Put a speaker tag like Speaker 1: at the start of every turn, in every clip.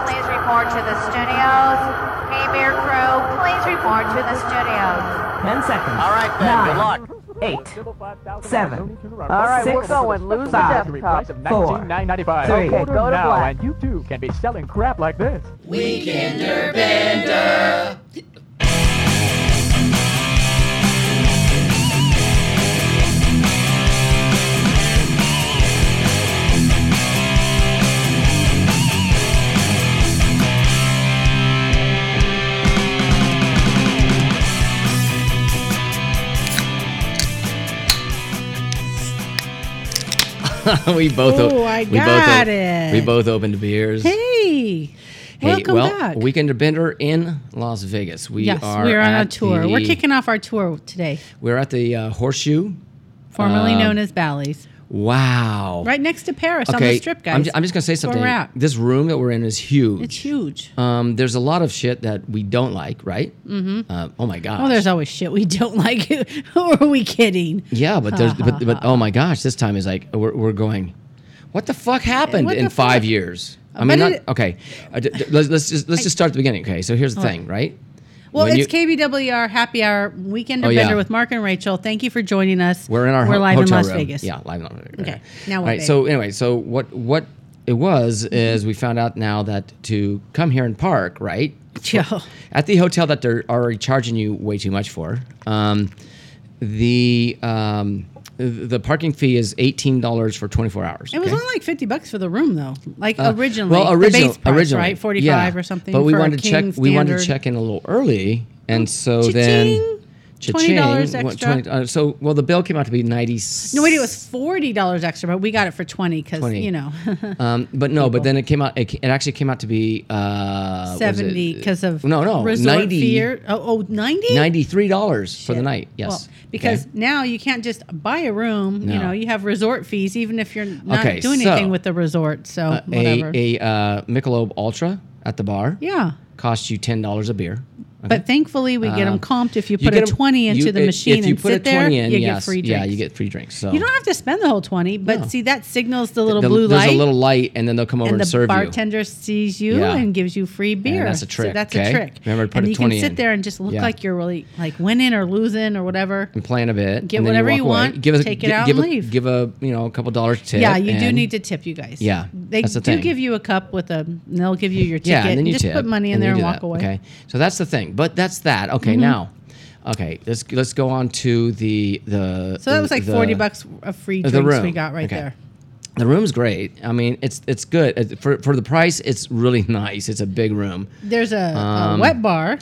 Speaker 1: report to the studios. Mimir crew, please report to the studios.
Speaker 2: Ten seconds.
Speaker 3: All right, then.
Speaker 2: Nine,
Speaker 3: Good luck.
Speaker 2: Eight. Seven.
Speaker 4: All right,
Speaker 2: six,
Speaker 4: we're going. Lose the
Speaker 2: five,
Speaker 4: desktop.
Speaker 5: price of
Speaker 2: four,
Speaker 5: 19.95.
Speaker 2: three.
Speaker 5: Order
Speaker 4: Go to
Speaker 5: now,
Speaker 4: black.
Speaker 5: and you too can be selling crap like this.
Speaker 6: we both. o-
Speaker 7: Oh, I
Speaker 6: we both,
Speaker 7: got
Speaker 6: o-
Speaker 7: it.
Speaker 6: We both opened beers.
Speaker 7: Hey, welcome
Speaker 6: well,
Speaker 7: back.
Speaker 6: Weekender Bender in Las Vegas. We
Speaker 7: yes,
Speaker 6: are
Speaker 7: we're on a
Speaker 6: at
Speaker 7: tour.
Speaker 6: the-
Speaker 7: We're kicking off our tour today,
Speaker 6: We're at the uh, Horseshoe. Um,
Speaker 7: formerly known as Bally's,
Speaker 6: Wow.
Speaker 7: right next to Paris on
Speaker 6: Okay.
Speaker 7: the Strip, guys.
Speaker 6: I'm, ju- I'm just gonna say
Speaker 7: That's where
Speaker 6: something.
Speaker 7: we're at.
Speaker 6: This room that we're in is huge.
Speaker 7: it's huge.
Speaker 6: Um, there's a lot of shit that we don't like, right? Mm-hmm. Uh, oh my gosh.
Speaker 7: Oh, there's always shit we don't like. Who are we kidding?
Speaker 6: Yeah, but there's but, but oh my gosh, this time is like we're, we're going. What the fuck happened
Speaker 7: What
Speaker 6: in
Speaker 7: the
Speaker 6: five
Speaker 7: fuck?
Speaker 6: years? I mean,
Speaker 7: But
Speaker 6: not,
Speaker 7: it-
Speaker 6: okay. Uh, d- d- let's, let's just let's just start at the beginning. Okay, so here's the thing, right?
Speaker 7: Well,
Speaker 6: When
Speaker 7: it's
Speaker 6: you-
Speaker 7: KBWR Happy Hour Weekend
Speaker 6: Oh,
Speaker 7: Adventure
Speaker 6: yeah.
Speaker 7: with Mark and Rachel. Thank you for joining us.
Speaker 6: We're in our
Speaker 7: we're
Speaker 6: ho-
Speaker 7: live in
Speaker 6: hotel
Speaker 7: Las
Speaker 6: room.
Speaker 7: Vegas.
Speaker 6: Yeah, live in Las Vegas.
Speaker 7: Okay, now
Speaker 6: All
Speaker 7: what,
Speaker 6: right.
Speaker 7: babe?
Speaker 6: So anyway, so what what it was
Speaker 7: Mm-hmm.
Speaker 6: is we found out now that to come here and park, right?
Speaker 7: Yeah.
Speaker 6: At the hotel that they're already charging you way too much for, um, the um, th- the parking fee is eighteen dollars for twenty four hours.
Speaker 7: It was
Speaker 6: okay?
Speaker 7: only like fifty bucks for the room, though. Like
Speaker 6: Uh,
Speaker 7: originally,
Speaker 6: Well, original,
Speaker 7: the base price,
Speaker 6: originally,
Speaker 7: right? Forty-five
Speaker 6: yeah.
Speaker 7: or something.
Speaker 6: But we
Speaker 7: for a
Speaker 6: wanted to check.
Speaker 7: king
Speaker 6: We wanted to
Speaker 7: standard. Oh,
Speaker 6: check in a little early, and so then.
Speaker 7: Cha-ching. $20
Speaker 6: cha-ching, what,
Speaker 7: extra.
Speaker 6: 20 uh, so well, the bill came out to be ninety.
Speaker 7: No, wait, it was forty dollars extra, but we got it for twenty because
Speaker 6: 20.
Speaker 7: you know
Speaker 6: Um, but no, but then it came out. It, ca- it actually came out to be uh, what was it?
Speaker 7: seventy because of
Speaker 6: no, no,
Speaker 7: resort
Speaker 6: 90
Speaker 7: fee or- Oh, oh, 90?
Speaker 6: ninety-three dollars for the night. Yes,
Speaker 7: Well, because
Speaker 6: Okay.
Speaker 7: now you can't just buy a room. You
Speaker 6: No.
Speaker 7: know, you have resort fees, even if you're not
Speaker 6: Okay,
Speaker 7: doing
Speaker 6: so,
Speaker 7: anything with the resort. So
Speaker 6: Uh,
Speaker 7: whatever.
Speaker 6: a a uh, Michelob Ultra at the bar
Speaker 7: yeah,
Speaker 6: costs you ten dollars a beer.
Speaker 7: but thankfully we get them comped if you
Speaker 6: Um, You
Speaker 7: put a
Speaker 6: get 'em-
Speaker 7: twenty into
Speaker 6: you-
Speaker 7: the
Speaker 6: if-
Speaker 7: machine
Speaker 6: If you
Speaker 7: and
Speaker 6: put
Speaker 7: sit
Speaker 6: a twenty
Speaker 7: there.
Speaker 6: in,
Speaker 7: you
Speaker 6: yes,
Speaker 7: get free drinks.
Speaker 6: yeah, you get free drinks. So
Speaker 7: You don't have to spend the whole twenty, but
Speaker 6: No.
Speaker 7: see that signals the little
Speaker 6: The-
Speaker 7: blue
Speaker 6: there's
Speaker 7: light.
Speaker 6: a little light, and then they'll come over
Speaker 7: and
Speaker 6: and,
Speaker 7: the
Speaker 6: serve
Speaker 7: bartender sees you
Speaker 6: Yeah.
Speaker 7: and gives you free beer.
Speaker 6: that's a trick,
Speaker 7: So that's
Speaker 6: okay?
Speaker 7: a trick.
Speaker 6: Remember to put
Speaker 7: and
Speaker 6: a
Speaker 7: you
Speaker 6: 20
Speaker 7: can sit
Speaker 6: in.
Speaker 7: there and just look
Speaker 6: Yeah.
Speaker 7: like you're really like winning or losing or whatever.
Speaker 6: you and plan a bit.
Speaker 7: Get
Speaker 6: and then
Speaker 7: whatever
Speaker 6: you,
Speaker 7: you
Speaker 6: walk away.
Speaker 7: want,
Speaker 6: Give us,
Speaker 7: take it
Speaker 6: gi-
Speaker 7: out
Speaker 6: give
Speaker 7: and
Speaker 6: a,
Speaker 7: leave.
Speaker 6: Give a you know a couple dollars tip.
Speaker 7: Yeah, you do
Speaker 6: and-
Speaker 7: need to tip, you guys.
Speaker 6: Yeah,
Speaker 7: they
Speaker 6: that's the
Speaker 7: do
Speaker 6: thing.
Speaker 7: give you a cup with a. and They'll give you your ticket.
Speaker 6: Yeah, and then you
Speaker 7: just
Speaker 6: tip,
Speaker 7: put money in
Speaker 6: and
Speaker 7: there
Speaker 6: then
Speaker 7: and
Speaker 6: you do
Speaker 7: walk
Speaker 6: that.
Speaker 7: away. Mm-hmm.
Speaker 6: Okay, so that's the thing. But that's that. Okay, now, okay, let's let's go on to the the.
Speaker 7: So that was like
Speaker 6: the-
Speaker 7: forty bucks of free
Speaker 6: the
Speaker 7: drinks we
Speaker 6: room.
Speaker 7: got right
Speaker 6: Okay.
Speaker 7: there.
Speaker 6: The room's great. I mean, it's it's good Uh, for for the price. It's really nice. It's a big room.
Speaker 7: There's a,
Speaker 6: Um,
Speaker 7: a wet bar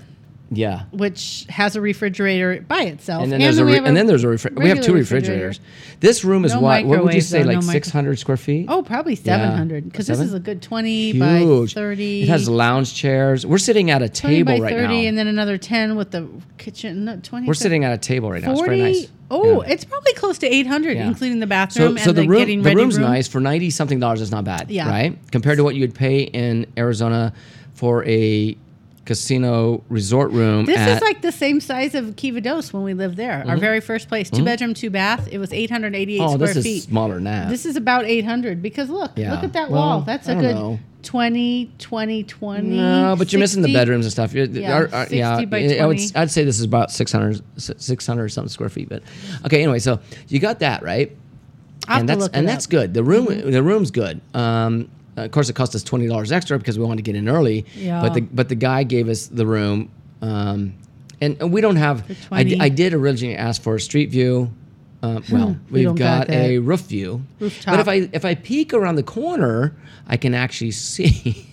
Speaker 6: Yeah.
Speaker 7: which has a refrigerator by itself,
Speaker 6: And then there's a
Speaker 7: we
Speaker 6: re-
Speaker 7: have
Speaker 6: and then there's a refri- we have
Speaker 7: regular
Speaker 6: two
Speaker 7: refrigerator.
Speaker 6: refrigerators. This room is
Speaker 7: No
Speaker 6: what what would you
Speaker 7: microwave,
Speaker 6: say
Speaker 7: though,
Speaker 6: like
Speaker 7: no micro-
Speaker 6: 600 square feet?
Speaker 7: Oh, probably seven hundred because this
Speaker 6: Seven?
Speaker 7: is a good twenty
Speaker 6: huge.
Speaker 7: by thirty.
Speaker 6: It has lounge chairs. We're sitting at a
Speaker 7: 20
Speaker 6: table
Speaker 7: by
Speaker 6: right
Speaker 7: 30
Speaker 6: now.
Speaker 7: and then another 10 with the kitchen no, 20
Speaker 6: We're sitting at a table right now. It's very nice.
Speaker 7: oh
Speaker 6: Yeah.
Speaker 7: it's probably close to 800
Speaker 6: Yeah.
Speaker 7: including the
Speaker 6: so,
Speaker 7: bathroom
Speaker 6: so
Speaker 7: and
Speaker 6: the,
Speaker 7: the,
Speaker 6: room,
Speaker 7: getting
Speaker 6: the
Speaker 7: ready
Speaker 6: room's
Speaker 7: room
Speaker 6: nice for 90 something dollars is not bad,
Speaker 7: Yeah.
Speaker 6: right? Compared to what you would pay in Arizona for a casino resort room
Speaker 7: this
Speaker 6: at Mm-hmm.
Speaker 7: is like the same size of Kivados when we lived there our very first place 2 bedroom two bath it was 888
Speaker 6: Oh,
Speaker 7: square
Speaker 6: this is
Speaker 7: feet
Speaker 6: smaller than that.
Speaker 7: this is about 800 because look
Speaker 6: Yeah.
Speaker 7: look at that
Speaker 6: Well,
Speaker 7: wall that's
Speaker 6: I
Speaker 7: a
Speaker 6: don't
Speaker 7: good
Speaker 6: know.
Speaker 7: 20 20 20
Speaker 6: No, but you're missing the
Speaker 7: 60.
Speaker 6: bedrooms and stuff. You're, yeah,
Speaker 7: Yeah,
Speaker 6: our, our, yeah
Speaker 7: 60 by
Speaker 6: I would,
Speaker 7: 20.
Speaker 6: I'd say this is about 600, 600 or something square feet. But okay, anyway, so you got that right,
Speaker 7: I'll have
Speaker 6: and
Speaker 7: to
Speaker 6: that's
Speaker 7: look
Speaker 6: and
Speaker 7: it up. Mm-hmm.
Speaker 6: that's good. The room, the room's good. Um, of course, it cost us twenty dollars extra because we wanted to get in early.
Speaker 7: Yeah.
Speaker 6: But the but the guy gave us the room, um, and, and we don't have.
Speaker 7: For
Speaker 6: I, d-
Speaker 7: 20.
Speaker 6: I did originally ask for a street view. Um, well,
Speaker 7: we
Speaker 6: we've
Speaker 7: don't
Speaker 6: got,
Speaker 7: got
Speaker 6: a
Speaker 7: that.
Speaker 6: roof view. But if
Speaker 7: Rooftop.
Speaker 6: I if I peek around the corner, I can actually see.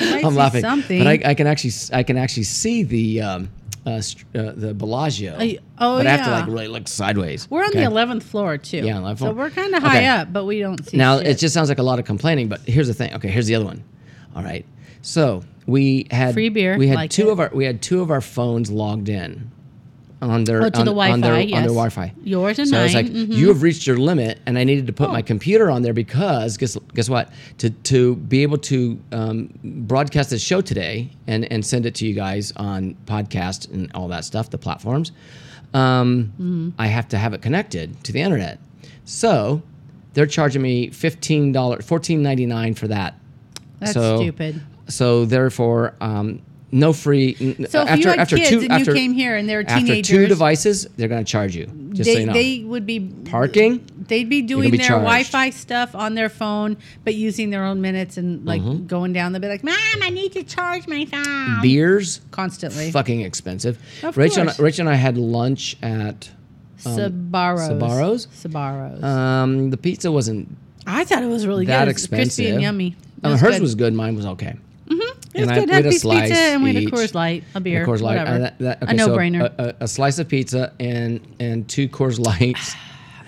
Speaker 7: might
Speaker 6: I'm
Speaker 7: see
Speaker 6: laughing,
Speaker 7: something.
Speaker 6: but I, I can actually s- I can actually see the um, uh, st- uh, the Bellagio.
Speaker 7: I- oh,
Speaker 6: but I have to
Speaker 7: yeah.
Speaker 6: like really look sideways.
Speaker 7: we're on
Speaker 6: okay?
Speaker 7: the 11th floor too
Speaker 6: Yeah, 11th floor.
Speaker 7: so we're kind of
Speaker 6: Okay.
Speaker 7: high up but we don't see
Speaker 6: Now
Speaker 7: shit.
Speaker 6: it just sounds like a lot of complaining, but here's the thing. Okay, here's the other one. All right, so we had
Speaker 7: Free beer,
Speaker 6: We had
Speaker 7: like
Speaker 6: two
Speaker 7: it.
Speaker 6: of our we had two of our phones logged in on their
Speaker 7: Oh, to
Speaker 6: on,
Speaker 7: the
Speaker 6: on their,
Speaker 7: Wi-Fi,
Speaker 6: on their
Speaker 7: yes.
Speaker 6: Wi-Fi.
Speaker 7: Yours and
Speaker 6: so I was like,
Speaker 7: mine, mhm.
Speaker 6: you have reached your limit, and I needed to put
Speaker 7: Oh.
Speaker 6: my computer on there because guess guess what? To to be able to um, broadcast the show today and and send it to you guys on podcast and all that stuff, the platforms. Um,
Speaker 7: Mm-hmm.
Speaker 6: I have to have it connected to the internet. So they're charging me fifteen dollars, fourteen ninety nine for that.
Speaker 7: That's
Speaker 6: So
Speaker 7: stupid.
Speaker 6: so therefore, um, no free. n-
Speaker 7: So if
Speaker 6: after
Speaker 7: you had
Speaker 6: after
Speaker 7: kids
Speaker 6: two
Speaker 7: and you
Speaker 6: after
Speaker 7: came here and they were
Speaker 6: after
Speaker 7: teenagers,
Speaker 6: two devices, they're going to charge you. Just
Speaker 7: they,
Speaker 6: so you know.
Speaker 7: they would be
Speaker 6: Parking.
Speaker 7: They'd be doing
Speaker 6: be
Speaker 7: their
Speaker 6: charged.
Speaker 7: Wi-Fi stuff on their phone, but using their own minutes and like
Speaker 6: Mm-hmm.
Speaker 7: going down the bit, like, "Mom, I need to charge my phone."
Speaker 6: beers
Speaker 7: Constantly.
Speaker 6: fucking expensive.
Speaker 7: Of
Speaker 6: Rachel
Speaker 7: course.
Speaker 6: and, Rachel and I had lunch at um,
Speaker 7: Sabaros.
Speaker 6: Sbarro's?
Speaker 7: Sabaros.
Speaker 6: um, the pizza wasn't
Speaker 7: I thought it was really
Speaker 6: that
Speaker 7: good. It was
Speaker 6: expensive.
Speaker 7: Crispy and yummy. It
Speaker 6: Uh, hers
Speaker 7: good. Mm-hmm.
Speaker 6: was good. Mine was okay.
Speaker 7: It
Speaker 6: and
Speaker 7: was
Speaker 6: I-
Speaker 7: good.
Speaker 6: we
Speaker 7: had
Speaker 6: had a
Speaker 7: a piece of pizza
Speaker 6: slice
Speaker 7: and we had a
Speaker 6: each.
Speaker 7: Coors Light, a beer,
Speaker 6: A Coors Light. uh,
Speaker 7: whatever.
Speaker 6: that- that-
Speaker 7: a
Speaker 6: okay, so uh,
Speaker 7: no-brainer.
Speaker 6: A, a- a slice of pizza and and two Coors Lights.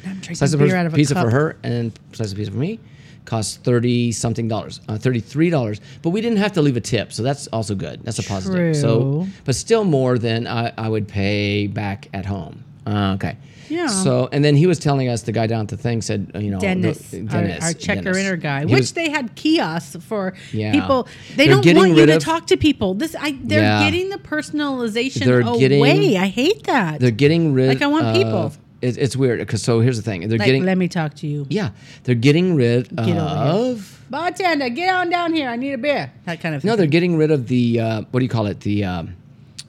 Speaker 7: I'm drinking
Speaker 6: slice of
Speaker 7: beer
Speaker 6: her-
Speaker 7: out of a
Speaker 6: pizza
Speaker 7: cup.
Speaker 6: for her and slice of pizza for me. Cost thirty something dollars, uh, thirty three dollars. But we didn't have to leave a tip, so that's also good. That's a positive. So,
Speaker 7: True.
Speaker 6: but still more than I, I would pay back at home. Uh, okay.
Speaker 7: Yeah.
Speaker 6: So and then he was telling us the guy down at the thing said uh, you know the-
Speaker 7: Dennis, our-
Speaker 6: Dennis,
Speaker 7: our, checker
Speaker 6: Dennis.
Speaker 7: inner guy,
Speaker 6: He
Speaker 7: which
Speaker 6: was-
Speaker 7: they had kiosks for
Speaker 6: Yeah.
Speaker 7: people. They
Speaker 6: They're
Speaker 7: don't
Speaker 6: getting
Speaker 7: want you
Speaker 6: rid
Speaker 7: to
Speaker 6: of-
Speaker 7: talk to people. This, I, they're
Speaker 6: Yeah.
Speaker 7: getting the personalization
Speaker 6: They're
Speaker 7: away.
Speaker 6: getting-
Speaker 7: I hate that.
Speaker 6: they're getting rid.
Speaker 7: Like, I want
Speaker 6: of,
Speaker 7: people.
Speaker 6: It's, it's weird because so here's the thing they're
Speaker 7: like,
Speaker 6: getting
Speaker 7: let me talk to you,
Speaker 6: yeah they're getting rid
Speaker 7: over here.
Speaker 6: of.
Speaker 7: bartender. Get on down here. I need a beer. That kind of thing.
Speaker 6: No, they're getting rid of the uh, what do you call it? The um,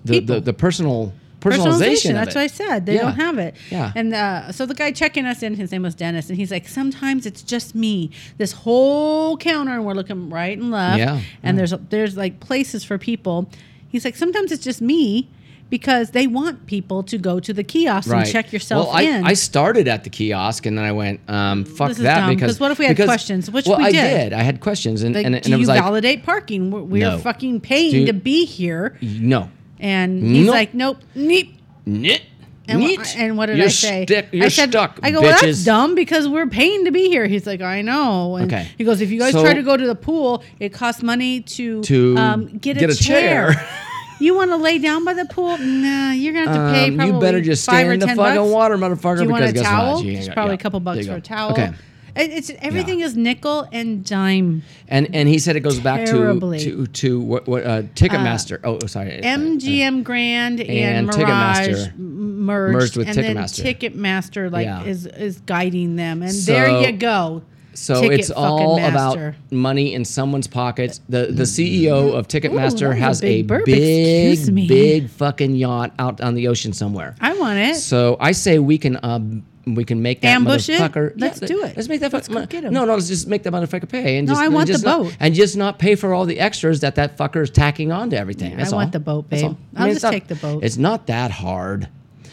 Speaker 6: the,
Speaker 7: People.
Speaker 6: the the personal personalization.
Speaker 7: personalization.
Speaker 6: of
Speaker 7: That's
Speaker 6: it.
Speaker 7: what I said. They
Speaker 6: Yeah.
Speaker 7: don't have it.
Speaker 6: Yeah.
Speaker 7: And uh, so the guy checking us in, his name was Dennis, and he's like, sometimes it's just me. This whole counter, and we're looking right and left.
Speaker 6: Yeah,
Speaker 7: And there's there's like places for people. He's like, sometimes it's just me. Because they want people to go to the kiosk and check yourself
Speaker 6: well, I,
Speaker 7: in.
Speaker 6: I started at the kiosk and then I went, um, fuck
Speaker 7: This is
Speaker 6: that
Speaker 7: dumb,
Speaker 6: because
Speaker 7: 'cause what if we had
Speaker 6: because-
Speaker 7: questions? Which
Speaker 6: well,
Speaker 7: we
Speaker 6: I
Speaker 7: did.
Speaker 6: did. I had questions and
Speaker 7: like,
Speaker 6: and,
Speaker 7: do
Speaker 6: and it
Speaker 7: you
Speaker 6: was like
Speaker 7: validate parking? We're, we're
Speaker 6: No.
Speaker 7: fucking paying
Speaker 6: Do-
Speaker 7: to be here.
Speaker 6: no,
Speaker 7: And he's
Speaker 6: Nope.
Speaker 7: like, nope, neep.
Speaker 6: Nyeh.
Speaker 7: And, wha-
Speaker 6: Neat.
Speaker 7: and what did
Speaker 6: You're
Speaker 7: I say?
Speaker 6: Stick, you're
Speaker 7: I said,
Speaker 6: stuck.
Speaker 7: I go, well,
Speaker 6: bitches.
Speaker 7: that's dumb because we're paying to be here. He's like, I know. And
Speaker 6: Okay.
Speaker 7: He goes, if you guys
Speaker 6: So-
Speaker 7: try to go to the pool, it costs money to,
Speaker 6: To
Speaker 7: um, get, a chair. you want to lay down by the pool? Nah, you're gonna have to pay.
Speaker 6: Um,
Speaker 7: probably
Speaker 6: you better just
Speaker 7: five
Speaker 6: stay
Speaker 7: or
Speaker 6: in the
Speaker 7: ten
Speaker 6: fucking
Speaker 7: bucks.
Speaker 6: water, motherfucker.
Speaker 7: Do you
Speaker 6: because
Speaker 7: want a
Speaker 6: guess what?
Speaker 7: towel?
Speaker 6: You ain't
Speaker 7: It's
Speaker 6: got-
Speaker 7: probably
Speaker 6: yeah,
Speaker 7: a couple
Speaker 6: there
Speaker 7: bucks
Speaker 6: you
Speaker 7: for
Speaker 6: go.
Speaker 7: a towel.
Speaker 6: Okay.
Speaker 7: It- It's everything is nickel and dime.
Speaker 6: And and he said it goes back
Speaker 7: Terribly.
Speaker 6: to to to what what uh, Ticketmaster. oh, sorry.
Speaker 7: MGM Grand and,
Speaker 6: And
Speaker 7: Mirage
Speaker 6: Ticketmaster
Speaker 7: m- merged,
Speaker 6: merged with
Speaker 7: and then
Speaker 6: Ticketmaster.
Speaker 7: Ticketmaster like
Speaker 6: Yeah.
Speaker 7: is is guiding them, and there
Speaker 6: So-
Speaker 7: you go.
Speaker 6: So
Speaker 7: Ticket
Speaker 6: it's
Speaker 7: fucking
Speaker 6: all
Speaker 7: master. Mm-hmm.
Speaker 6: about money in someone's pockets. The the CEO of
Speaker 7: Ooh, that
Speaker 6: Ticketmaster
Speaker 7: was
Speaker 6: has
Speaker 7: a big
Speaker 6: a
Speaker 7: burp. Excuse me.
Speaker 6: big, big fucking yacht out on the ocean somewhere.
Speaker 7: I want it.
Speaker 6: So I say we can um we can make that
Speaker 7: Eh. Ambush it?
Speaker 6: motherfucker.
Speaker 7: Let's do it.
Speaker 6: Let's make that
Speaker 7: Let's go
Speaker 6: fucker.
Speaker 7: get 'em.
Speaker 6: No, no, let's just make that motherfucker pay and
Speaker 7: No,
Speaker 6: just
Speaker 7: I
Speaker 6: and
Speaker 7: want the
Speaker 6: just not-
Speaker 7: boat.
Speaker 6: and just not pay for all the extras that that fucker is tacking on to everything. That's
Speaker 7: I want
Speaker 6: all.
Speaker 7: the boat,
Speaker 6: That's
Speaker 7: babe.
Speaker 6: all.
Speaker 7: I'll
Speaker 6: it's
Speaker 7: just
Speaker 6: not-
Speaker 7: take the boat.
Speaker 6: It's not that hard.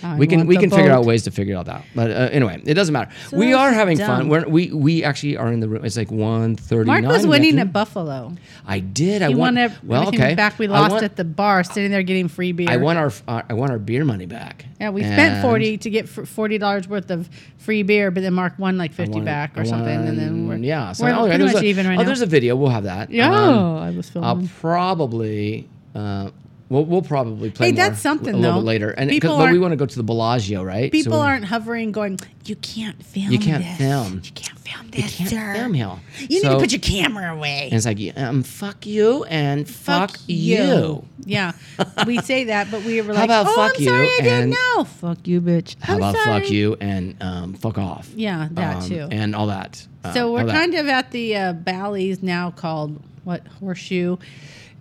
Speaker 7: I
Speaker 6: we can
Speaker 7: want
Speaker 6: we
Speaker 7: the
Speaker 6: can figure
Speaker 7: boat.
Speaker 6: out ways to figure it out. But uh, anyway, it doesn't matter. we
Speaker 7: that's
Speaker 6: are having fun.
Speaker 7: dumb.
Speaker 6: We're, we we actually are in the room. It's like 1.39.
Speaker 7: Mark was
Speaker 6: in the
Speaker 7: winning
Speaker 6: afternoon.
Speaker 7: at Buffalo.
Speaker 6: I did. I
Speaker 7: He
Speaker 6: won.
Speaker 7: won ev-
Speaker 6: well,
Speaker 7: everything
Speaker 6: okay.
Speaker 7: back. We
Speaker 6: I
Speaker 7: lost
Speaker 6: want-
Speaker 7: at the bar, sitting there getting free beer.
Speaker 6: I want our, our I want our beer money back.
Speaker 7: Yeah, we spent
Speaker 6: And-
Speaker 7: forty to get fr- forty dollars worth of free beer, but then Mark won like fifty
Speaker 6: won-
Speaker 7: back or
Speaker 6: I
Speaker 7: something, and then we're
Speaker 6: won- yeah. So
Speaker 7: we're
Speaker 6: oh, yeah,
Speaker 7: pretty
Speaker 6: there's
Speaker 7: much
Speaker 6: a,
Speaker 7: even right
Speaker 6: oh,
Speaker 7: now.
Speaker 6: there's a video. We'll have that.
Speaker 7: Yeah,
Speaker 6: Um,
Speaker 7: I was
Speaker 6: I'll
Speaker 7: filming.
Speaker 6: probably. Uh, We'll, we'll probably play.
Speaker 7: Hey,
Speaker 6: more
Speaker 7: that's something,
Speaker 6: a little
Speaker 7: though.
Speaker 6: bit later, and 'cause-
Speaker 7: People
Speaker 6: but we
Speaker 7: aren't-
Speaker 6: want to go to the Bellagio, right? So
Speaker 7: People
Speaker 6: we-
Speaker 7: aren't hovering, going, "You can't film.
Speaker 6: You can't
Speaker 7: this.
Speaker 6: film.
Speaker 7: You can't film
Speaker 6: You
Speaker 7: this,
Speaker 6: can't
Speaker 7: sir.
Speaker 6: film hell.
Speaker 7: You need
Speaker 6: So-
Speaker 7: to put your camera away."
Speaker 6: And it's like, yeah, um, fuck you and fuck, you.
Speaker 7: Yeah, we say that, but we were like,
Speaker 6: How about
Speaker 7: "Oh,
Speaker 6: fuck
Speaker 7: I'm sorry,
Speaker 6: you
Speaker 7: I didn't
Speaker 6: and-
Speaker 7: know." Fuck you, bitch.
Speaker 6: How
Speaker 7: I'm
Speaker 6: about fuck
Speaker 7: sorry.
Speaker 6: you and um, fuck off?
Speaker 7: Yeah, that
Speaker 6: Um,
Speaker 7: too.
Speaker 6: And all that. Um,
Speaker 7: So we're
Speaker 6: all that.
Speaker 7: kind of at the uh, Bally's now called what horseshoe,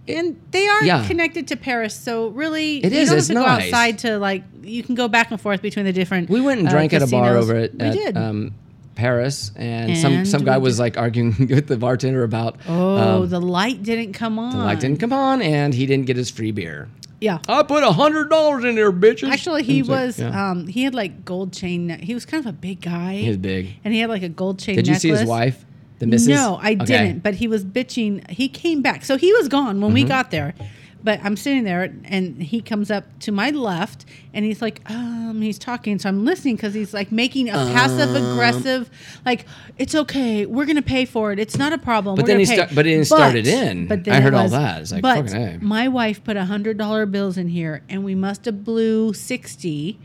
Speaker 7: and they are
Speaker 6: Yeah.
Speaker 7: connected to Paris. So really,
Speaker 6: It
Speaker 7: you
Speaker 6: is,
Speaker 7: don't
Speaker 6: it's
Speaker 7: have to
Speaker 6: nice.
Speaker 7: go outside to like you can go back and forth between the different.
Speaker 6: We went and
Speaker 7: uh,
Speaker 6: drank at a bar
Speaker 7: casinos.
Speaker 6: over at,
Speaker 7: we
Speaker 6: at,
Speaker 7: did.
Speaker 6: Um, Paris, and, some
Speaker 7: And
Speaker 6: some
Speaker 7: we
Speaker 6: guy was
Speaker 7: did-
Speaker 6: like arguing with the bartender about
Speaker 7: oh,
Speaker 6: um,
Speaker 7: the light didn't come on.
Speaker 6: the light didn't come on, and he didn't get his free beer.
Speaker 7: Yeah.
Speaker 6: I put a hundred dollars in there, bitches.
Speaker 7: Actually, he
Speaker 6: It's like,
Speaker 7: was.
Speaker 6: yeah.
Speaker 7: Um, he had like gold chain. ne- He was kind of a big guy.
Speaker 6: he was big.
Speaker 7: and he had like a gold chain.
Speaker 6: Did you see his
Speaker 7: necklace.
Speaker 6: wife, the missus?
Speaker 7: No, I
Speaker 6: Okay.
Speaker 7: didn't. But he was bitching. He came back. So he was gone when
Speaker 6: Mm-hmm.
Speaker 7: we got there. But I'm sitting there and he comes up to my left and he's like, um, he's talking. So I'm listening because he's like making a passive aggressive,
Speaker 6: Um.
Speaker 7: like, it's okay. We're going to pay for it. It's not a problem.
Speaker 6: But
Speaker 7: We're
Speaker 6: then he
Speaker 7: gonna pay."
Speaker 6: sta- but then he started in. I
Speaker 7: it
Speaker 6: heard all that. It's like,
Speaker 7: but
Speaker 6: fucking A.
Speaker 7: my wife put $100 bills in here and we must have blew 60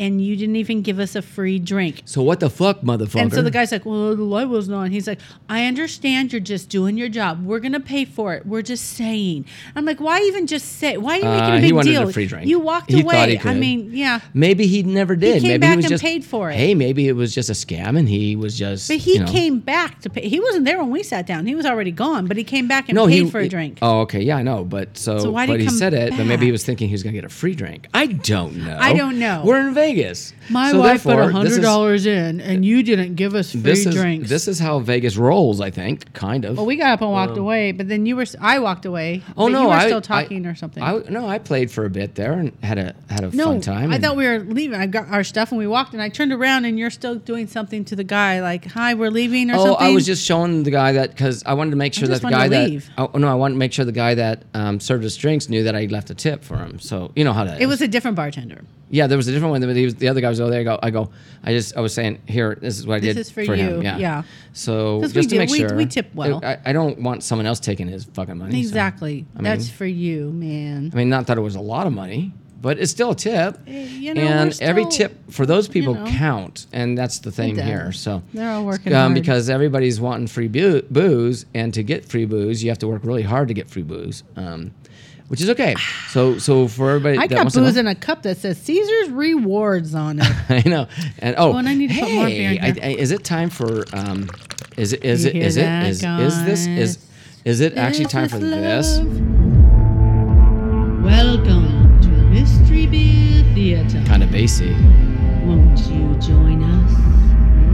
Speaker 7: and you didn't even give us a free drink.
Speaker 6: So what the fuck, motherfucker?
Speaker 7: And so the guy's like, "Well, the light wasn't on." He's like, "I understand. You're just doing your job. We're gonna pay for it. We're just saying." I'm like, "Why even just say? Why are you making
Speaker 6: Uh,
Speaker 7: a
Speaker 6: he
Speaker 7: big
Speaker 6: wanted
Speaker 7: deal?
Speaker 6: a free drink.
Speaker 7: You walked
Speaker 6: He thought
Speaker 7: away.
Speaker 6: he
Speaker 7: I
Speaker 6: could.
Speaker 7: mean, yeah,
Speaker 6: Maybe he never did.
Speaker 7: came
Speaker 6: maybe
Speaker 7: back
Speaker 6: he was
Speaker 7: and
Speaker 6: just
Speaker 7: paid for it.
Speaker 6: Hey, maybe it was just a scam, and he was just.
Speaker 7: but he
Speaker 6: you know-
Speaker 7: came back to pay. He wasn't there when we sat down. He was already gone, but he came back and
Speaker 6: No,
Speaker 7: paid
Speaker 6: he
Speaker 7: for a drink.
Speaker 6: Oh, okay, yeah, I know, but so,
Speaker 7: So why did
Speaker 6: but
Speaker 7: he
Speaker 6: he
Speaker 7: come
Speaker 6: said it, but maybe he
Speaker 7: back?
Speaker 6: was thinking he was gonna get a free drink. I don't know.
Speaker 7: I don't know.
Speaker 6: We're in Vegas.
Speaker 7: My
Speaker 6: So
Speaker 7: wife put
Speaker 6: therefore,
Speaker 7: a
Speaker 6: this
Speaker 7: hundred
Speaker 6: is-
Speaker 7: dollars in, and you didn't give us free
Speaker 6: This is
Speaker 7: drinks.
Speaker 6: this is Um, how Vegas rolls. I think, kind of.
Speaker 7: well, we got up and walked away, but then you were. s- I walked away.
Speaker 6: Oh,
Speaker 7: but you were still talking or something.
Speaker 6: I, no, I played for a bit there and had a had a
Speaker 7: no,
Speaker 6: fun time.
Speaker 7: I
Speaker 6: and-
Speaker 7: thought we were leaving. I got our stuff and we walked, and I turned around, and you're still doing something to the guy, like "Hi, we're leaving" or
Speaker 6: Oh,
Speaker 7: something.
Speaker 6: I was just showing the guy that because I wanted to make sure
Speaker 7: just
Speaker 6: that the
Speaker 7: wanted
Speaker 6: guy
Speaker 7: to
Speaker 6: that
Speaker 7: leave.
Speaker 6: oh no, I wanted to make sure the guy that um, served us drinks knew that I left a tip for him. So you know how that
Speaker 7: It was a different bartender.
Speaker 6: Yeah, there was a different one. But he was, the other guy was over there. I go, I go. I just I was saying here, this is what I
Speaker 7: This
Speaker 6: did
Speaker 7: is for
Speaker 6: him.
Speaker 7: you,
Speaker 6: Yeah.
Speaker 7: yeah.
Speaker 6: So
Speaker 7: 'Cause
Speaker 6: just
Speaker 7: we
Speaker 6: to
Speaker 7: do-
Speaker 6: make
Speaker 7: we-
Speaker 6: sure
Speaker 7: we tip well.
Speaker 6: I, I don't want someone else taking his fucking money. so-
Speaker 7: Exactly. That's for you, man.
Speaker 6: I mean, not that it was a lot of money, but it's still a tip.
Speaker 7: Eh, you know,
Speaker 6: and
Speaker 7: we're
Speaker 6: every
Speaker 7: still-
Speaker 6: tip for those people
Speaker 7: know.
Speaker 6: count, and that's the thing
Speaker 7: does.
Speaker 6: here. So
Speaker 7: They're all working
Speaker 6: um,
Speaker 7: hard.
Speaker 6: because everybody's wanting free bu- booze, and to get free booze, you have to work really hard to get free booze, um, which is okay. So, so for everybody,
Speaker 7: I
Speaker 6: that
Speaker 7: got
Speaker 6: wants to know-
Speaker 7: booze in a cup that says Caesar's Rewards on it.
Speaker 6: I know. And oh,
Speaker 7: and I need to put more beer in
Speaker 6: hey, I-
Speaker 7: here.
Speaker 6: I- is it time for um? Is it is
Speaker 7: You
Speaker 6: it
Speaker 7: hear
Speaker 6: is it
Speaker 7: that,
Speaker 6: is, is this is
Speaker 7: guys?
Speaker 6: is it actually
Speaker 7: This
Speaker 6: time
Speaker 7: is
Speaker 6: for this?
Speaker 7: love. Welcome to Mystery Beer Theater.
Speaker 6: Kind of bassy.
Speaker 7: Won't you join us?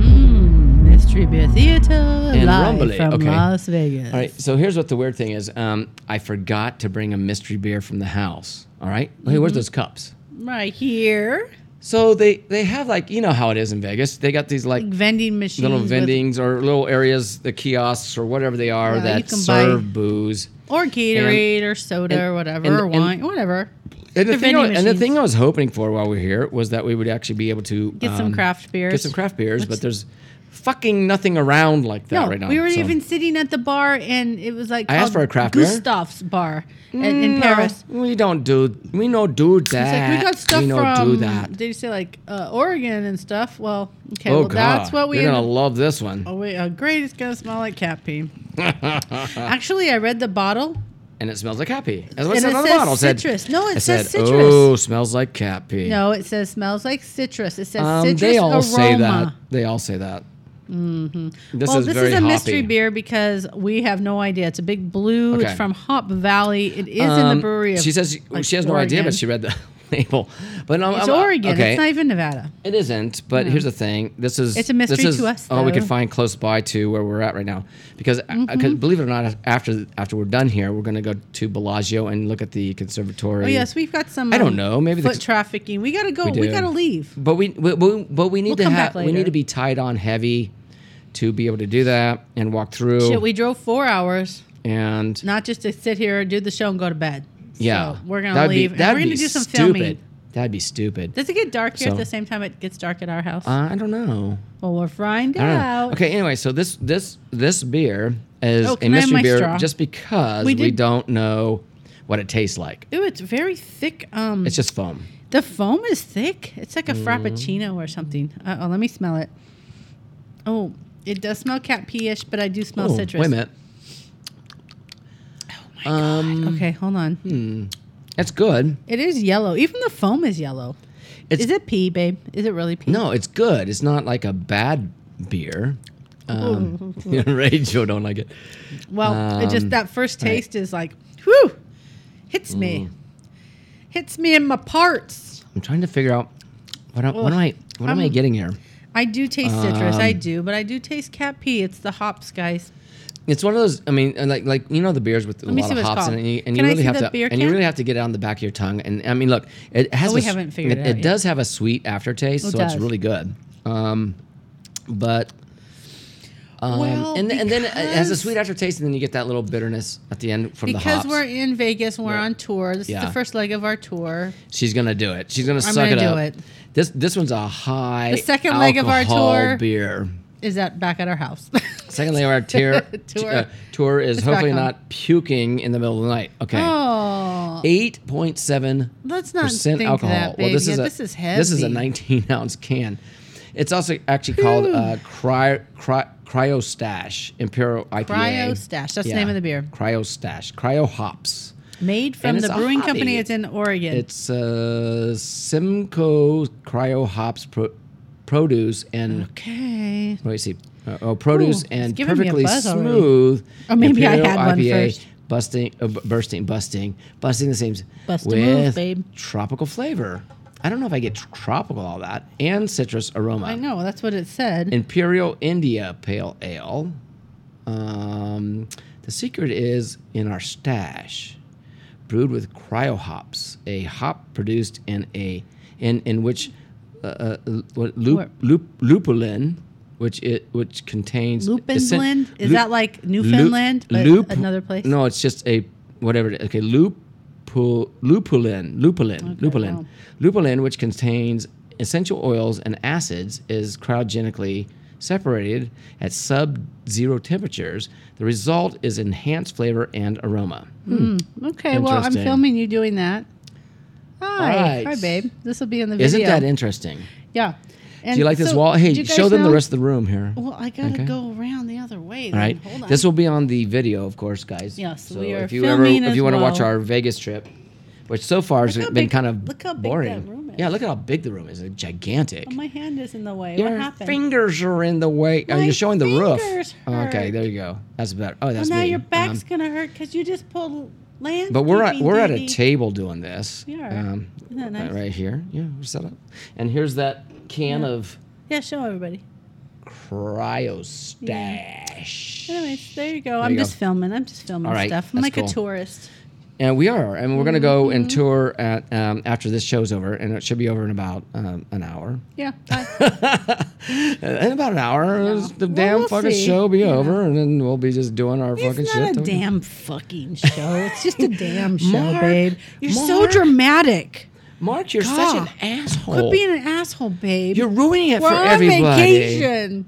Speaker 7: Mm, Mystery Beer Theater and live
Speaker 6: rumbly,
Speaker 7: from
Speaker 6: okay.
Speaker 7: Las Vegas.
Speaker 6: All right. So here's what the weird thing is. Um, I forgot to bring a mystery beer from the house. All right. Hey,
Speaker 7: Mm-hmm.
Speaker 6: where's those cups?
Speaker 7: Right here,
Speaker 6: So they they have like you know how it is in Vegas. They got these like
Speaker 7: vending machines.
Speaker 6: little
Speaker 7: with-
Speaker 6: vendings or little areas, the kiosks or whatever they are
Speaker 7: Yeah, you
Speaker 6: that
Speaker 7: can buy-
Speaker 6: serve booze.
Speaker 7: or Gatorade or soda or whatever
Speaker 6: and-
Speaker 7: or
Speaker 6: and-
Speaker 7: wine, whatever.
Speaker 6: And the,
Speaker 7: They're
Speaker 6: thing I,
Speaker 7: vending
Speaker 6: and the thing
Speaker 7: machines.
Speaker 6: I was hoping for while we were here was that we would actually be able to um,
Speaker 7: Get some craft beers.
Speaker 6: Get some craft beers, but there's fucking nothing around like that
Speaker 7: No,
Speaker 6: right now.
Speaker 7: we were
Speaker 6: so-
Speaker 7: even sitting at the bar, and it was like
Speaker 6: I asked
Speaker 7: called
Speaker 6: for a craft beer.
Speaker 7: Gustav's bar in, in
Speaker 6: No,
Speaker 7: Paris.
Speaker 6: We don't do. We no do
Speaker 7: It's
Speaker 6: that.
Speaker 7: like we got stuff
Speaker 6: don't
Speaker 7: from.
Speaker 6: do that.
Speaker 7: Did you say like uh, Oregon and stuff? Well, okay,
Speaker 6: oh
Speaker 7: well
Speaker 6: god,
Speaker 7: that's what we
Speaker 6: You're
Speaker 7: ended
Speaker 6: gonna
Speaker 7: up
Speaker 6: love this one.
Speaker 7: Oh wait, uh, great! It's gonna smell like cat pee. Actually, I read the bottle.
Speaker 6: And it smells like happy. That's what it
Speaker 7: And
Speaker 6: said
Speaker 7: it
Speaker 6: on the
Speaker 7: says
Speaker 6: bottle. It said-
Speaker 7: citrus. No, it
Speaker 6: I
Speaker 7: says
Speaker 6: said,
Speaker 7: citrus.
Speaker 6: Oh, smells like cat pee.
Speaker 7: No, it says smells like citrus. It says
Speaker 6: um,
Speaker 7: citrus
Speaker 6: they all
Speaker 7: aroma.
Speaker 6: say that. They all say that. Mm-hmm. This
Speaker 7: well,
Speaker 6: is
Speaker 7: this
Speaker 6: very
Speaker 7: is a
Speaker 6: hoppy.
Speaker 7: mystery beer because we have no idea. It's a big blue. It's
Speaker 6: Okay.
Speaker 7: from Hop Valley. It is in
Speaker 6: Um,
Speaker 7: the brewery. Of,
Speaker 6: she says she,
Speaker 7: like,
Speaker 6: she has no idea,
Speaker 7: Oregon.
Speaker 6: but she read the label. But no,
Speaker 7: it's
Speaker 6: I'm- uh,
Speaker 7: Oregon.
Speaker 6: Okay.
Speaker 7: It's not even Nevada.
Speaker 6: It isn't, but here's the thing. This is
Speaker 7: It's a mystery
Speaker 6: this is
Speaker 7: to us,
Speaker 6: All we
Speaker 7: though. Mm-hmm.
Speaker 6: could find close by to where we're at right now, because because believe it or not, after after we're done here, we're gonna go to Bellagio and look at the conservatory.
Speaker 7: Oh yes, we've got some.
Speaker 6: I don't
Speaker 7: um,
Speaker 6: know, maybe the
Speaker 7: foot
Speaker 6: c-
Speaker 7: trafficking. We gotta go. We,
Speaker 6: do.
Speaker 7: gotta leave.
Speaker 6: But we, we, we but we need
Speaker 7: We'll
Speaker 6: to
Speaker 7: come
Speaker 6: have
Speaker 7: back
Speaker 6: we need
Speaker 7: later.
Speaker 6: to be tied on heavy to be able to do that and walk through
Speaker 7: Shit, we drove four hours,
Speaker 6: and
Speaker 7: not just to sit here, do the show, and go to bed.
Speaker 6: yeah
Speaker 7: so we're gonna
Speaker 6: That'd be-
Speaker 7: leave. and
Speaker 6: that'd
Speaker 7: we're gonna
Speaker 6: be
Speaker 7: do some
Speaker 6: stupid.
Speaker 7: filming.
Speaker 6: That'd be stupid.
Speaker 7: Does it get dark here
Speaker 6: So-
Speaker 7: at the same time it gets dark at our house?
Speaker 6: Uh, I don't know.
Speaker 7: well, we'll find
Speaker 6: I don't know.
Speaker 7: out.
Speaker 6: Okay. Anyway, so this this this beer is
Speaker 7: Oh,
Speaker 6: a
Speaker 7: can I have
Speaker 6: mystery
Speaker 7: my
Speaker 6: beer
Speaker 7: straw?
Speaker 6: just because we,
Speaker 7: We did-
Speaker 6: don't know what it tastes like.
Speaker 7: Ooh, it's very thick. Um,
Speaker 6: It's just foam.
Speaker 7: the foam is thick. It's like a
Speaker 6: Mm.
Speaker 7: frappuccino or something. Uh oh, let me smell it. Oh, it does smell cat pee-ish, but I do smell
Speaker 6: Oh,
Speaker 7: citrus.
Speaker 6: Wait a minute.
Speaker 7: Okay, hold on.
Speaker 6: Hmm. It's good.
Speaker 7: It is yellow. Even the foam is yellow.
Speaker 6: It's
Speaker 7: is it pee, babe? Is it really pee?
Speaker 6: no, it's good. It's not like a bad beer. Um, Rachel don't like it.
Speaker 7: Well, it just
Speaker 6: Um,
Speaker 7: that first taste is like, whew, hits
Speaker 6: Mm.
Speaker 7: me, hits me in my parts.
Speaker 6: I'm trying to figure out what, I, what am I what am I
Speaker 7: I'm-
Speaker 6: getting here.
Speaker 7: I do taste citrus.
Speaker 6: Um,
Speaker 7: I do, but I do taste cat pee. It's the hops, guys.
Speaker 6: It's one of those. I mean, and like like you know the beers with a
Speaker 7: me
Speaker 6: lot
Speaker 7: see
Speaker 6: of
Speaker 7: what it's
Speaker 6: hops in
Speaker 7: called.
Speaker 6: it, and you, and you
Speaker 7: Can I
Speaker 6: really
Speaker 7: see
Speaker 6: have
Speaker 7: the
Speaker 6: to
Speaker 7: beer
Speaker 6: and you
Speaker 7: can? Oh,
Speaker 6: really have to get it on the back of your tongue. And I mean, look, it has.
Speaker 7: we
Speaker 6: a s-
Speaker 7: haven't figured
Speaker 6: it,
Speaker 7: it out
Speaker 6: it
Speaker 7: yet.
Speaker 6: does have a sweet aftertaste,
Speaker 7: It
Speaker 6: so it's
Speaker 7: does.
Speaker 6: really good. Um, but um,
Speaker 7: Well,
Speaker 6: and th- and then it has a
Speaker 7: because-
Speaker 6: sweet aftertaste, and then you get that little bitterness at the end from the
Speaker 7: because
Speaker 6: hops.
Speaker 7: we're in Vegas and we're on tour. This is
Speaker 6: Yeah.
Speaker 7: the first leg of our tour.
Speaker 6: She's gonna do it. She's gonna suck
Speaker 7: gonna
Speaker 6: it
Speaker 7: do
Speaker 6: up.
Speaker 7: it.
Speaker 6: This this one's a high
Speaker 7: The second leg of our
Speaker 6: alcohol
Speaker 7: tour-
Speaker 6: beer.
Speaker 7: Is that back at our house?
Speaker 6: Secondly, our tier,
Speaker 7: Tour.
Speaker 6: uh, tour is
Speaker 7: back
Speaker 6: hopefully
Speaker 7: on.
Speaker 6: not puking in the middle of the night. Okay.
Speaker 7: Oh,
Speaker 6: 8.7
Speaker 7: Let's not
Speaker 6: percent
Speaker 7: think
Speaker 6: alcohol.
Speaker 7: that,
Speaker 6: well, this
Speaker 7: baby.
Speaker 6: is
Speaker 7: Yeah,
Speaker 6: a
Speaker 7: this is
Speaker 6: this is a
Speaker 7: heavy.
Speaker 6: 19 ounce can. It's also actually called uh, cry, cry, cryostash imperial IPA.
Speaker 7: Cryostash. That's the name of the beer.
Speaker 6: Cryostash. Cryo hops.
Speaker 7: made from
Speaker 6: And
Speaker 7: the
Speaker 6: it's a
Speaker 7: brewing
Speaker 6: hobby.
Speaker 7: company. It's in Oregon.
Speaker 6: It's uh, Simcoe Cryo Hops pro- Produce and
Speaker 7: okay.
Speaker 6: let me see. Uh, oh, produce
Speaker 7: Ooh, it's
Speaker 6: and
Speaker 7: giving me a
Speaker 6: perfectly
Speaker 7: buzz already.
Speaker 6: smooth.
Speaker 7: Or maybe I
Speaker 6: Imperial
Speaker 7: had one first.
Speaker 6: Busting, uh, bu- bursting, busting, busting the seams
Speaker 7: Bust a
Speaker 6: with
Speaker 7: move, babe.
Speaker 6: tropical flavor. I don't know if I get tr- tropical all that and citrus aroma.
Speaker 7: I know that's what it said.
Speaker 6: Imperial India Pale Ale. Um, the secret is in our stash, brewed with cryo hops, a hop produced in a in in which uh, uh, what, lup,
Speaker 7: What?
Speaker 6: lup, lupulin, which it which contains
Speaker 7: Lupin
Speaker 6: essen-
Speaker 7: blend? Is
Speaker 6: lup-
Speaker 7: that like
Speaker 6: lup-
Speaker 7: Newfoundland, but another place?
Speaker 6: No, it's just a whatever. It is. Okay, lupul, lupulin, lupulin, lupulin,
Speaker 7: wow.
Speaker 6: lupulin, which contains essential oils and acids, is cryogenically separated at sub-zero temperatures. The result is enhanced flavor and aroma.
Speaker 7: Okay, well I'm
Speaker 6: Interesting.
Speaker 7: filming you doing that. Hi,
Speaker 6: Right.
Speaker 7: hi, babe. This will be in the video.
Speaker 6: Isn't that interesting?
Speaker 7: Yeah. And
Speaker 6: Do you like this
Speaker 7: so,
Speaker 6: wall? Hey,
Speaker 7: do you guys
Speaker 6: show them the
Speaker 7: know-
Speaker 6: rest of the room here.
Speaker 7: Well, I gotta
Speaker 6: Okay.
Speaker 7: go around the other way.
Speaker 6: All
Speaker 7: Then.
Speaker 6: right.
Speaker 7: Hold on.
Speaker 6: This will be on the video, of course, guys.
Speaker 7: Yes,
Speaker 6: So
Speaker 7: we are
Speaker 6: if you
Speaker 7: filming
Speaker 6: ever, if
Speaker 7: as
Speaker 6: you want to watch
Speaker 7: well.
Speaker 6: our Vegas trip, which so far has
Speaker 7: Look how
Speaker 6: been
Speaker 7: big-
Speaker 6: kind of
Speaker 7: look how big that
Speaker 6: boring.
Speaker 7: room is.
Speaker 6: Yeah, look at how big the room is. It's gigantic.
Speaker 7: Oh, my hand is in the way.
Speaker 6: Your
Speaker 7: what happened?
Speaker 6: fingers are in the way. Oh,
Speaker 7: My
Speaker 6: you're showing the roof.
Speaker 7: fingers
Speaker 6: Oh, okay,
Speaker 7: hurt.
Speaker 6: there you go. That's better. Oh,
Speaker 7: well,
Speaker 6: that's
Speaker 7: now
Speaker 6: me.
Speaker 7: your back's
Speaker 6: Um,
Speaker 7: gonna hurt because you just pulled land.
Speaker 6: but we're at,
Speaker 7: peeping,
Speaker 6: we're at a
Speaker 7: baby.
Speaker 6: table doing this. Um,
Speaker 7: We are. Isn't that
Speaker 6: right-
Speaker 7: nice?
Speaker 6: Right here. Yeah, we're set up. And here's that can of
Speaker 7: Yeah, show everybody.
Speaker 6: cryostash.
Speaker 7: Anyways, there you go. I'm
Speaker 6: you go.
Speaker 7: just filming. I'm just filming
Speaker 6: All right,
Speaker 7: stuff. I'm
Speaker 6: that's
Speaker 7: like
Speaker 6: cool.
Speaker 7: a tourist.
Speaker 6: And we are, and we're going to go and
Speaker 7: Mm-hmm.
Speaker 6: tour at, um, after this show's over, and it should be over in about um, an hour. Uh,
Speaker 7: Yeah. I,
Speaker 6: In about an hour, the
Speaker 7: Well,
Speaker 6: damn
Speaker 7: we'll
Speaker 6: fucking
Speaker 7: see.
Speaker 6: show will be over, and then we'll be just doing our fucking
Speaker 7: it's
Speaker 6: shit.
Speaker 7: not a
Speaker 6: till-
Speaker 7: damn fucking show. It's just a damn show,
Speaker 6: Mark,
Speaker 7: babe. You're so
Speaker 6: Mark.
Speaker 7: dramatic.
Speaker 6: Mark, you're
Speaker 7: God.
Speaker 6: such an asshole.
Speaker 7: Quit being an asshole, babe.
Speaker 6: Oh. you're ruining it
Speaker 7: We're
Speaker 6: for
Speaker 7: on
Speaker 6: everybody.
Speaker 7: vacation.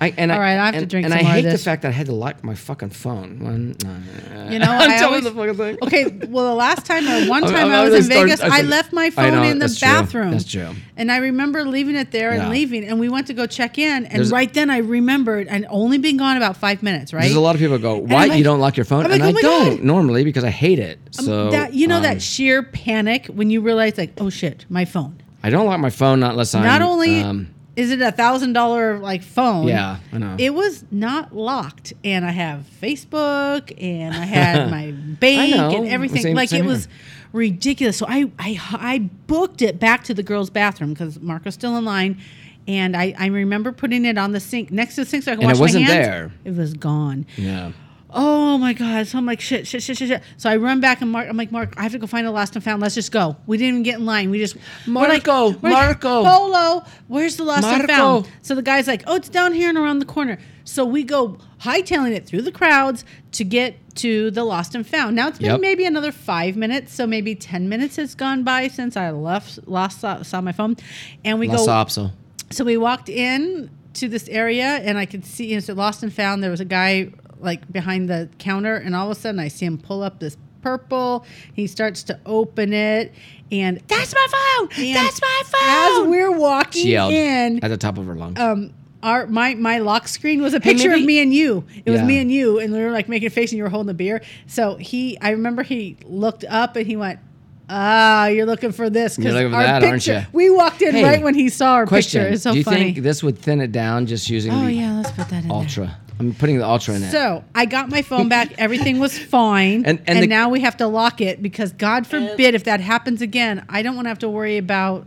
Speaker 6: I, and
Speaker 7: All right, I have to
Speaker 6: and,
Speaker 7: drink
Speaker 6: And
Speaker 7: some
Speaker 6: I
Speaker 7: more of
Speaker 6: hate
Speaker 7: this.
Speaker 6: the fact that I had to lock my fucking phone. When- uh,
Speaker 7: You know,
Speaker 6: I'm
Speaker 7: I
Speaker 6: telling
Speaker 7: always-
Speaker 6: the fucking thing.
Speaker 7: Okay, well, the last time or one
Speaker 6: I'm-
Speaker 7: time
Speaker 6: I'm
Speaker 7: i was
Speaker 6: gonna
Speaker 7: in
Speaker 6: start-
Speaker 7: Vegas,
Speaker 6: I
Speaker 7: I
Speaker 6: said-
Speaker 7: left my
Speaker 6: I
Speaker 7: phone
Speaker 6: know,
Speaker 7: in the
Speaker 6: that's true,
Speaker 7: bathroom.
Speaker 6: that's true.
Speaker 7: And I remember leaving it there and
Speaker 6: Yeah.
Speaker 7: leaving, and we went to go check in, and
Speaker 6: There's-
Speaker 7: right then I remembered I'd only been gone about five minutes, right?
Speaker 6: There's a lot of people go, why
Speaker 7: I'm like-
Speaker 6: you don't lock your phone?
Speaker 7: I'm
Speaker 6: and I
Speaker 7: like, "Oh my
Speaker 6: don't
Speaker 7: God."
Speaker 6: normally because I hate it. So
Speaker 7: that you know
Speaker 6: um,
Speaker 7: that sheer panic when you realize like, oh shit, my phone.
Speaker 6: I don't lock my phone not unless I'm
Speaker 7: Not only
Speaker 6: um,
Speaker 7: is it a thousand dollar like phone,
Speaker 6: Yeah, I know.
Speaker 7: It was not locked, and I have Facebook, and I had my bank
Speaker 6: know.
Speaker 7: and everything.
Speaker 6: Same-
Speaker 7: like
Speaker 6: same
Speaker 7: it
Speaker 6: here.
Speaker 7: was ridiculous. So I, I I booked it back to the girls' bathroom because Mark was still in line. And I, I remember putting it on the sink next to the sink so I could
Speaker 6: And it
Speaker 7: wash
Speaker 6: wasn't
Speaker 7: my hands.
Speaker 6: there.
Speaker 7: It was gone.
Speaker 6: yeah.
Speaker 7: Oh my god! So I'm like shit, shit, shit, shit, shit. So I run back and Mark. I'm like Mark, I have to go find the last and found. Let's just go. We didn't even get in line. We just we're like-
Speaker 6: Marco,
Speaker 7: we're like,
Speaker 6: Marco.
Speaker 7: Polo. Where's the last and
Speaker 6: Marco.
Speaker 7: found? So the guy's like, oh, it's down here and around the corner. So we go hightailing it through the crowds to get to the lost and found. Now it's been
Speaker 6: Yep.
Speaker 7: maybe another five minutes, so maybe ten minutes has gone by since I left, lost, saw, saw my phone, and we
Speaker 6: La
Speaker 7: go
Speaker 6: Sopsa.
Speaker 7: so we walked in to this area and I could see, you know, so lost and found, there was a guy like behind the counter and all of a sudden I see him pull up this purple. He starts to open it and that's my phone. that's my phone. As we're walking
Speaker 6: She yelled
Speaker 7: in,
Speaker 6: at the top of her lungs.
Speaker 7: um, our my my lock screen was a picture of
Speaker 6: maybe-
Speaker 7: me and you. It was
Speaker 6: Yeah.
Speaker 7: me and you, and we were like making a face, and you were holding a beer. So he, I remember he looked up and he went, "Ah, you're looking for this
Speaker 6: You're looking for that,
Speaker 7: picture."
Speaker 6: aren't ya?
Speaker 7: We walked in
Speaker 6: Hey,
Speaker 7: right when he saw our
Speaker 6: Question:
Speaker 7: picture. It's so
Speaker 6: Do you
Speaker 7: funny.
Speaker 6: think this would thin it down just using
Speaker 7: oh
Speaker 6: the
Speaker 7: yeah, let's put that in there.
Speaker 6: ultra? I'm putting the ultra in it.
Speaker 7: So I got my phone back. Everything was fine,
Speaker 6: And-
Speaker 7: and,
Speaker 6: and the-
Speaker 7: now we have to lock it because God forbid if that happens again, I don't want to have to worry about,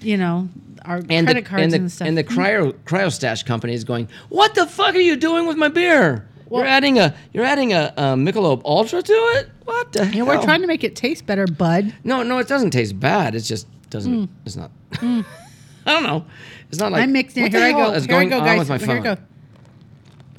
Speaker 7: you know, our
Speaker 6: and
Speaker 7: credit
Speaker 6: the,
Speaker 7: cards and,
Speaker 6: and the,
Speaker 7: stuff.
Speaker 6: and
Speaker 7: Mm-hmm.
Speaker 6: the cryo cryostash company is going. What the fuck are you doing with my beer? you're adding a you're adding a, a Michelob Ultra to it. What the hell?
Speaker 7: and we're trying to make it taste better, bud.
Speaker 6: No, no, it doesn't taste bad. It just doesn't. It's not. I don't know. It's not like
Speaker 7: I'm mixing
Speaker 6: what
Speaker 7: it.
Speaker 6: the
Speaker 7: Here Mm. I
Speaker 6: hell
Speaker 7: go.
Speaker 6: is
Speaker 7: Here I
Speaker 6: going
Speaker 7: go,
Speaker 6: on
Speaker 7: guys.
Speaker 6: with my
Speaker 7: Here I
Speaker 6: phone?
Speaker 7: go.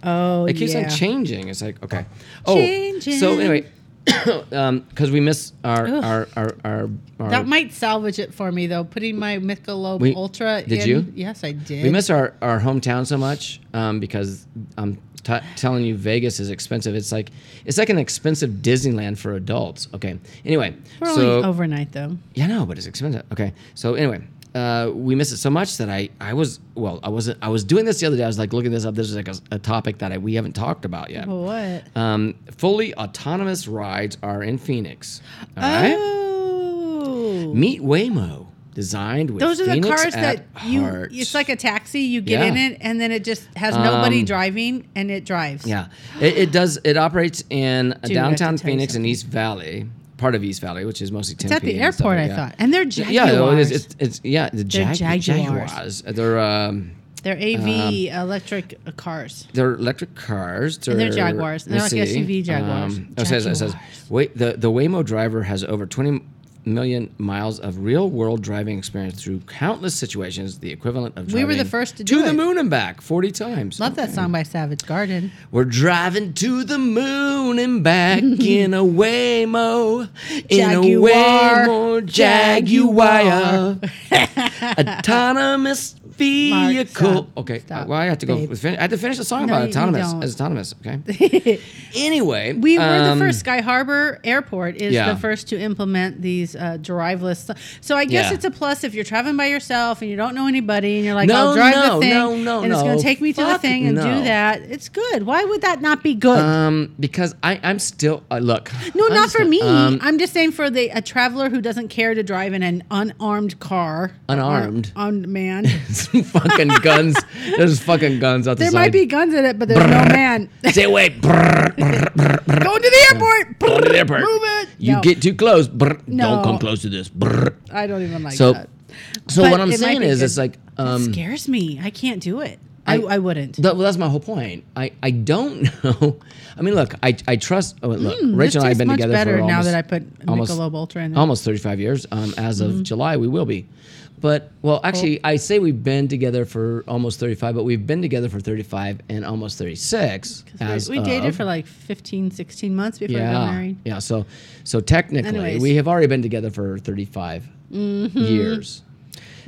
Speaker 7: Oh,
Speaker 6: It keeps
Speaker 7: yeah.
Speaker 6: on changing. It's like okay. Oh,
Speaker 7: Changing.
Speaker 6: so anyway, because we miss our
Speaker 7: Ugh.
Speaker 6: our our our, our
Speaker 7: That might salvage it for me though. Putting my Michelob
Speaker 6: We-
Speaker 7: Ultra.
Speaker 6: did
Speaker 7: in,
Speaker 6: you?
Speaker 7: Yes, I did.
Speaker 6: we miss our our hometown so much um, because I'm t- telling you, Vegas is expensive. It's like it's like an expensive Disneyland for adults. Okay. Anyway,
Speaker 7: We're
Speaker 6: so
Speaker 7: only overnight though.
Speaker 6: yeah, no, but it's expensive. Okay. So anyway, uh, we miss it so much that I I was well I wasn't I was doing this the other day. I was like looking this up. This is like a, a topic that I, we haven't talked about yet.
Speaker 7: What?
Speaker 6: Um, fully autonomous rides are in Phoenix. All right.
Speaker 7: Oh.
Speaker 6: Meet Waymo, designed with
Speaker 7: Those are the
Speaker 6: Phoenix
Speaker 7: cars that
Speaker 6: at
Speaker 7: you
Speaker 6: heart.
Speaker 7: it's like a taxi, you get
Speaker 6: Yeah.
Speaker 7: in it and then it just has nobody
Speaker 6: Um,
Speaker 7: driving and it drives.
Speaker 6: yeah. It, it does. It operates in
Speaker 7: have
Speaker 6: downtown
Speaker 7: to tell you
Speaker 6: Phoenix and
Speaker 7: something.
Speaker 6: East Valley, part of East Valley, which is mostly
Speaker 7: It's
Speaker 6: Tempe.
Speaker 7: at the
Speaker 6: and stuff
Speaker 7: airport,
Speaker 6: like
Speaker 7: I
Speaker 6: that.
Speaker 7: thought. And they're Jaguars.
Speaker 6: Yeah, no, it is, it's, it's yeah the
Speaker 7: They're
Speaker 6: jag- Jaguars.
Speaker 7: Jaguars.
Speaker 6: They're um,
Speaker 7: they're AV electric uh, cars.
Speaker 6: they're electric cars. They're,
Speaker 7: And they're Jaguars. They're
Speaker 6: let's
Speaker 7: like SUV Jaguars.
Speaker 6: oh, it says it says
Speaker 7: Jaguars.
Speaker 6: wait the the Waymo driver has over twenty million miles of real world driving experience through countless situations, the equivalent of
Speaker 7: We
Speaker 6: driving
Speaker 7: were the first to do
Speaker 6: the
Speaker 7: it.
Speaker 6: moon and back forty times.
Speaker 7: Love that song by Savage Garden.
Speaker 6: We're driving to the moon and back in a Waymo, in a
Speaker 7: Jaguar.
Speaker 6: Waymo Jaguar,
Speaker 7: Jaguar.
Speaker 6: autonomous vehicle.
Speaker 7: stop.
Speaker 6: okay,
Speaker 7: Stop,
Speaker 6: well I have to go.
Speaker 7: babe.
Speaker 6: With, fin- I have to finish the song
Speaker 7: No,
Speaker 6: about
Speaker 7: you
Speaker 6: autonomous.
Speaker 7: don't.
Speaker 6: As autonomous, okay. anyway,
Speaker 7: We were
Speaker 6: um,
Speaker 7: the first. Sky Harbor Airport is
Speaker 6: yeah.
Speaker 7: the first to implement these uh, driveless. So I guess
Speaker 6: Yeah.
Speaker 7: it's a plus if you're traveling by yourself and you don't know anybody and you're like,
Speaker 6: No,
Speaker 7: I'll drive
Speaker 6: no,
Speaker 7: the thing
Speaker 6: no, no,
Speaker 7: and it's going
Speaker 6: no.
Speaker 7: to take me to the
Speaker 6: Fuck
Speaker 7: thing and
Speaker 6: no.
Speaker 7: do that. It's good. Why would that not be good?
Speaker 6: Um, because I I'm still uh, look.
Speaker 7: no,
Speaker 6: I'm
Speaker 7: not for
Speaker 6: still-
Speaker 7: me.
Speaker 6: um,
Speaker 7: I'm just saying for the a traveler who doesn't care to drive in an unarmed car.
Speaker 6: Unarmed.
Speaker 7: Or Armed man.
Speaker 6: some fucking guns. There's fucking guns out the
Speaker 7: there
Speaker 6: side.
Speaker 7: might be guns in it, but there's no man.
Speaker 6: Stay away. Brrr, brrr, brr, brr.
Speaker 7: Going to the airport.
Speaker 6: Go to the airport.
Speaker 7: Move it.
Speaker 6: You
Speaker 7: No,
Speaker 6: get too close. Brr.
Speaker 7: No.
Speaker 6: Don't come close to this. Brr.
Speaker 7: I don't even like
Speaker 6: So,
Speaker 7: that.
Speaker 6: so
Speaker 7: But
Speaker 6: what I'm
Speaker 7: it might
Speaker 6: saying
Speaker 7: be
Speaker 6: is,
Speaker 7: good.
Speaker 6: it's like,
Speaker 7: It
Speaker 6: um, that,
Speaker 7: scares me. I can't do it. I,
Speaker 6: I-
Speaker 7: I wouldn't.
Speaker 6: well, that's my whole point. I, I don't know. I mean, look, I, I trust. Oh, look,
Speaker 7: This
Speaker 6: Rachel and I have
Speaker 7: Hmm, tastes
Speaker 6: been
Speaker 7: much
Speaker 6: together
Speaker 7: better
Speaker 6: for almost,
Speaker 7: now that I put
Speaker 6: almost-
Speaker 7: Michelob Ultra in Mm-hmm. it.
Speaker 6: almost 35 years. Um, as of July, we will be. But well, actually, I say we've been together for almost 35, but we've been together for 35 and almost 36. As
Speaker 7: we, we dated
Speaker 6: of-
Speaker 7: for like 15, 16 months before we got
Speaker 6: yeah,
Speaker 7: married.
Speaker 6: yeah. So, so technically,
Speaker 7: Anyways. Mm-hmm.
Speaker 6: we have already been together for 35 years.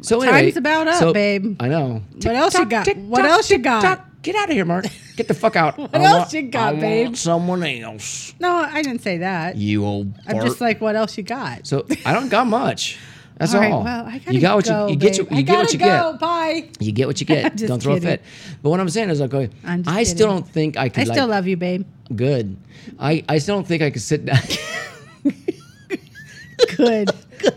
Speaker 6: So
Speaker 7: Time's
Speaker 6: anyway,
Speaker 7: about up,
Speaker 6: so-
Speaker 7: babe.
Speaker 6: I know.
Speaker 7: What else you got? What else you got?
Speaker 6: Get out of here, Mark. Get the fuck out. what
Speaker 7: else you got, babe?
Speaker 6: someone else.
Speaker 7: No, I didn't say that.
Speaker 6: You old.
Speaker 7: I'm
Speaker 6: fart.
Speaker 7: just like, what else you got?
Speaker 6: So I don't got much. That's all.
Speaker 7: All right, well, I gotta
Speaker 6: you got what
Speaker 7: go,
Speaker 6: you, you get.
Speaker 7: babe.
Speaker 6: You, you
Speaker 7: I
Speaker 6: get what
Speaker 7: gotta
Speaker 6: you
Speaker 7: go.
Speaker 6: get.
Speaker 7: Bye.
Speaker 6: You get what you get.
Speaker 7: Just
Speaker 6: don't throw
Speaker 7: kidding.
Speaker 6: a fit. But what I'm saying is, like, okay,
Speaker 7: I'm just
Speaker 6: I still
Speaker 7: kidding.
Speaker 6: don't think I could.
Speaker 7: I
Speaker 6: like,
Speaker 7: still love you, babe.
Speaker 6: Good. I, I still don't think I could sit down.
Speaker 7: Good.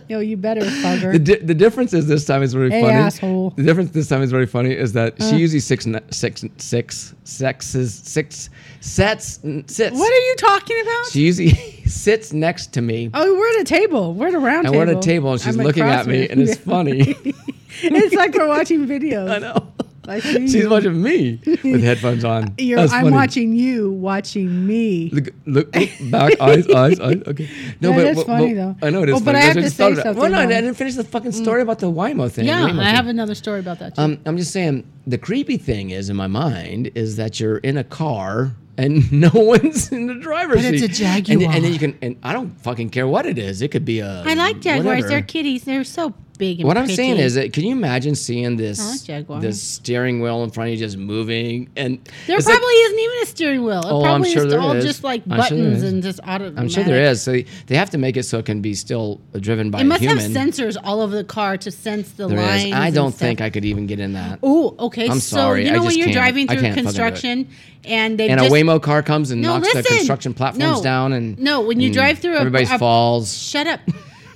Speaker 7: no, you better,
Speaker 6: the,
Speaker 7: fucker.
Speaker 6: di- the difference is this time is very
Speaker 7: Hey,
Speaker 6: funny.
Speaker 7: asshole. Uh.
Speaker 6: The difference this time is very funny is that she usually six n- six six sexes six sets n- sits.
Speaker 7: What are you talking about?
Speaker 6: She usually sits next to me,
Speaker 7: oh, we're at a table. We're at a round
Speaker 6: and
Speaker 7: table.
Speaker 6: we're at a table, and she's
Speaker 7: I'm
Speaker 6: looking
Speaker 7: across
Speaker 6: at me,
Speaker 7: from
Speaker 6: and it's
Speaker 7: you.
Speaker 6: funny.
Speaker 7: it's like we're watching videos.
Speaker 6: I know.
Speaker 7: I see
Speaker 6: She's
Speaker 7: you.
Speaker 6: watching me with headphones on.
Speaker 7: You're,
Speaker 6: That's
Speaker 7: I'm
Speaker 6: funny.
Speaker 7: watching you watching me.
Speaker 6: Look, look, look back, eyes, eyes, eyes. Okay.
Speaker 7: Yeah, that's funny, though.
Speaker 6: I know it is.
Speaker 7: Oh, but
Speaker 6: funny.
Speaker 7: I
Speaker 6: That's
Speaker 7: have
Speaker 6: what
Speaker 7: to
Speaker 6: just thought about
Speaker 7: say
Speaker 6: it.
Speaker 7: something,
Speaker 6: Well, no, I
Speaker 7: though. Mm.
Speaker 6: didn't finish the fucking story about the Waymo thing.
Speaker 7: yeah,
Speaker 6: Waymo
Speaker 7: I
Speaker 6: thing.
Speaker 7: have another story about that too.
Speaker 6: Um, I'm just saying the creepy thing is in my mind is that you're in a car and no one's in the driver's
Speaker 7: But it's
Speaker 6: seat.
Speaker 7: a
Speaker 6: And- And,
Speaker 7: Jaguar.
Speaker 6: then you can and I don't fucking care what it is. It could be a
Speaker 7: I like jaguars.
Speaker 6: whatever.
Speaker 7: They're kitties. They're so big and
Speaker 6: What I'm saying
Speaker 7: pretty.
Speaker 6: is that can you imagine seeing
Speaker 7: I like
Speaker 6: this
Speaker 7: Jaguar.
Speaker 6: this steering wheel in front of you just moving and
Speaker 7: there
Speaker 6: it's like-
Speaker 7: probably isn't even a steering wheel. It
Speaker 6: Oh, I'm
Speaker 7: probably
Speaker 6: sure
Speaker 7: is
Speaker 6: there
Speaker 7: all
Speaker 6: is.
Speaker 7: just like
Speaker 6: I'm sure there
Speaker 7: buttons
Speaker 6: is.
Speaker 7: and just automatic.
Speaker 6: I'm sure there is. So they- they have to make it so it can be still driven by
Speaker 7: It must
Speaker 6: a human.
Speaker 7: have sensors all over the car to sense the
Speaker 6: There
Speaker 7: lines.
Speaker 6: is. I don't think I could even get in that.
Speaker 7: Oh, okay.
Speaker 6: I'm
Speaker 7: so
Speaker 6: sorry,
Speaker 7: you
Speaker 6: I
Speaker 7: know when
Speaker 6: just
Speaker 7: you're
Speaker 6: can't.
Speaker 7: driving
Speaker 6: I
Speaker 7: through
Speaker 6: can't fucking do it.
Speaker 7: construction and they
Speaker 6: And
Speaker 7: just,
Speaker 6: a Waymo car comes and
Speaker 7: No,
Speaker 6: knocks the
Speaker 7: listen.
Speaker 6: construction platforms
Speaker 7: No.
Speaker 6: down, and
Speaker 7: No, when you
Speaker 6: and
Speaker 7: drive through a-
Speaker 6: everybody
Speaker 7: a-
Speaker 6: falls.
Speaker 7: Shut up.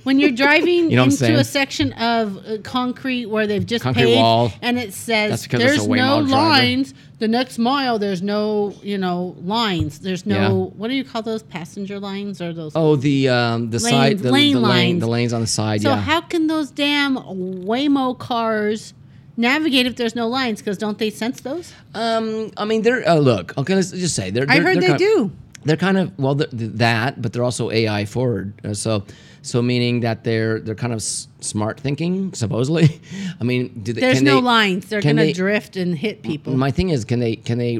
Speaker 7: When you're driving
Speaker 6: You know what I'm
Speaker 7: into
Speaker 6: saying?
Speaker 7: a section of uh, concrete where they've just
Speaker 6: Concrete
Speaker 7: paved
Speaker 6: wall.
Speaker 7: and it
Speaker 6: That's
Speaker 7: says
Speaker 6: because it's a
Speaker 7: there's
Speaker 6: Waymo
Speaker 7: no
Speaker 6: driver.
Speaker 7: lines, the next mile there's no, you know, lines. There's no
Speaker 6: Yeah.
Speaker 7: what do you call those passenger lines or those
Speaker 6: Oh, the um, the side,
Speaker 7: Lanes-
Speaker 6: the,
Speaker 7: lane
Speaker 6: the lane,
Speaker 7: lines.
Speaker 6: the lanes on the side.
Speaker 7: So
Speaker 6: yeah.
Speaker 7: how can those damn Waymo cars navigate if there's no lines cuz don't they sense those?
Speaker 6: um, I mean, they're uh, look. Okay, let's just say they're.
Speaker 7: I
Speaker 6: they're-
Speaker 7: heard
Speaker 6: they're
Speaker 7: they
Speaker 6: kind
Speaker 7: do.
Speaker 6: They're kind of well th th- that, but they're also AI forward. Uh, so, so meaning that they're they're kind of s- smart thinking supposedly. I mean, do they,
Speaker 7: There's
Speaker 6: can
Speaker 7: no
Speaker 6: they-
Speaker 7: lines. They're
Speaker 6: can
Speaker 7: going to
Speaker 6: they-
Speaker 7: drift and hit people.
Speaker 6: My thing is, can they can they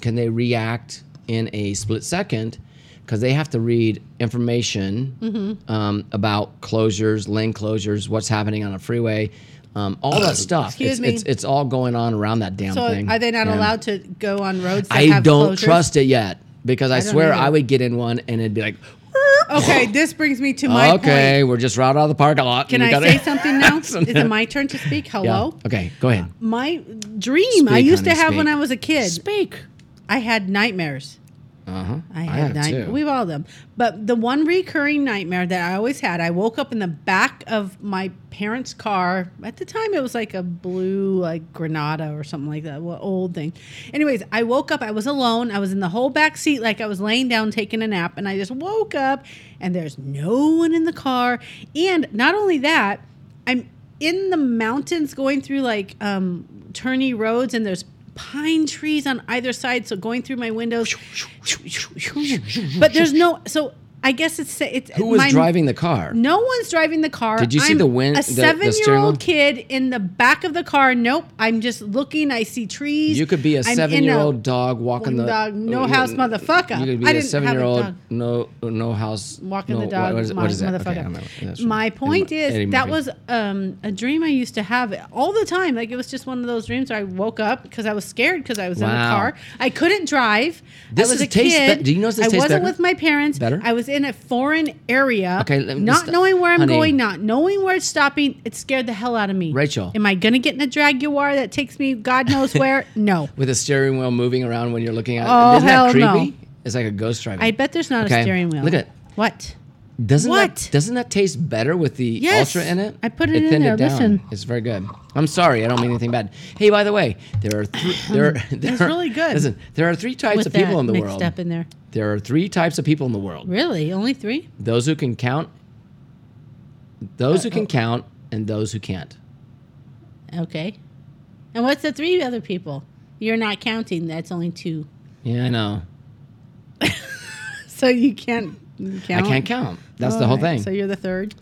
Speaker 6: can they react in a split second because they have to read information um, about closures, lane closures, what's happening on a freeway, um, all that stuff.
Speaker 7: Excuse
Speaker 6: it's,
Speaker 7: me.
Speaker 6: it's it's all going on around that damn
Speaker 7: So
Speaker 6: thing.
Speaker 7: are they not
Speaker 6: And
Speaker 7: allowed to go on roads? That
Speaker 6: I
Speaker 7: have
Speaker 6: don't
Speaker 7: closures?
Speaker 6: trust it yet because I,
Speaker 7: don't
Speaker 6: swear
Speaker 7: either.
Speaker 6: I would get in one and it'd be like,
Speaker 7: Okay, this brings me to my
Speaker 6: okay,
Speaker 7: point.
Speaker 6: we're just right out of the parking lot.
Speaker 7: Can
Speaker 6: and
Speaker 7: I
Speaker 6: we gotta-
Speaker 7: say something now? Is it my turn to speak?
Speaker 6: Yeah.
Speaker 7: Hello.
Speaker 6: Okay, go ahead.
Speaker 7: My dream I
Speaker 6: Speak,
Speaker 7: used to
Speaker 6: honey,
Speaker 7: have when
Speaker 6: speak.
Speaker 7: I was a kid.
Speaker 6: Speak.
Speaker 7: I had nightmares.
Speaker 6: Uh huh.
Speaker 7: I had nightmares. We've all them. But the one recurring nightmare that I always had, I woke up in the back of my parents' car. At the time, it was like a blue, like Granada or something like that, what old thing. Anyways, I woke up. I was alone. I was in the whole back seat, like I was laying down taking a nap, and I just woke up, and there's no one in the car. And not only that, I'm in the mountains going through like um turny roads and there's pine trees on either side so going through my windows but there's no so i guess it's it's
Speaker 6: Who was
Speaker 7: my-
Speaker 6: driving the car?
Speaker 7: no one's driving the car.
Speaker 6: Did you see
Speaker 7: I'm
Speaker 6: the wind-
Speaker 7: A
Speaker 6: the- the steering wheel?
Speaker 7: seven-year-old kid in the back of the car. Nope. I'm just looking. I see trees.
Speaker 6: You could be a
Speaker 7: I'm in
Speaker 6: seven-year-old dog walking
Speaker 7: walking
Speaker 6: the
Speaker 7: dog, no
Speaker 6: uh,
Speaker 7: house
Speaker 6: uh,
Speaker 7: motherfucker.
Speaker 6: You could be
Speaker 7: I
Speaker 6: a
Speaker 7: didn't have a
Speaker 6: seven-year-old
Speaker 7: dog.
Speaker 6: no no house
Speaker 7: walking
Speaker 6: no,
Speaker 7: the dog.
Speaker 6: What is,
Speaker 7: my,
Speaker 6: what is that? Okay, I
Speaker 7: Motherfucker.
Speaker 6: don't remember. That's right.
Speaker 7: my
Speaker 6: Eddie
Speaker 7: point
Speaker 6: Mur-
Speaker 7: is
Speaker 6: Eddie
Speaker 7: that
Speaker 6: Murphy.
Speaker 7: was um, a dream I used to have all the time. Like it was just one of those dreams where I woke up because I was scared because I was in the
Speaker 6: Wow.
Speaker 7: car. I couldn't drive.
Speaker 6: This
Speaker 7: I
Speaker 6: is
Speaker 7: was a
Speaker 6: taste
Speaker 7: kid.
Speaker 6: be- do you know this
Speaker 7: I
Speaker 6: tastes
Speaker 7: wasn't
Speaker 6: better?
Speaker 7: with my parents.
Speaker 6: Better?
Speaker 7: I was in a foreign area.
Speaker 6: Okay, let me
Speaker 7: not
Speaker 6: just-
Speaker 7: knowing where I'm
Speaker 6: honey.
Speaker 7: going, not knowing where it's stopping. It scared the hell out of me.
Speaker 6: Rachel.
Speaker 7: am I gonna get in a jaguar that takes me God knows where? no.
Speaker 6: with a steering wheel moving around when you're looking at.
Speaker 7: Oh,
Speaker 6: it. Isn't
Speaker 7: hell
Speaker 6: that
Speaker 7: no.
Speaker 6: creepy? It's like a ghost driving.
Speaker 7: I bet there's not
Speaker 6: Okay,
Speaker 7: a steering wheel.
Speaker 6: look at-
Speaker 7: what.
Speaker 6: Doesn't
Speaker 7: What?
Speaker 6: That, doesn't that taste better with the
Speaker 7: Yes,
Speaker 6: ultra in it?
Speaker 7: I put it in
Speaker 6: thinned
Speaker 7: there,
Speaker 6: down.
Speaker 7: listen.
Speaker 6: it's very good. I'm sorry, I don't mean anything bad. Hey, by the way, there are th- there are, there
Speaker 7: It's
Speaker 6: are-
Speaker 7: really good.
Speaker 6: Listen, there are three types
Speaker 7: With
Speaker 6: of people
Speaker 7: that
Speaker 6: in the
Speaker 7: mixed
Speaker 6: world.
Speaker 7: up in there.
Speaker 6: There are three types of people in the world.
Speaker 7: Really? Only three?
Speaker 6: Those who can count, those who can count, and those who can't.
Speaker 7: Okay. And what's the three other people? You're not counting. That's only two.
Speaker 6: Yeah, I know.
Speaker 7: So you can't you count.
Speaker 6: I can't count. That's the whole
Speaker 7: Alright,
Speaker 6: thing.
Speaker 7: So you're the third.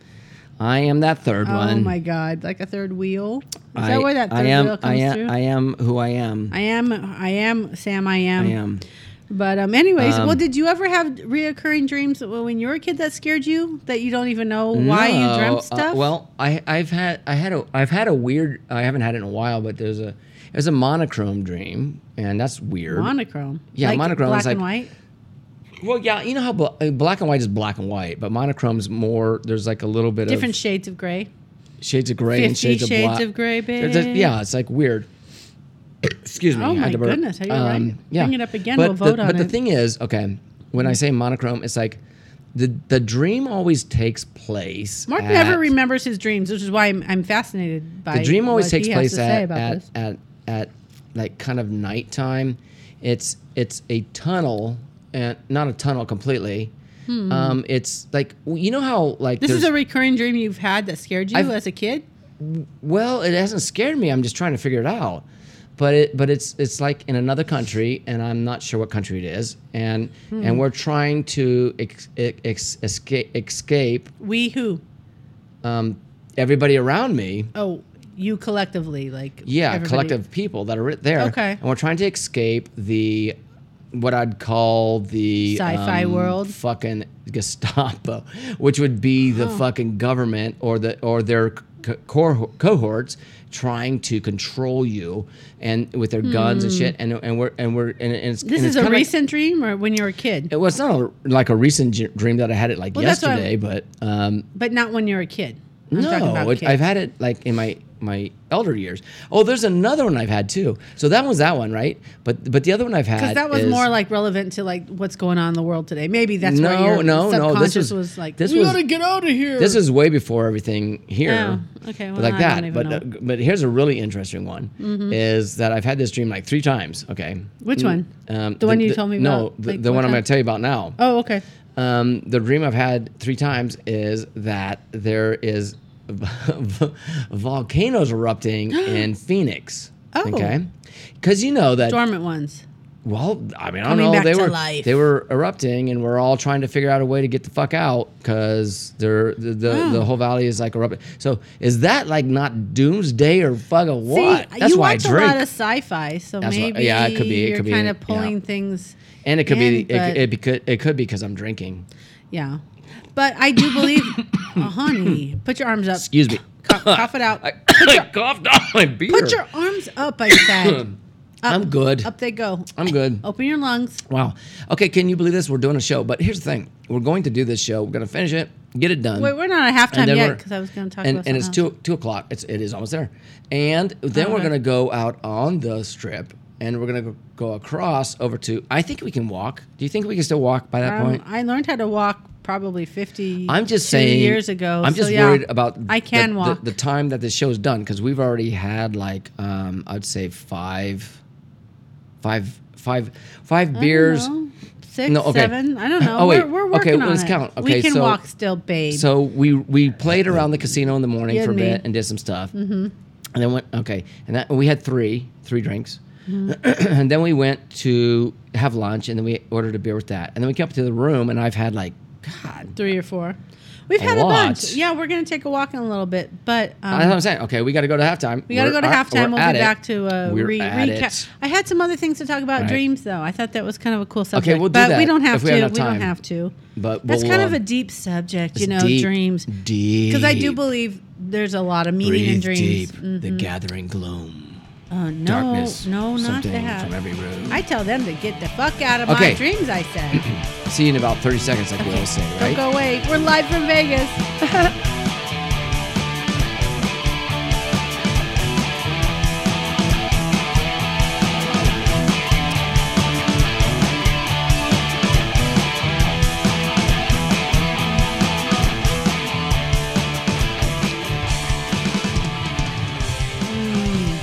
Speaker 6: I am that third
Speaker 7: Oh
Speaker 6: one.
Speaker 7: my god! Like a third wheel. Is
Speaker 6: I,
Speaker 7: that where that third
Speaker 6: I am,
Speaker 7: wheel comes
Speaker 6: I am,
Speaker 7: through?
Speaker 6: I am who I am.
Speaker 7: I am. I am. Sam. I am.
Speaker 6: I am.
Speaker 7: But um. Anyways, well,
Speaker 6: Um,
Speaker 7: did you ever have reoccurring dreams when you were a kid that scared you that you don't even know why you
Speaker 6: No,
Speaker 7: dreamt
Speaker 6: uh,
Speaker 7: stuff?
Speaker 6: well, I, I've had I had a I've had a weird I haven't had it in a while, but there's a there's a monochrome dream, and that's weird.
Speaker 7: monochrome.
Speaker 6: Yeah,
Speaker 7: like
Speaker 6: monochrome
Speaker 7: Black
Speaker 6: is like-
Speaker 7: and white.
Speaker 6: well, yeah, you know how bl- uh, black and white is black and white, but monochrome's more. There's like a little bit
Speaker 7: Different
Speaker 6: of
Speaker 7: shades of gray.
Speaker 6: shades of gray and
Speaker 7: 50
Speaker 6: shades,
Speaker 7: shades
Speaker 6: of black.
Speaker 7: of gray,
Speaker 6: There's just-
Speaker 7: babe.
Speaker 6: yeah, it's like weird. Excuse me.
Speaker 7: Oh
Speaker 6: I had
Speaker 7: my
Speaker 6: to burp. Um,
Speaker 7: goodness, are you all right? Bring it up again,
Speaker 6: But
Speaker 7: we'll
Speaker 6: the,
Speaker 7: vote on
Speaker 6: But the
Speaker 7: it.
Speaker 6: thing is, okay, when I say monochrome, it's like the the dream always takes place.
Speaker 7: Mark
Speaker 6: at-
Speaker 7: never remembers his dreams, which is why I'm, I'm fascinated by
Speaker 6: the dream always
Speaker 7: what
Speaker 6: takes
Speaker 7: he has
Speaker 6: place
Speaker 7: to say
Speaker 6: at
Speaker 7: about
Speaker 6: at,
Speaker 7: this.
Speaker 6: at at like kind of nighttime. It's it's a tunnel and not a tunnel completely. Um, it's like you know how like
Speaker 7: Hmm. This is
Speaker 6: there's-
Speaker 7: a recurring dream you've had that scared you
Speaker 6: I've-
Speaker 7: as a kid.
Speaker 6: well, it hasn't scared me. I'm just trying to figure it out. But it but it's it's like in another country, and I'm not sure what country it is, and and we're trying to ex, ex, escape escape
Speaker 7: We who?
Speaker 6: um, everybody around me.
Speaker 7: Oh, you collectively, like
Speaker 6: yeah
Speaker 7: everybody.
Speaker 6: collective people that are there
Speaker 7: Okay.
Speaker 6: and we're trying to escape the what i'd call the um,
Speaker 7: Sci-fi world?
Speaker 6: fucking gestapo which would be the fucking government or the or their co- cor- cohorts trying to control you and with their guns and shit and and we're and we're and, and it's
Speaker 7: Hmm. This
Speaker 6: and it's
Speaker 7: is a
Speaker 6: kinda like-
Speaker 7: recent dream, or when you were a kid,
Speaker 6: it was not a, like a recent j- dream that i had it like
Speaker 7: Well, that's what I'm-
Speaker 6: yesterday but um
Speaker 7: but not when you were a kid. I'm talking
Speaker 6: no,
Speaker 7: about
Speaker 6: it-
Speaker 7: kids.
Speaker 6: I've had it like in my my elder years. Oh, there's another one I've had too. So that was that one, right? But but the other one I've had
Speaker 7: because that was
Speaker 6: is-
Speaker 7: more like relevant to like what's going on in the world today. Maybe that's where
Speaker 6: No,
Speaker 7: your
Speaker 6: no, no, this
Speaker 7: subconscious
Speaker 6: was-
Speaker 7: was like.
Speaker 6: this
Speaker 7: we
Speaker 6: was-
Speaker 7: gotta get out of here.
Speaker 6: this is way before everything here.
Speaker 7: Oh, okay,
Speaker 6: But
Speaker 7: well,
Speaker 6: like
Speaker 7: I
Speaker 6: that.
Speaker 7: don't even
Speaker 6: but
Speaker 7: know. Mm-hmm.
Speaker 6: uh, g- but here's a really interesting one is that I've had this dream like three times. Okay.
Speaker 7: Which
Speaker 6: Mm,
Speaker 7: one?
Speaker 6: Um,
Speaker 7: The one you told me
Speaker 6: No,
Speaker 7: about,
Speaker 6: the,
Speaker 7: like,
Speaker 6: the
Speaker 7: what
Speaker 6: one I'm
Speaker 7: time?
Speaker 6: going to tell you about now.
Speaker 7: oh, okay.
Speaker 6: Um, the dream I've had three times is that there is volcanoes erupting in Phoenix.
Speaker 7: Oh.
Speaker 6: Okay. Because you know that
Speaker 7: Dormant ones.
Speaker 6: Well, I mean, I don't
Speaker 7: Coming
Speaker 6: know.
Speaker 7: back
Speaker 6: They
Speaker 7: to
Speaker 6: were
Speaker 7: life.
Speaker 6: they were erupting, and we're all trying to figure out a way to get the fuck out because they're the the, the whole valley is like erupting. So is that like not doomsday or fucking what?
Speaker 7: See,
Speaker 6: That's
Speaker 7: you
Speaker 6: why I
Speaker 7: watch
Speaker 6: drink,
Speaker 7: a lot of sci-fi, so
Speaker 6: That's why-
Speaker 7: maybe
Speaker 6: yeah, it could be- it
Speaker 7: you're
Speaker 6: could be,
Speaker 7: kind
Speaker 6: yeah.
Speaker 7: of pulling things.
Speaker 6: and it could
Speaker 7: in,
Speaker 6: be it,
Speaker 7: but-
Speaker 6: it, be- could it could be because I'm drinking.
Speaker 7: yeah, but I do believe, oh, honey, put your arms up.
Speaker 6: Excuse me.
Speaker 7: cough, cough it out.
Speaker 6: I coughed off my beer.
Speaker 7: Put your arms up, I said.
Speaker 6: I'm good.
Speaker 7: up Oh. they go.
Speaker 6: I'm good.
Speaker 7: Open your lungs.
Speaker 6: Wow. Okay, can you believe this? We're doing a show, but here's the thing: we're going to do this show. We're going to finish it, get it done.
Speaker 7: Wait, we're not at
Speaker 6: And
Speaker 7: halftime
Speaker 6: then
Speaker 7: yet
Speaker 6: we're-
Speaker 7: because I was going to talk
Speaker 6: and,
Speaker 7: about
Speaker 6: and it's
Speaker 7: something Oh,
Speaker 6: two two o'clock. It's it is almost there. And then we're
Speaker 7: Okay.
Speaker 6: gonna go out on the strip, and we're gonna go, go across over to. I think we can walk. Do you think we can still walk by that
Speaker 7: else. Um,
Speaker 6: point?
Speaker 7: I learned how to walk probably 50
Speaker 6: I'm just saying.
Speaker 7: years ago.
Speaker 6: I'm
Speaker 7: so
Speaker 6: just
Speaker 7: yeah,
Speaker 6: worried about.
Speaker 7: I can
Speaker 6: the,
Speaker 7: walk.
Speaker 6: the, the time that this show's done because we've already had like um, I'd say five, five, five, five beers.
Speaker 7: I don't know. Six,
Speaker 6: No, okay.
Speaker 7: seven. I don't know.
Speaker 6: Oh, wait.
Speaker 7: We're, we're
Speaker 6: Okay,
Speaker 7: working on
Speaker 6: let's
Speaker 7: it.
Speaker 6: count. Okay,
Speaker 7: we can
Speaker 6: so-
Speaker 7: walk still, babe.
Speaker 6: So we we played around the casino in the morning
Speaker 7: You
Speaker 6: for a
Speaker 7: and me.
Speaker 6: bit and did some stuff, mm-hmm. and then went okay, and that and we had three three drinks,
Speaker 7: Mm-hmm.
Speaker 6: and then we went to have lunch, and then we ordered a beer with that, and then we came up to the room, and I've had like God,
Speaker 7: Three or four. We've
Speaker 6: A
Speaker 7: had a bunch.
Speaker 6: lot.
Speaker 7: Yeah, we're going to take a walk in a little bit, but um,
Speaker 6: that's what I'm saying. Okay, we got to go to halftime.
Speaker 7: We got to
Speaker 6: We're
Speaker 7: go to
Speaker 6: at-
Speaker 7: halftime.
Speaker 6: we're
Speaker 7: We'll
Speaker 6: at
Speaker 7: be
Speaker 6: it.
Speaker 7: back to uh,
Speaker 6: We're
Speaker 7: re-
Speaker 6: at
Speaker 7: recap.
Speaker 6: it.
Speaker 7: I had some other things to talk about
Speaker 6: Right.
Speaker 7: dreams, though. I thought that was kind of a cool subject.
Speaker 6: we'll do
Speaker 7: but we
Speaker 6: that
Speaker 7: don't
Speaker 6: if
Speaker 7: have
Speaker 6: we
Speaker 7: to.
Speaker 6: have
Speaker 7: We,
Speaker 6: enough
Speaker 7: don't
Speaker 6: time.
Speaker 7: have to.
Speaker 6: But
Speaker 7: That's
Speaker 6: we'll,
Speaker 7: kind of
Speaker 6: um,
Speaker 7: a deep subject, you know,
Speaker 6: deep,
Speaker 7: dreams.
Speaker 6: deep.
Speaker 7: Because I do believe there's a lot of meaning in
Speaker 6: Breathe
Speaker 7: dreams. Mm-hmm.
Speaker 6: deep. The gathering gloom,
Speaker 7: Uh, no,
Speaker 6: darkness,
Speaker 7: no, not
Speaker 6: something from
Speaker 7: that.
Speaker 6: every room.
Speaker 7: I tell them to get the fuck out of
Speaker 6: Okay.
Speaker 7: my dreams. I said,
Speaker 6: See you in about 30 seconds, like we always say,
Speaker 7: don't
Speaker 6: right?
Speaker 7: go away. We're live from Vegas.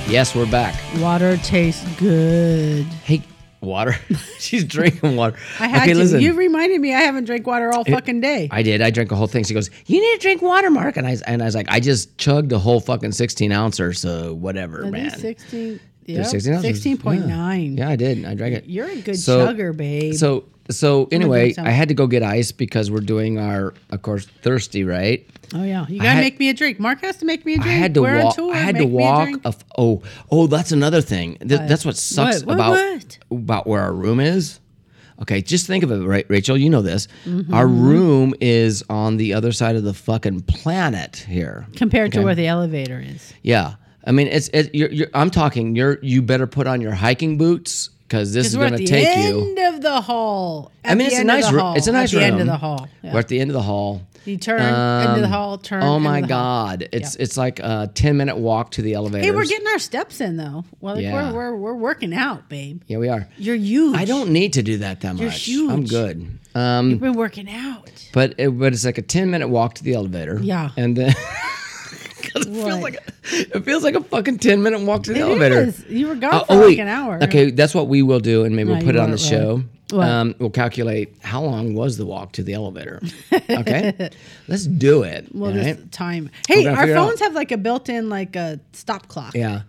Speaker 6: Yes, we're back.
Speaker 7: Water tastes good.
Speaker 6: Hey, water. She's drinking water.
Speaker 7: I had to. You reminded me. I haven't drank water all fucking day.
Speaker 6: I did. I drank a whole thing. She goes, "You need to drink water, Mark." And I and I was like, "I just chugged a whole fucking sixteen ouncer, so whatever,
Speaker 7: I think
Speaker 6: man."
Speaker 7: 16.
Speaker 6: There's
Speaker 7: Yep,
Speaker 6: 16 ounces.
Speaker 7: 16.9.
Speaker 6: Yeah, I did. I drank it.
Speaker 7: You're a good
Speaker 6: So-
Speaker 7: chugger, babe.
Speaker 6: So so anyway,
Speaker 7: some.
Speaker 6: I had to go get ice because we're doing our, of course, thirsty right.
Speaker 7: oh, yeah. You
Speaker 6: I
Speaker 7: got to
Speaker 6: had-
Speaker 7: make me a drink. Mark has to make me a
Speaker 6: I
Speaker 7: drink.
Speaker 6: had to
Speaker 7: We're
Speaker 6: walk.
Speaker 7: on tour.
Speaker 6: I had to
Speaker 7: make me a
Speaker 6: walk.
Speaker 7: drink.
Speaker 6: A f- oh, oh, that's another thing. Th- that's what sucks
Speaker 7: What? What?
Speaker 6: about
Speaker 7: What?
Speaker 6: about where our room is. Okay, just think of it, right, Rachel. You know this.
Speaker 7: Mm-hmm.
Speaker 6: Our room is on the other side of the fucking planet here.
Speaker 7: Compared to where the elevator is.
Speaker 6: Yeah, I mean, it's it, you're, you're, I'm talking. You're you better put on your hiking boots because this is
Speaker 7: Because we're
Speaker 6: going
Speaker 7: at
Speaker 6: to
Speaker 7: the
Speaker 6: take you.
Speaker 7: end of the hall.
Speaker 6: I mean, it's a nice room. It's a nice
Speaker 7: at the
Speaker 6: room.
Speaker 7: end of the hall. Yeah.
Speaker 6: We're at the end of the hall.
Speaker 7: You turn into the
Speaker 6: Um,
Speaker 7: hall, turn.
Speaker 6: Oh
Speaker 7: into
Speaker 6: my
Speaker 7: the hall.
Speaker 6: god, it's it's like a ten minute walk to the elevator.
Speaker 7: Hey, we're getting our steps in, though. Well, like,
Speaker 6: Yeah.
Speaker 7: we're, we're, we're working out, babe.
Speaker 6: yeah, we are.
Speaker 7: You're huge.
Speaker 6: I don't need to do that that much. I'm
Speaker 7: huge.
Speaker 6: good. Um,
Speaker 7: We're working out.
Speaker 6: but it, but it's like a ten minute walk to the elevator.
Speaker 7: Yeah.
Speaker 6: and then 'Cause it feels
Speaker 7: What?
Speaker 6: like a, it feels like a fucking ten minute walk to the
Speaker 7: It
Speaker 6: elevator.
Speaker 7: is. You were gone
Speaker 6: Oh,
Speaker 7: for
Speaker 6: oh,
Speaker 7: like
Speaker 6: wait.
Speaker 7: an hour.
Speaker 6: Okay, that's what we will do, and maybe
Speaker 7: No,
Speaker 6: we'll put it
Speaker 7: you
Speaker 6: on the show.
Speaker 7: weren't What?
Speaker 6: Um, we'll calculate how long was the walk to the elevator. Okay, let's do it.
Speaker 7: Well,
Speaker 6: all
Speaker 7: just
Speaker 6: right?
Speaker 7: time. Hey,
Speaker 6: gonna
Speaker 7: our
Speaker 6: figure it out.
Speaker 7: phones have like a built-in like a stop clock.
Speaker 6: yeah,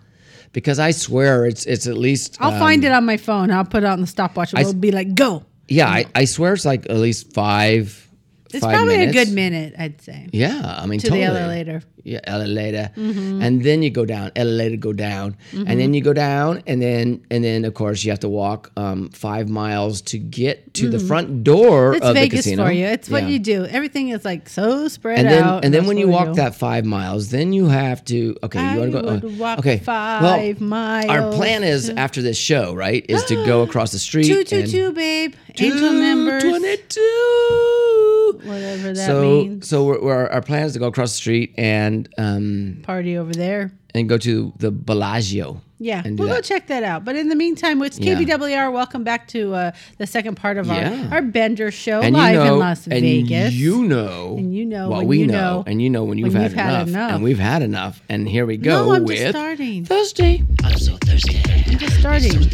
Speaker 6: because I swear it's it's at least
Speaker 7: I'll
Speaker 6: um,
Speaker 7: find it on my phone. I'll put it on the stopwatch. It'll be like go.
Speaker 6: Yeah, I, I swear it's like at least five.
Speaker 7: It's
Speaker 6: five
Speaker 7: probably
Speaker 6: minutes.
Speaker 7: a good minute, I'd say.
Speaker 6: Yeah, I mean
Speaker 7: To
Speaker 6: totally.
Speaker 7: the other later. Mm-hmm.
Speaker 6: Yeah, elevator, and then you go down. Elevator go down, and then you go down, and then and then of course you have to walk um, five miles to get to the front door
Speaker 7: Mm-hmm. It's
Speaker 6: of the
Speaker 7: Vegas
Speaker 6: casino.
Speaker 7: for you. It's what
Speaker 6: Yeah.
Speaker 7: you do. Everything is like so spread
Speaker 6: And then
Speaker 7: out.
Speaker 6: and then
Speaker 7: That's
Speaker 6: when you
Speaker 7: what we
Speaker 6: walk
Speaker 7: do.
Speaker 6: that five miles, then you have to okay.
Speaker 7: I
Speaker 6: you want to go
Speaker 7: would
Speaker 6: uh,
Speaker 7: walk
Speaker 6: okay.
Speaker 7: five
Speaker 6: well,
Speaker 7: miles.
Speaker 6: our plan is after this show, right, is to go across the street.
Speaker 7: two two
Speaker 6: and-
Speaker 7: two, babe. Angel numbers.
Speaker 6: 22.
Speaker 7: Whatever that
Speaker 6: so,
Speaker 7: means.
Speaker 6: So we're, we're, our plan is to go across the street and um,
Speaker 7: Party over there.
Speaker 6: and go to the Bellagio.
Speaker 7: Yeah,
Speaker 6: and do
Speaker 7: we'll go
Speaker 6: that.
Speaker 7: check that out. But in the meantime, it's
Speaker 6: Yeah.
Speaker 7: KBWR. Welcome back to uh, the second part of
Speaker 6: Yeah.
Speaker 7: our, our Bender show
Speaker 6: And
Speaker 7: Oh, live
Speaker 6: you know,
Speaker 7: in Las
Speaker 6: and
Speaker 7: Vegas.
Speaker 6: you know,
Speaker 7: And you know
Speaker 6: well,
Speaker 7: when
Speaker 6: we
Speaker 7: you
Speaker 6: know,
Speaker 7: know
Speaker 6: and you know when you've,
Speaker 7: when
Speaker 6: had,
Speaker 7: you've had
Speaker 6: enough,
Speaker 7: enough.
Speaker 6: and we've had enough, and here we go
Speaker 7: no, I'm
Speaker 6: with
Speaker 7: just starting.
Speaker 6: Thursday.
Speaker 7: I'm just starting.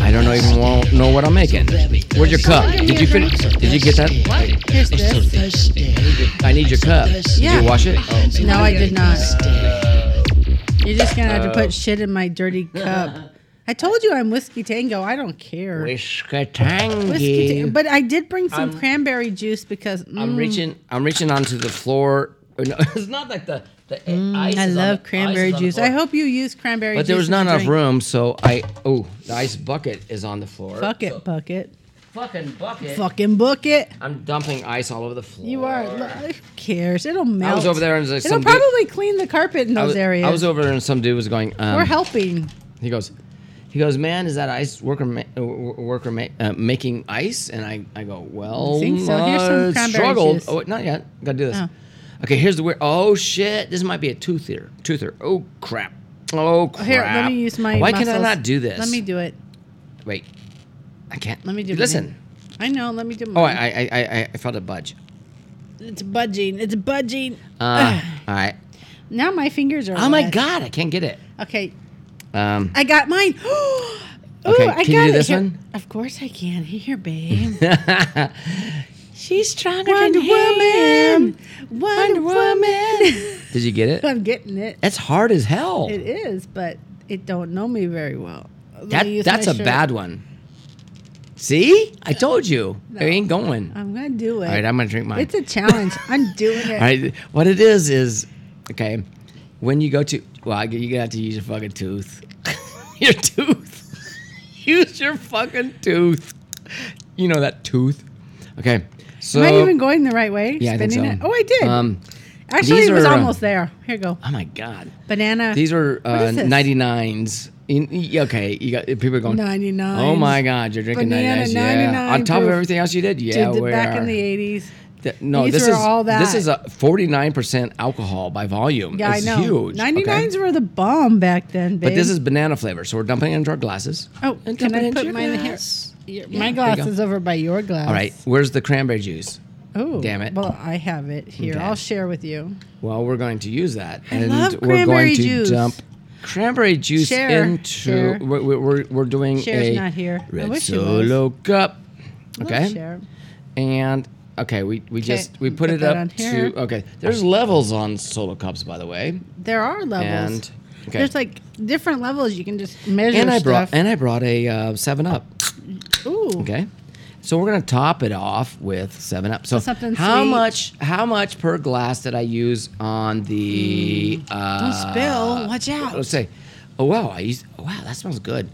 Speaker 6: I don't know even wa- know what I'm making. Where's your cup? Did you finish? Did you get that?
Speaker 7: Here's this.
Speaker 6: I need your cup. Did
Speaker 7: Yeah.
Speaker 6: you wash it? Oh, Oh.
Speaker 7: No, I did not. You're just gonna have to put shit in my dirty cup. I told you I'm whiskey tango. I don't care. Whiskey
Speaker 6: Whiskatangy.
Speaker 7: tango. But I did bring some cranberry juice because
Speaker 6: I'm
Speaker 7: mm,
Speaker 6: reaching. I'm reaching onto the floor. Oh, no, it's not like the the ice.
Speaker 7: Mm, I
Speaker 6: is on
Speaker 7: love
Speaker 6: the- ice
Speaker 7: cranberry
Speaker 6: is on the
Speaker 7: juice.
Speaker 6: floor.
Speaker 7: I hope you use cranberry juice.
Speaker 6: But there was
Speaker 7: in
Speaker 6: not
Speaker 7: the
Speaker 6: enough
Speaker 7: drink.
Speaker 6: room, so I. Oh, the ice bucket is on the floor.
Speaker 7: Bucket,
Speaker 6: So-
Speaker 7: bucket.
Speaker 6: fucking bucket.
Speaker 7: Fucking bucket.
Speaker 6: I'm dumping ice all over the floor.
Speaker 7: You are. look, Who cares? It'll melt.
Speaker 6: over there and there's
Speaker 7: It'll
Speaker 6: some dude-
Speaker 7: probably clean the carpet in
Speaker 6: I
Speaker 7: those
Speaker 6: was,
Speaker 7: areas.
Speaker 6: I was over there and some dude was going. Um,
Speaker 7: We're helping.
Speaker 6: He goes, he goes, man, is that ice worker ma- uh, w- worker ma- uh, making ice? And I, I go, well,
Speaker 7: I think so. Here's some
Speaker 6: uh,
Speaker 7: cranberry
Speaker 6: struggled.
Speaker 7: juice.
Speaker 6: Oh, wait, not yet. Gotta do this.
Speaker 7: Oh.
Speaker 6: Okay, here's the weird. Oh shit, this might be a toother. Toother. Oh crap. Oh crap.
Speaker 7: Here, let me use my.
Speaker 6: Why can
Speaker 7: muscles.
Speaker 6: I not do this?
Speaker 7: Let me do it.
Speaker 6: Wait, I can't.
Speaker 7: Let me do. mine.
Speaker 6: Listen.
Speaker 7: I know. Let me do. Mine.
Speaker 6: Oh, I, I, I, I- I felt a budge.
Speaker 7: It's budging. It's budging.
Speaker 6: Uh, all right.
Speaker 7: Now Oh, my fingers are.
Speaker 6: Oh my
Speaker 7: wet.
Speaker 6: god, I can't get it.
Speaker 7: Okay,
Speaker 6: Um,
Speaker 7: I got mine. Ooh,
Speaker 6: Okay,
Speaker 7: I
Speaker 6: can you
Speaker 7: got
Speaker 6: do
Speaker 7: it.
Speaker 6: this
Speaker 7: Here-
Speaker 6: one?
Speaker 7: Of course I can. Here, babe.
Speaker 6: she's stronger
Speaker 7: Wonder Woman.
Speaker 6: Wonder
Speaker 7: Wonder Woman.
Speaker 6: Did you get it?
Speaker 7: I'm getting it.
Speaker 6: That's hard as hell.
Speaker 7: It is, but it don't know me very well. Let me
Speaker 6: That
Speaker 7: use
Speaker 6: that's
Speaker 7: my
Speaker 6: a
Speaker 7: shirt.
Speaker 6: bad one. See, I told you it ain't going.
Speaker 7: I'm gonna do it.
Speaker 6: All right, I'm gonna drink mine.
Speaker 7: It's a challenge. I'm doing it.
Speaker 6: All right, what it is is okay. When you go to, well, I gu- you got to use your fucking tooth. your tooth. use your fucking tooth. You know that tooth. Okay, so
Speaker 7: Am I even going the right way?
Speaker 6: yeah, I think
Speaker 7: Spinning
Speaker 6: so.
Speaker 7: it. Oh, I did.
Speaker 6: Um,
Speaker 7: Actually,
Speaker 6: these
Speaker 7: it was
Speaker 6: are, uh,
Speaker 7: almost there. Here you go.
Speaker 6: oh my god,
Speaker 7: Banana.
Speaker 6: these are
Speaker 7: What
Speaker 6: uh,
Speaker 7: is this?
Speaker 6: 99s. In, y- okay, you got people are going
Speaker 7: 99s.
Speaker 6: Oh my god, you're drinking
Speaker 7: Banana
Speaker 6: 99s. Yeah, on
Speaker 7: 99
Speaker 6: top of
Speaker 7: proof.
Speaker 6: everything else you did.
Speaker 7: Did
Speaker 6: Yeah,
Speaker 7: the-
Speaker 6: we
Speaker 7: back
Speaker 6: are.
Speaker 7: in the 80s.
Speaker 6: Th- no,
Speaker 7: These
Speaker 6: this
Speaker 7: were
Speaker 6: is
Speaker 7: all that.
Speaker 6: this is a 49% alcohol by volume.
Speaker 7: Yeah,
Speaker 6: it's
Speaker 7: I know.
Speaker 6: huge. okay?
Speaker 7: 99s were the bomb back then, babe.
Speaker 6: But this is banana flavor, so we're dumping it into our glasses.
Speaker 7: Oh,
Speaker 6: And
Speaker 7: can
Speaker 6: dump it
Speaker 7: I
Speaker 6: into
Speaker 7: put
Speaker 6: your
Speaker 7: mine here?
Speaker 6: glass. Yeah,
Speaker 7: Your- my
Speaker 6: there you
Speaker 7: glass
Speaker 6: go.
Speaker 7: is over by your glass.
Speaker 6: All right, where's the cranberry juice?
Speaker 7: Oh,
Speaker 6: Damn it.
Speaker 7: Well, I have it here.
Speaker 6: Okay.
Speaker 7: I'll share with you.
Speaker 6: Well, we're going to use that, and
Speaker 7: love
Speaker 6: we're
Speaker 7: cranberry
Speaker 6: going to
Speaker 7: juice.
Speaker 6: dump cranberry juice
Speaker 7: Share,
Speaker 6: into.
Speaker 7: share.
Speaker 6: We're, we're- we're, we're doing
Speaker 7: Share's
Speaker 6: a
Speaker 7: not here. I
Speaker 6: red
Speaker 7: wish she was.
Speaker 6: solo cup.
Speaker 7: Love
Speaker 6: Okay,
Speaker 7: share.
Speaker 6: and okay, we, we just we put,
Speaker 7: put
Speaker 6: it
Speaker 7: that on
Speaker 6: up
Speaker 7: here.
Speaker 6: to okay. There's levels on solo cups, by the way,
Speaker 7: There are levels.
Speaker 6: and okay.
Speaker 7: There's like different levels you can just measure
Speaker 6: and I
Speaker 7: stuff.
Speaker 6: brought and I brought a uh, Seven Up.
Speaker 7: Ooh,
Speaker 6: Okay, so we're gonna top it off with Seven Up. So
Speaker 7: something
Speaker 6: how
Speaker 7: sweet.
Speaker 6: much how much per glass did I use on the? Uh,
Speaker 7: Mm. don't spill. Watch
Speaker 6: Let's
Speaker 7: out.
Speaker 6: say, oh wow, I used oh, wow that smells good.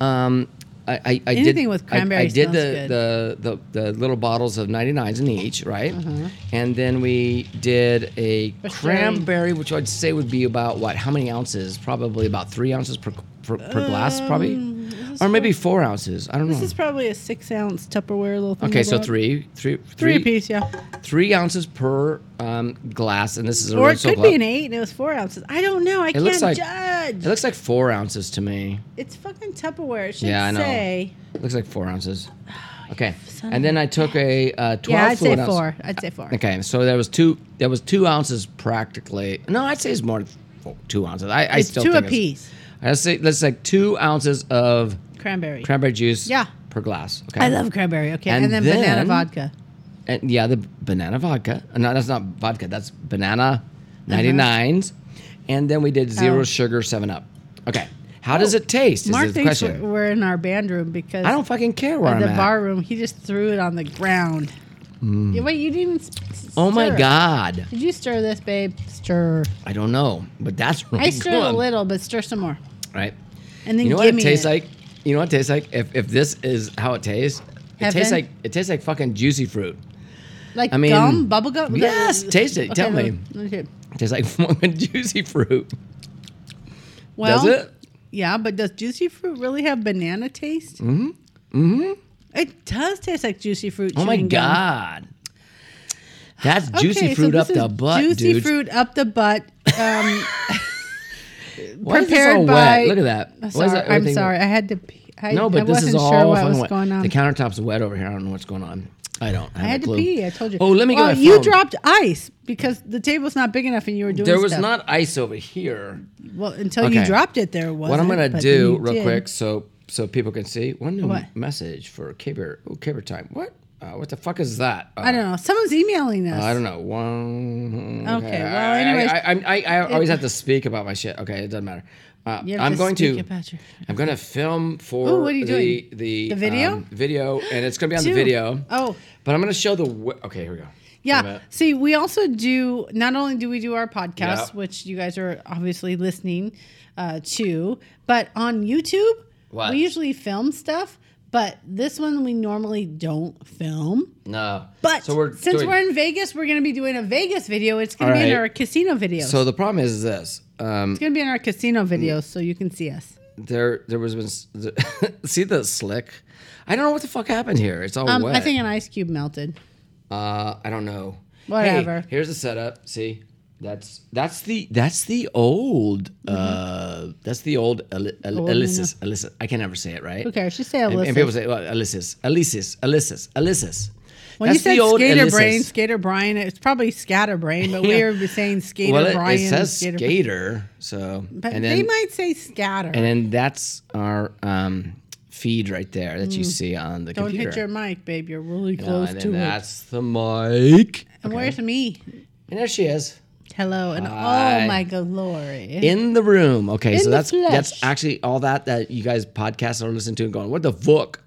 Speaker 6: Um, I, I, I did,
Speaker 7: Anything with
Speaker 6: I- I,
Speaker 7: cranberry
Speaker 6: did the,
Speaker 7: smells
Speaker 6: the, the the little bottles of 99s in each, right?
Speaker 7: Mm-hmm.
Speaker 6: And then we did a
Speaker 7: For sure.
Speaker 6: cranberry, which I'd say would be about what? How many ounces? Probably about three ounces per per, per glass, probably,
Speaker 7: Um, this
Speaker 6: or maybe four ounces. I don't
Speaker 7: This
Speaker 6: know.
Speaker 7: is probably a six ounce Tupperware little thing.
Speaker 6: Okay,
Speaker 7: I
Speaker 6: so
Speaker 7: bought.
Speaker 6: three, three,
Speaker 7: Three
Speaker 6: three,
Speaker 7: apiece, yeah.
Speaker 6: three ounces per um, glass, and this is a
Speaker 7: Or
Speaker 6: red
Speaker 7: it
Speaker 6: Soul
Speaker 7: could
Speaker 6: Club.
Speaker 7: be an eight and it was four ounces. I don't know. I
Speaker 6: It
Speaker 7: can't
Speaker 6: looks like-
Speaker 7: judge.
Speaker 6: It looks like four ounces to me.
Speaker 7: it's fucking Tupperware. It should
Speaker 6: Yeah, I know.
Speaker 7: say.
Speaker 6: It looks like four ounces. Okay,
Speaker 7: Oh, son of
Speaker 6: and then I took a uh, twelve.
Speaker 7: Yeah, I'd say
Speaker 6: fluid ounce-
Speaker 7: four. I'd say four.
Speaker 6: Okay, so there was two. There was two ounces practically. No, I'd say it's more than four, two ounces. I, I
Speaker 7: It's
Speaker 6: still
Speaker 7: two
Speaker 6: think
Speaker 7: apiece.
Speaker 6: It's, let's say let's say two ounces of
Speaker 7: Cranberry.
Speaker 6: cranberry juice.
Speaker 7: Yeah.
Speaker 6: per glass. Okay,
Speaker 7: I love cranberry. Okay, and,
Speaker 6: And
Speaker 7: then, banana
Speaker 6: then-
Speaker 7: vodka.
Speaker 6: and yeah, the banana vodka. Uh, No, that's not vodka. That's banana 99s. And then we did zero
Speaker 7: Uh-huh. Oh.
Speaker 6: sugar 7 Up. Okay. How does it taste? Is
Speaker 7: Mark
Speaker 6: the
Speaker 7: thinks
Speaker 6: question.
Speaker 7: we're, we're in our band room because
Speaker 6: I don't fucking care where
Speaker 7: in
Speaker 6: I'm
Speaker 7: the
Speaker 6: at.
Speaker 7: bar room he just threw it on the ground. Yeah, Wait, you didn't. even s- s-
Speaker 6: Mm. oh my
Speaker 7: stir.
Speaker 6: God.
Speaker 7: Did you stir this, babe? Stir.
Speaker 6: I don't know, but that's really
Speaker 7: I stirred a
Speaker 6: good.
Speaker 7: little, but stir some more.
Speaker 6: Right.
Speaker 7: And then
Speaker 6: You know
Speaker 7: give
Speaker 6: what it
Speaker 7: me
Speaker 6: tastes
Speaker 7: it.
Speaker 6: like? You know what it tastes like? If, if this is how it tastes, it tastes
Speaker 7: Heaven?
Speaker 6: like it tastes like fucking juicy fruit.
Speaker 7: Like
Speaker 6: I mean,
Speaker 7: gum, bubble gum.
Speaker 6: yes, taste it, tell me.
Speaker 7: let see.
Speaker 6: It tastes like fucking juicy fruit.
Speaker 7: Well,
Speaker 6: does it?
Speaker 7: Yeah, but does juicy fruit really have banana taste? Mm-hmm. Mm-hmm. It does taste like juicy fruit.
Speaker 6: Oh my
Speaker 7: chewing gum.
Speaker 6: God. That's juicy
Speaker 7: Okay, so
Speaker 6: fruit up
Speaker 7: this
Speaker 6: the
Speaker 7: is
Speaker 6: butt,
Speaker 7: Juicy
Speaker 6: dude.
Speaker 7: fruit up the butt. Um,
Speaker 6: Why is this
Speaker 7: prepared
Speaker 6: all
Speaker 7: by-
Speaker 6: Wet? Look at that. Why is
Speaker 7: sorry,
Speaker 6: that
Speaker 7: I'm
Speaker 6: everything-
Speaker 7: sorry. I had to. pee. I,
Speaker 6: No, but
Speaker 7: I
Speaker 6: this
Speaker 7: wasn't
Speaker 6: is all
Speaker 7: sure what
Speaker 6: fucking
Speaker 7: was
Speaker 6: wet.
Speaker 7: going on.
Speaker 6: The countertop's wet over here. I don't know what's going on. I don't. I,
Speaker 7: I
Speaker 6: have
Speaker 7: had
Speaker 6: a
Speaker 7: to
Speaker 6: clue.
Speaker 7: pee. I told you.
Speaker 6: Oh, let me
Speaker 7: Well,
Speaker 6: go.
Speaker 7: you dropped ice because the table's not big enough, and you were doing.
Speaker 6: There was
Speaker 7: stuff.
Speaker 6: not ice over here.
Speaker 7: Well, until you
Speaker 6: Okay.
Speaker 7: dropped it, there was.
Speaker 6: what I'm gonna do real quick, so so people can see one new
Speaker 7: What?
Speaker 6: message for Caber. Oh, Caber time. What? Uh, what the fuck is that? Uh,
Speaker 7: I don't know. Someone's emailing us.
Speaker 6: I don't know. One. hmm,
Speaker 7: Okay, well,
Speaker 6: I- I-
Speaker 7: anyways-
Speaker 6: I, I, I, I always have to speak about my shit. Okay, it doesn't matter. Uh,
Speaker 7: You have
Speaker 6: I'm
Speaker 7: to
Speaker 6: going
Speaker 7: speak
Speaker 6: to.
Speaker 7: about your-
Speaker 6: I'm going to film for
Speaker 7: Ooh, what are you
Speaker 6: the
Speaker 7: doing?
Speaker 6: the,
Speaker 7: The video?
Speaker 6: um, video, and it's going to be on the
Speaker 7: Dude.
Speaker 6: video.
Speaker 7: Oh.
Speaker 6: But I'm going to show the. W- okay, here we go. Wait a
Speaker 7: Yeah.
Speaker 6: minute.
Speaker 7: See, we also do, not only do we do our podcast,
Speaker 6: Yeah.
Speaker 7: which you guys are obviously listening uh, to, but on YouTube,
Speaker 6: What?
Speaker 7: we usually film stuff, but this one we normally don't film.
Speaker 6: No.
Speaker 7: But since
Speaker 6: doing-
Speaker 7: we're in Vegas, we're going to be doing a Vegas video. It's going to
Speaker 6: All
Speaker 7: be in
Speaker 6: right.
Speaker 7: our casino video.
Speaker 6: So the problem is this. Um,
Speaker 7: it's going to be in our casino video so you can see us.
Speaker 6: there, there was been. s- the- see the slick. I don't know what the fuck happened here. It's all
Speaker 7: Um,
Speaker 6: wet.
Speaker 7: I think an ice cube melted.
Speaker 6: Uh, I don't know.
Speaker 7: Whatever.
Speaker 6: Hey, here's the setup. See, that's that's the that's the old uh that's the old Eli- Eli-
Speaker 7: Old
Speaker 6: Elysis Elysis. I can never say it right.
Speaker 7: Who cares? Just say
Speaker 6: And,
Speaker 7: Alyssa.
Speaker 6: and people say well, Elysis Elysis Elysis Elysis.
Speaker 7: when you
Speaker 6: That's
Speaker 7: said
Speaker 6: the old
Speaker 7: skater
Speaker 6: Elysis.
Speaker 7: brain, skater Brian, it's probably scatter brain, but we were saying skater
Speaker 6: well, it,
Speaker 7: Brian.
Speaker 6: it says
Speaker 7: skater,
Speaker 6: skater,
Speaker 7: Brian.
Speaker 6: so
Speaker 7: But
Speaker 6: and
Speaker 7: they
Speaker 6: then
Speaker 7: might say scatter.
Speaker 6: and then that's our um feed right there that you see on the
Speaker 7: Mm. Don't
Speaker 6: computer.
Speaker 7: hit your mic, babe. You're really
Speaker 6: No,
Speaker 7: close
Speaker 6: and
Speaker 7: to
Speaker 6: then
Speaker 7: it.
Speaker 6: that's the mic.
Speaker 7: And where's me?
Speaker 6: And there she is.
Speaker 7: Hello and
Speaker 6: Hi.
Speaker 7: oh my glory.
Speaker 6: in the room. Okay, so
Speaker 7: the
Speaker 6: that's
Speaker 7: flesh.
Speaker 6: that's actually all that that you guys podcasts are listening to and going, what the fuck?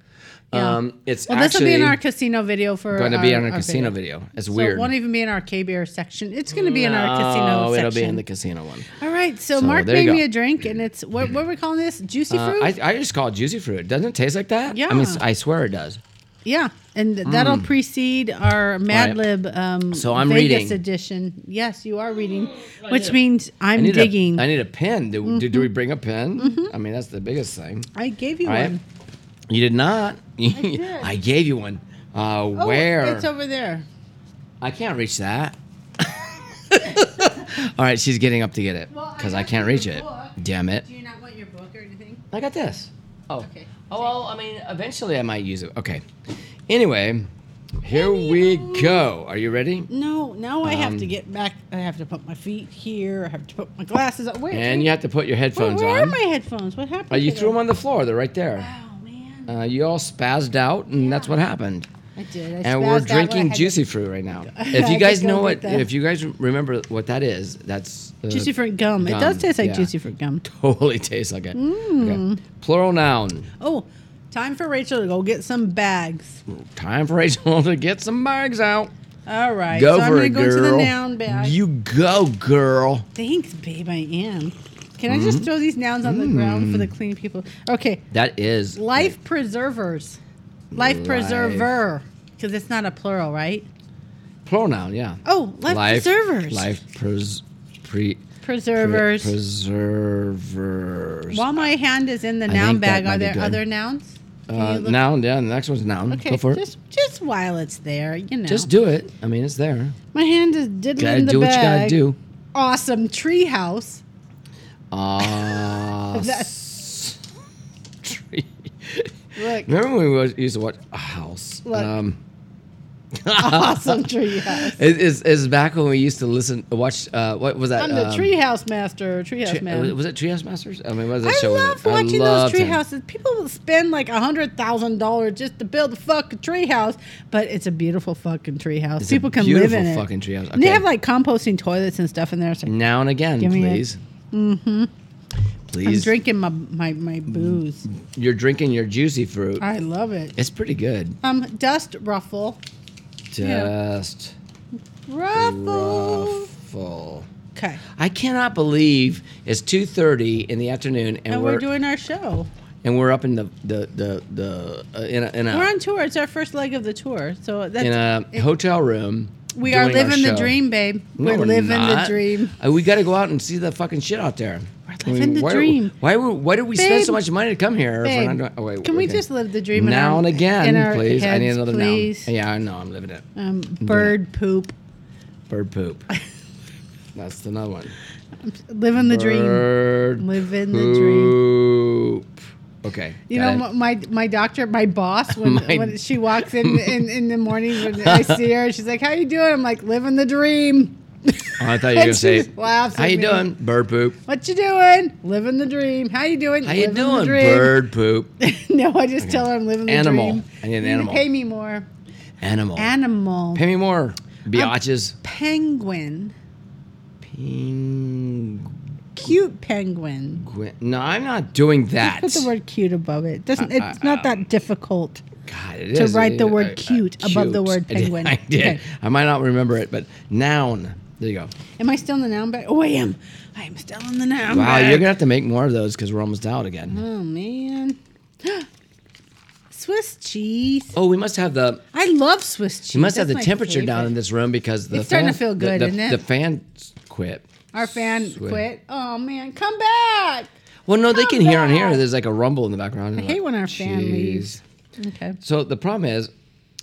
Speaker 7: Yeah.
Speaker 6: Um, it's
Speaker 7: Well, this will
Speaker 6: actually
Speaker 7: be in our casino video for
Speaker 6: going to be
Speaker 7: our-
Speaker 6: on a
Speaker 7: our
Speaker 6: casino video. It's
Speaker 7: So
Speaker 6: weird.
Speaker 7: it won't even be in our K beer section. It's going to be in our casino
Speaker 6: No,
Speaker 7: section.
Speaker 6: it'll be in the casino one.
Speaker 7: All right, so, Mark
Speaker 6: there
Speaker 7: made
Speaker 6: you
Speaker 7: me
Speaker 6: go.
Speaker 7: a drink, and it's what, what are we calling this? Juicy
Speaker 6: Uh,
Speaker 7: fruit.
Speaker 6: I, I just call it juicy fruit. Doesn't it taste like that? I mean,
Speaker 7: Yeah.
Speaker 6: I swear it does.
Speaker 7: yeah, and th- that'll precede our Mad
Speaker 6: All Mm. right.
Speaker 7: Lib. Um,
Speaker 6: So I'm
Speaker 7: Vegas
Speaker 6: reading.
Speaker 7: edition. Yes, you are reading, which means I'm
Speaker 6: I need
Speaker 7: digging. Mm-hmm.
Speaker 6: A,
Speaker 7: I
Speaker 6: I need a pen. Do, do, do we bring a pen? I mean, that's the biggest thing.
Speaker 7: gave you
Speaker 6: All right.
Speaker 7: one.
Speaker 6: You did not.
Speaker 7: did.
Speaker 6: I gave you one. Uh,
Speaker 7: Oh,
Speaker 6: where?
Speaker 7: It's over there.
Speaker 6: I can't reach that. All right, she's getting up to get it
Speaker 7: Well, I
Speaker 6: because I
Speaker 7: got
Speaker 6: can't
Speaker 7: you
Speaker 6: reach
Speaker 7: your
Speaker 6: it.
Speaker 7: book.
Speaker 6: Damn it!
Speaker 7: you not want your book or anything?
Speaker 6: I got this. Oh.
Speaker 7: Okay.
Speaker 6: Oh well, I mean, eventually I might use it. Okay. Anyway, here we go. Are you ready?
Speaker 7: No, now I
Speaker 6: Um,
Speaker 7: have to get back. I have to put my feet here. I have to put my glasses on. Wait,
Speaker 6: And you have to put your
Speaker 7: where,
Speaker 6: headphones
Speaker 7: where are
Speaker 6: on.
Speaker 7: my headphones? What happened?
Speaker 6: Uh, you
Speaker 7: to
Speaker 6: threw them on the floor. They're right there.
Speaker 7: Oh man,
Speaker 6: Uh, you all spazzed out, and that's what happened.
Speaker 7: I did. I
Speaker 6: and we're
Speaker 7: spazzed out when I
Speaker 6: drinking
Speaker 7: had to-
Speaker 6: juicy fruit right now.
Speaker 7: I
Speaker 6: If you
Speaker 7: could
Speaker 6: guys
Speaker 7: go
Speaker 6: know
Speaker 7: get
Speaker 6: what,
Speaker 7: that.
Speaker 6: if you guys remember what that is, that's uh,
Speaker 7: Juicy fruit gum. It does
Speaker 6: Gum,
Speaker 7: taste like
Speaker 6: yeah.
Speaker 7: juicy fruit gum.
Speaker 6: Totally tastes like it.
Speaker 7: Mm.
Speaker 6: Okay. Plural noun.
Speaker 7: Oh, time for Rachel to go get some bags.
Speaker 6: Time for Rachel to get some bags out.
Speaker 7: All right.
Speaker 6: Go
Speaker 7: so I'm
Speaker 6: for
Speaker 7: gonna
Speaker 6: it,
Speaker 7: go
Speaker 6: girl.
Speaker 7: to the noun bag.
Speaker 6: You go, girl.
Speaker 7: Thanks, babe. I am. Can I
Speaker 6: Mm-hmm.
Speaker 7: just throw these nouns on the ground for the clean people? Okay.
Speaker 6: That is
Speaker 7: Life preservers.
Speaker 6: Life.
Speaker 7: Life, preserver. Because it's not a plural, right?
Speaker 6: plural noun. Yeah.
Speaker 7: Oh, life, preservers.
Speaker 6: Life pres, pre,
Speaker 7: preservers.
Speaker 6: pre- preservers.
Speaker 7: While my hand is in the
Speaker 6: I
Speaker 7: noun
Speaker 6: think that
Speaker 7: bag,
Speaker 6: might
Speaker 7: are
Speaker 6: be
Speaker 7: there
Speaker 6: good.
Speaker 7: other nouns? Can
Speaker 6: Uh,
Speaker 7: you look-
Speaker 6: noun. Yeah. The next one's noun.
Speaker 7: Okay,
Speaker 6: go for it.
Speaker 7: just just while it's there, you know.
Speaker 6: Just do it. I mean, it's there.
Speaker 7: My hand is diddling
Speaker 6: Gotta
Speaker 7: the
Speaker 6: do what you
Speaker 7: bag.
Speaker 6: gotta do.
Speaker 7: Awesome tree house.
Speaker 6: Ah.
Speaker 7: That-
Speaker 6: s- tree.
Speaker 7: Look,
Speaker 6: Remember when we was- used to watch a house?
Speaker 7: Look.
Speaker 6: Um,
Speaker 7: awesome tree house.
Speaker 6: it is is back when we used to listen, watch. Uh, what was that?
Speaker 7: I'm the
Speaker 6: um,
Speaker 7: treehouse master, treehouse
Speaker 6: Tre-
Speaker 7: man.
Speaker 6: was, was it Treehouse Masters? I mean, what was that
Speaker 7: I
Speaker 6: show? was
Speaker 7: love
Speaker 6: it? I
Speaker 7: watching those
Speaker 6: loved
Speaker 7: tree
Speaker 6: him.
Speaker 7: houses. People will spend like a hundred thousand dollars just to build a fucking tree house, but it's a beautiful fucking tree house.
Speaker 6: a
Speaker 7: People can live
Speaker 6: beautiful
Speaker 7: in it.
Speaker 6: fucking tree house.
Speaker 7: And they
Speaker 6: Okay.
Speaker 7: have like composting toilets and stuff in there. So
Speaker 6: Now and again,
Speaker 7: Give me it.
Speaker 6: please. Mm-hmm.
Speaker 7: I'm
Speaker 6: Please.
Speaker 7: drinking my, my my booze.
Speaker 6: You're drinking your juicy fruit.
Speaker 7: I love it.
Speaker 6: It's pretty good.
Speaker 7: Um, dust ruffle, Yeah.
Speaker 6: Just
Speaker 7: ruffle.
Speaker 6: awful.
Speaker 7: Okay,
Speaker 6: I cannot believe it's 2:30 in the afternoon and,
Speaker 7: and we're, doing our show.
Speaker 6: and we're up in the the the, the uh, in a, in a,
Speaker 7: We're on tour. It's our first leg of the tour, so that's
Speaker 6: in a hotel room.
Speaker 7: we are
Speaker 6: doing our
Speaker 7: living the
Speaker 6: show.
Speaker 7: dream, babe.
Speaker 6: No,
Speaker 7: we're, living
Speaker 6: not.
Speaker 7: the dream.
Speaker 6: Uh, we got to go out and see the fucking shit out there.
Speaker 7: We're living the
Speaker 6: why,
Speaker 7: dream.
Speaker 6: Why were- why did we spend so
Speaker 7: Babe.
Speaker 6: much money to come here? if we're
Speaker 7: Babe,
Speaker 6: not doing- oh, wait,
Speaker 7: can we
Speaker 6: okay.
Speaker 7: just live the dream in
Speaker 6: Now
Speaker 7: our-
Speaker 6: and
Speaker 7: in
Speaker 6: again,
Speaker 7: our
Speaker 6: please. I need
Speaker 7: heads,
Speaker 6: another
Speaker 7: please?
Speaker 6: noun. Yeah, I know. I'm living it.
Speaker 7: Um, bird poop.
Speaker 6: Bird poop. That's another one.
Speaker 7: Living the dream.
Speaker 6: Bird
Speaker 7: Living the dream.
Speaker 6: poop. Okay.
Speaker 7: You
Speaker 6: got
Speaker 7: know,
Speaker 6: it.
Speaker 7: my- my my doctor, my boss, when,
Speaker 6: My-
Speaker 7: when she walks in, in in the morning, when I see her, she's like, "How you doing?" I'm like, "Living the dream."
Speaker 6: Oh, I thought you were gonna
Speaker 7: She
Speaker 6: say.
Speaker 7: just laughs
Speaker 6: How
Speaker 7: at
Speaker 6: you
Speaker 7: me.
Speaker 6: doing? Bird poop.
Speaker 7: What you doing? Living the dream. How you doing?
Speaker 6: How you
Speaker 7: Living the
Speaker 6: doing?
Speaker 7: dream."
Speaker 6: Bird poop.
Speaker 7: no, I just tell her I'm living the
Speaker 6: Animal.
Speaker 7: dream.
Speaker 6: I need an
Speaker 7: You need to
Speaker 6: animal.
Speaker 7: Pay me more.
Speaker 6: Animal.
Speaker 7: Animal.
Speaker 6: Pay me more. Biatches.
Speaker 7: penguin.
Speaker 6: Penguin.
Speaker 7: Cute penguin.
Speaker 6: No, I'm not doing that.
Speaker 7: Put the word cute above it. Doesn't
Speaker 6: Uh,
Speaker 7: it's not that difficult.
Speaker 6: God, it
Speaker 7: to
Speaker 6: is.
Speaker 7: write the word
Speaker 6: I- I-
Speaker 7: cute above the word
Speaker 6: I did-
Speaker 7: penguin.
Speaker 6: I did.
Speaker 7: Okay.
Speaker 6: I might not remember it, but noun. There you go.
Speaker 7: Am I still in the noun bag? Oh, I am. I am still in the noun
Speaker 6: Wow,
Speaker 7: bag.
Speaker 6: you're gonna have to make more of those because we're almost out again.
Speaker 7: Oh man. Swiss cheese.
Speaker 6: Oh, we must have the
Speaker 7: I love Swiss cheese.
Speaker 6: we must have
Speaker 7: That's
Speaker 6: the
Speaker 7: my
Speaker 6: temperature down
Speaker 7: favorite.
Speaker 6: in this room because the
Speaker 7: It's starting to
Speaker 6: fan-
Speaker 7: feel
Speaker 6: the-
Speaker 7: good,
Speaker 6: the,
Speaker 7: isn't it?
Speaker 6: The fan quit.
Speaker 7: Our fan
Speaker 6: Swiss.
Speaker 7: quit. Oh man, come back.
Speaker 6: Well, no, they
Speaker 7: Come
Speaker 6: can hear on here.
Speaker 7: back.
Speaker 6: There's like a rumble in the background. I
Speaker 7: hate when our fan leaves. Okay.
Speaker 6: So the problem is,